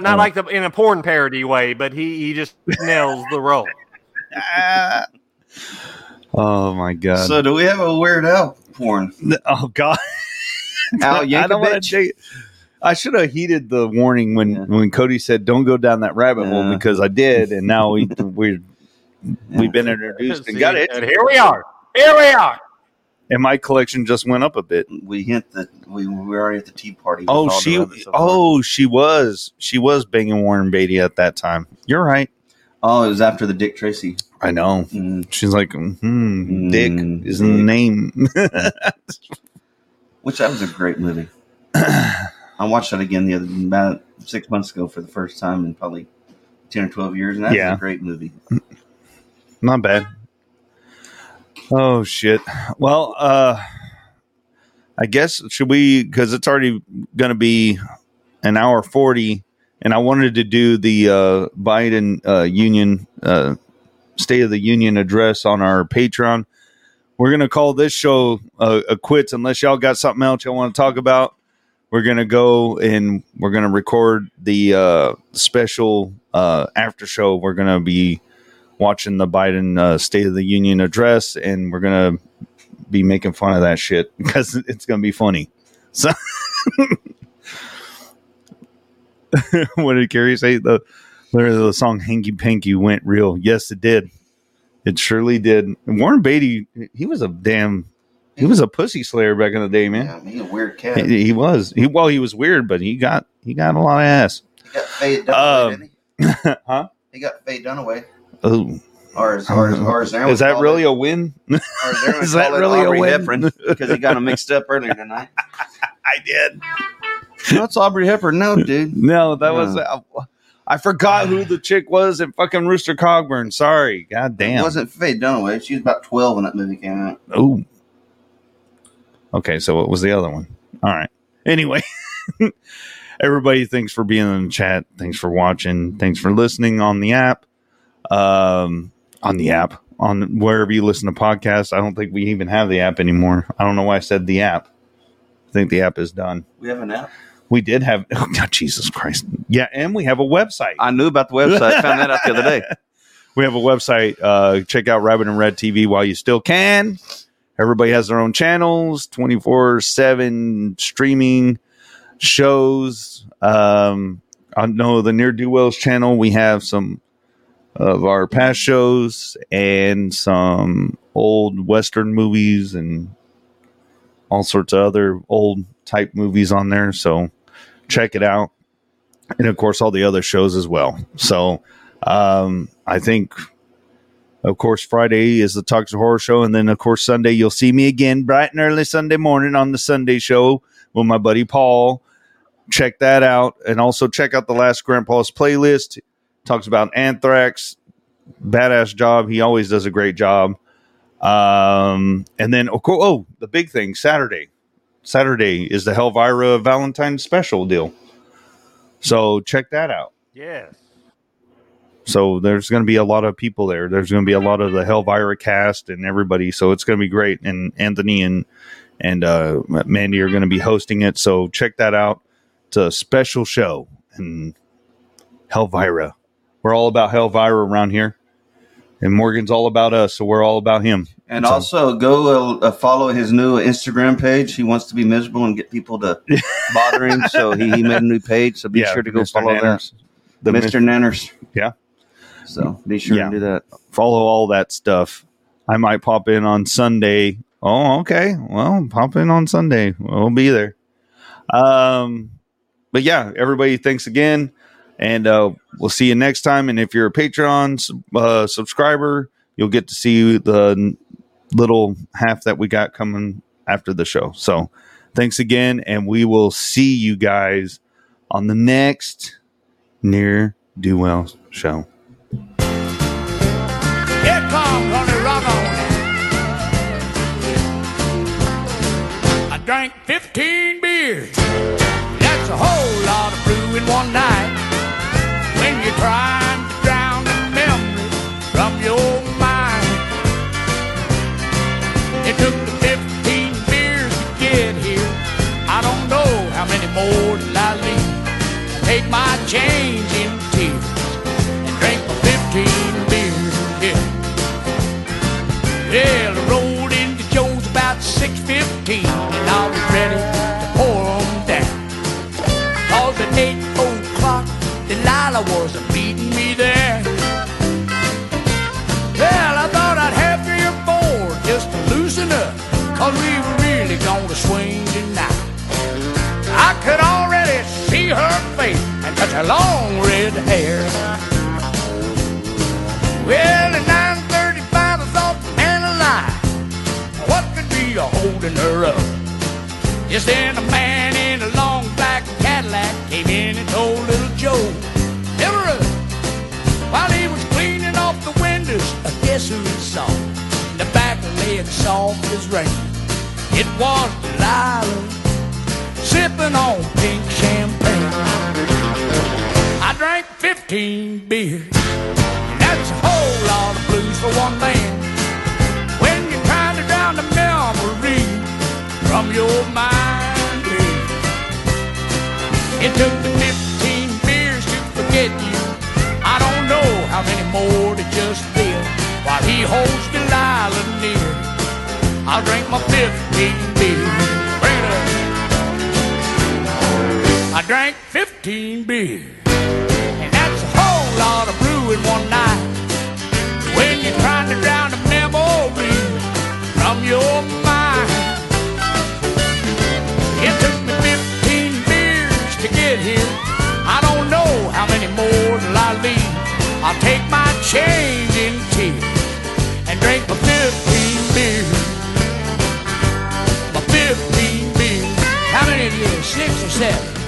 Speaker 4: Oh.
Speaker 6: not like the in a porn parody way, but he
Speaker 4: (laughs)
Speaker 6: he just nails the role.
Speaker 4: "Ah." Oh my god!
Speaker 5: So do we have a Weird Al porn?
Speaker 4: oh god, (laughs)
Speaker 5: Al
Speaker 4: I don't wanna
Speaker 5: Yankovic.
Speaker 4: take- I should have heeded the warning when when Cody said, "Don't go down that rabbit hole," because I did, and now we we we've been introduced
Speaker 5: (laughs)
Speaker 4: and got
Speaker 6: (laughs) See,
Speaker 4: it.
Speaker 5: uh,
Speaker 6: And here we are. Here we are.
Speaker 4: and my collection just went up a bit.
Speaker 5: We hit the we we already at the tea party. with
Speaker 4: Oh,
Speaker 5: all the
Speaker 4: she
Speaker 5: rabbits so far.
Speaker 4: oh she was she was banging Warren Beatty at that time. You're right.
Speaker 5: Oh, it was after the Dick Tracy. Mm-hmm.
Speaker 4: I know. She's like, hmm, Dick
Speaker 5: Mm,
Speaker 4: is the name. (laughs)
Speaker 5: Which that was a great movie. I watched that again the other about six months ago for the first time in probably ten or twelve years, and that
Speaker 4: Yeah.
Speaker 5: was a great movie.
Speaker 4: Not bad. Oh shit. Well, uh I guess should we cuz it's already going to be an hour 40 and I wanted to do the uh Biden uh union uh state of the union address on our Patreon. We're going to call this show uh, a quits unless y'all got something else y'all want to talk about. We're going to go and we're going to record the uh special uh after show. We're going to be watching the Biden uh, State of the Union address, and we're gonna be making fun of that shit (laughs) because it's gonna be funny. So, (laughs) what did Carrie say? The literally the song "Hanky Panky" went real. Yes, it did. It surely did. And Warren Beatty, he was a damn, he was a pussy slayer back in the day, man.
Speaker 5: I mean, a weird cat.
Speaker 4: He, he was. He well, he was weird, but he got he got a lot of ass.
Speaker 5: He got Faye Dunaway,
Speaker 4: Um,
Speaker 5: didn't
Speaker 4: (laughs) huh?
Speaker 5: he? He got Faye Dunaway.
Speaker 4: Oh.
Speaker 5: Or is, or is, or is,
Speaker 4: Is that really a win? Is that really a win?
Speaker 5: Because he got him mixed up earlier tonight.
Speaker 4: (laughs)
Speaker 5: (laughs)
Speaker 4: I did.
Speaker 5: No, it's Aubrey Hepburn. No, dude.
Speaker 4: No, that
Speaker 5: No.
Speaker 4: was. I, I forgot (sighs) who the chick was in fucking Rooster Cogburn. Sorry. God damn.
Speaker 5: It wasn't Faye Dunaway. She was about 12 when that movie came out.
Speaker 4: Oh. Okay, so what was the other one? All right. Anyway, (laughs) everybody, thanks for being in the chat. Thanks for watching. Thanks for listening on the app. Um, on the app, on wherever you listen to podcasts. I don't think we even have the app anymore. I don't know why I said the app. I think the app is done.
Speaker 5: We have an app.
Speaker 4: We did have. (laughs) Oh God, Jesus Christ! Yeah, and we have a website.
Speaker 5: I knew about the website. Found that out the
Speaker 4: (laughs)
Speaker 5: other day.
Speaker 4: We have a website. Uh, check out Rabbit and Red TV while you still can. Everybody has their own channels, 24 7 streaming shows. Um, I know the Near Do Wells channel, we have some of our past shows and some old Western movies and all sorts of other old type movies on there. So check it out. And of course, all the other shows as well. So um, I think of course, Friday is the Talks of Horror show, and then of course Sunday you'll see me again bright and early Sunday morning on the Sunday show with my buddy Paul. Check that out, and also check out the last Grandpa's playlist. Talks about Anthrax, badass job. He always does a great job. Um, and then of course, oh, the big thing Saturday. Saturday is the Helvira Valentine's special deal. So check that out.
Speaker 6: Yes.
Speaker 4: So there's going to be a lot of people there. There's going to be a lot of the Hellvira cast and everybody. So it's going to be great. And Anthony and and uh, Mandy are going to be hosting it. So check that out. It's a special show and Hellvira. We're all about Hellvira around here, and Morgan's all about us. So we're all about him.
Speaker 5: And so. also go uh, follow his new Instagram page. He wants to be miserable and get people
Speaker 4: (laughs)
Speaker 5: to bother him. So he, he made a new page. So be
Speaker 4: Yeah,
Speaker 5: sure to go
Speaker 4: Mr.
Speaker 5: follow
Speaker 4: Nanners.
Speaker 5: that.
Speaker 4: The
Speaker 5: Mr. Nanners.
Speaker 4: Yeah.
Speaker 5: So be sure
Speaker 4: Yeah.
Speaker 5: to do that.
Speaker 4: follow all that stuff. I might pop in on Sunday. Oh, okay. Well, pop in on Sunday. We'll be there. Um, but yeah, everybody, thanks again, and uh, we'll see you next time. And if you're a Patreon sub- uh, subscriber, you'll get to see the n- little half that we got coming after the show. So, thanks again, and we will see you guys on the next near do well show.
Speaker 2: Here comes on the run on. I drank 15 beers. That's a whole lot of brew in one night. When you're trying to drown the memory from your mind. It took the 15 beers to get here. I don't know how many more till I leave. Take my change in tears and drink my 15 beers. Yeah. Well, I rolled into Joe's about 6.15 And I was ready to pour 'em down Cause at 8 o'clock Delilah was meeting me there Well, I thought I'd have three or four Just to loosen up Cause we were really gonna swing tonight I could already see her face And such a long red hair well, at 9.35 I thought, man alive, what could be a holding her up? Just then a man in a long black Cadillac came in and told little Joe, Never up. While he was cleaning off the windows, I guess who he saw? In the back leg soft as rain. It was Delilah, sipping on pink champagne. I drank 15 beers. That's a whole lot of blues for one man. When you're trying to drown the memory from your mind, yeah. it took the 15 beers to forget you. I don't know how many more to just feel while he holds Delilah near. I'll drink my 15 beers. Bring it up. I drank 15 beers. And that's a whole lot of brew in one night. When you're trying to drown a memory from your mind. It took me 15 beers to get here. I don't know how many more till I leave. I'll take my change in tears and drink my 15 beers. My 15 beers. How many of you? Six or seven? uh,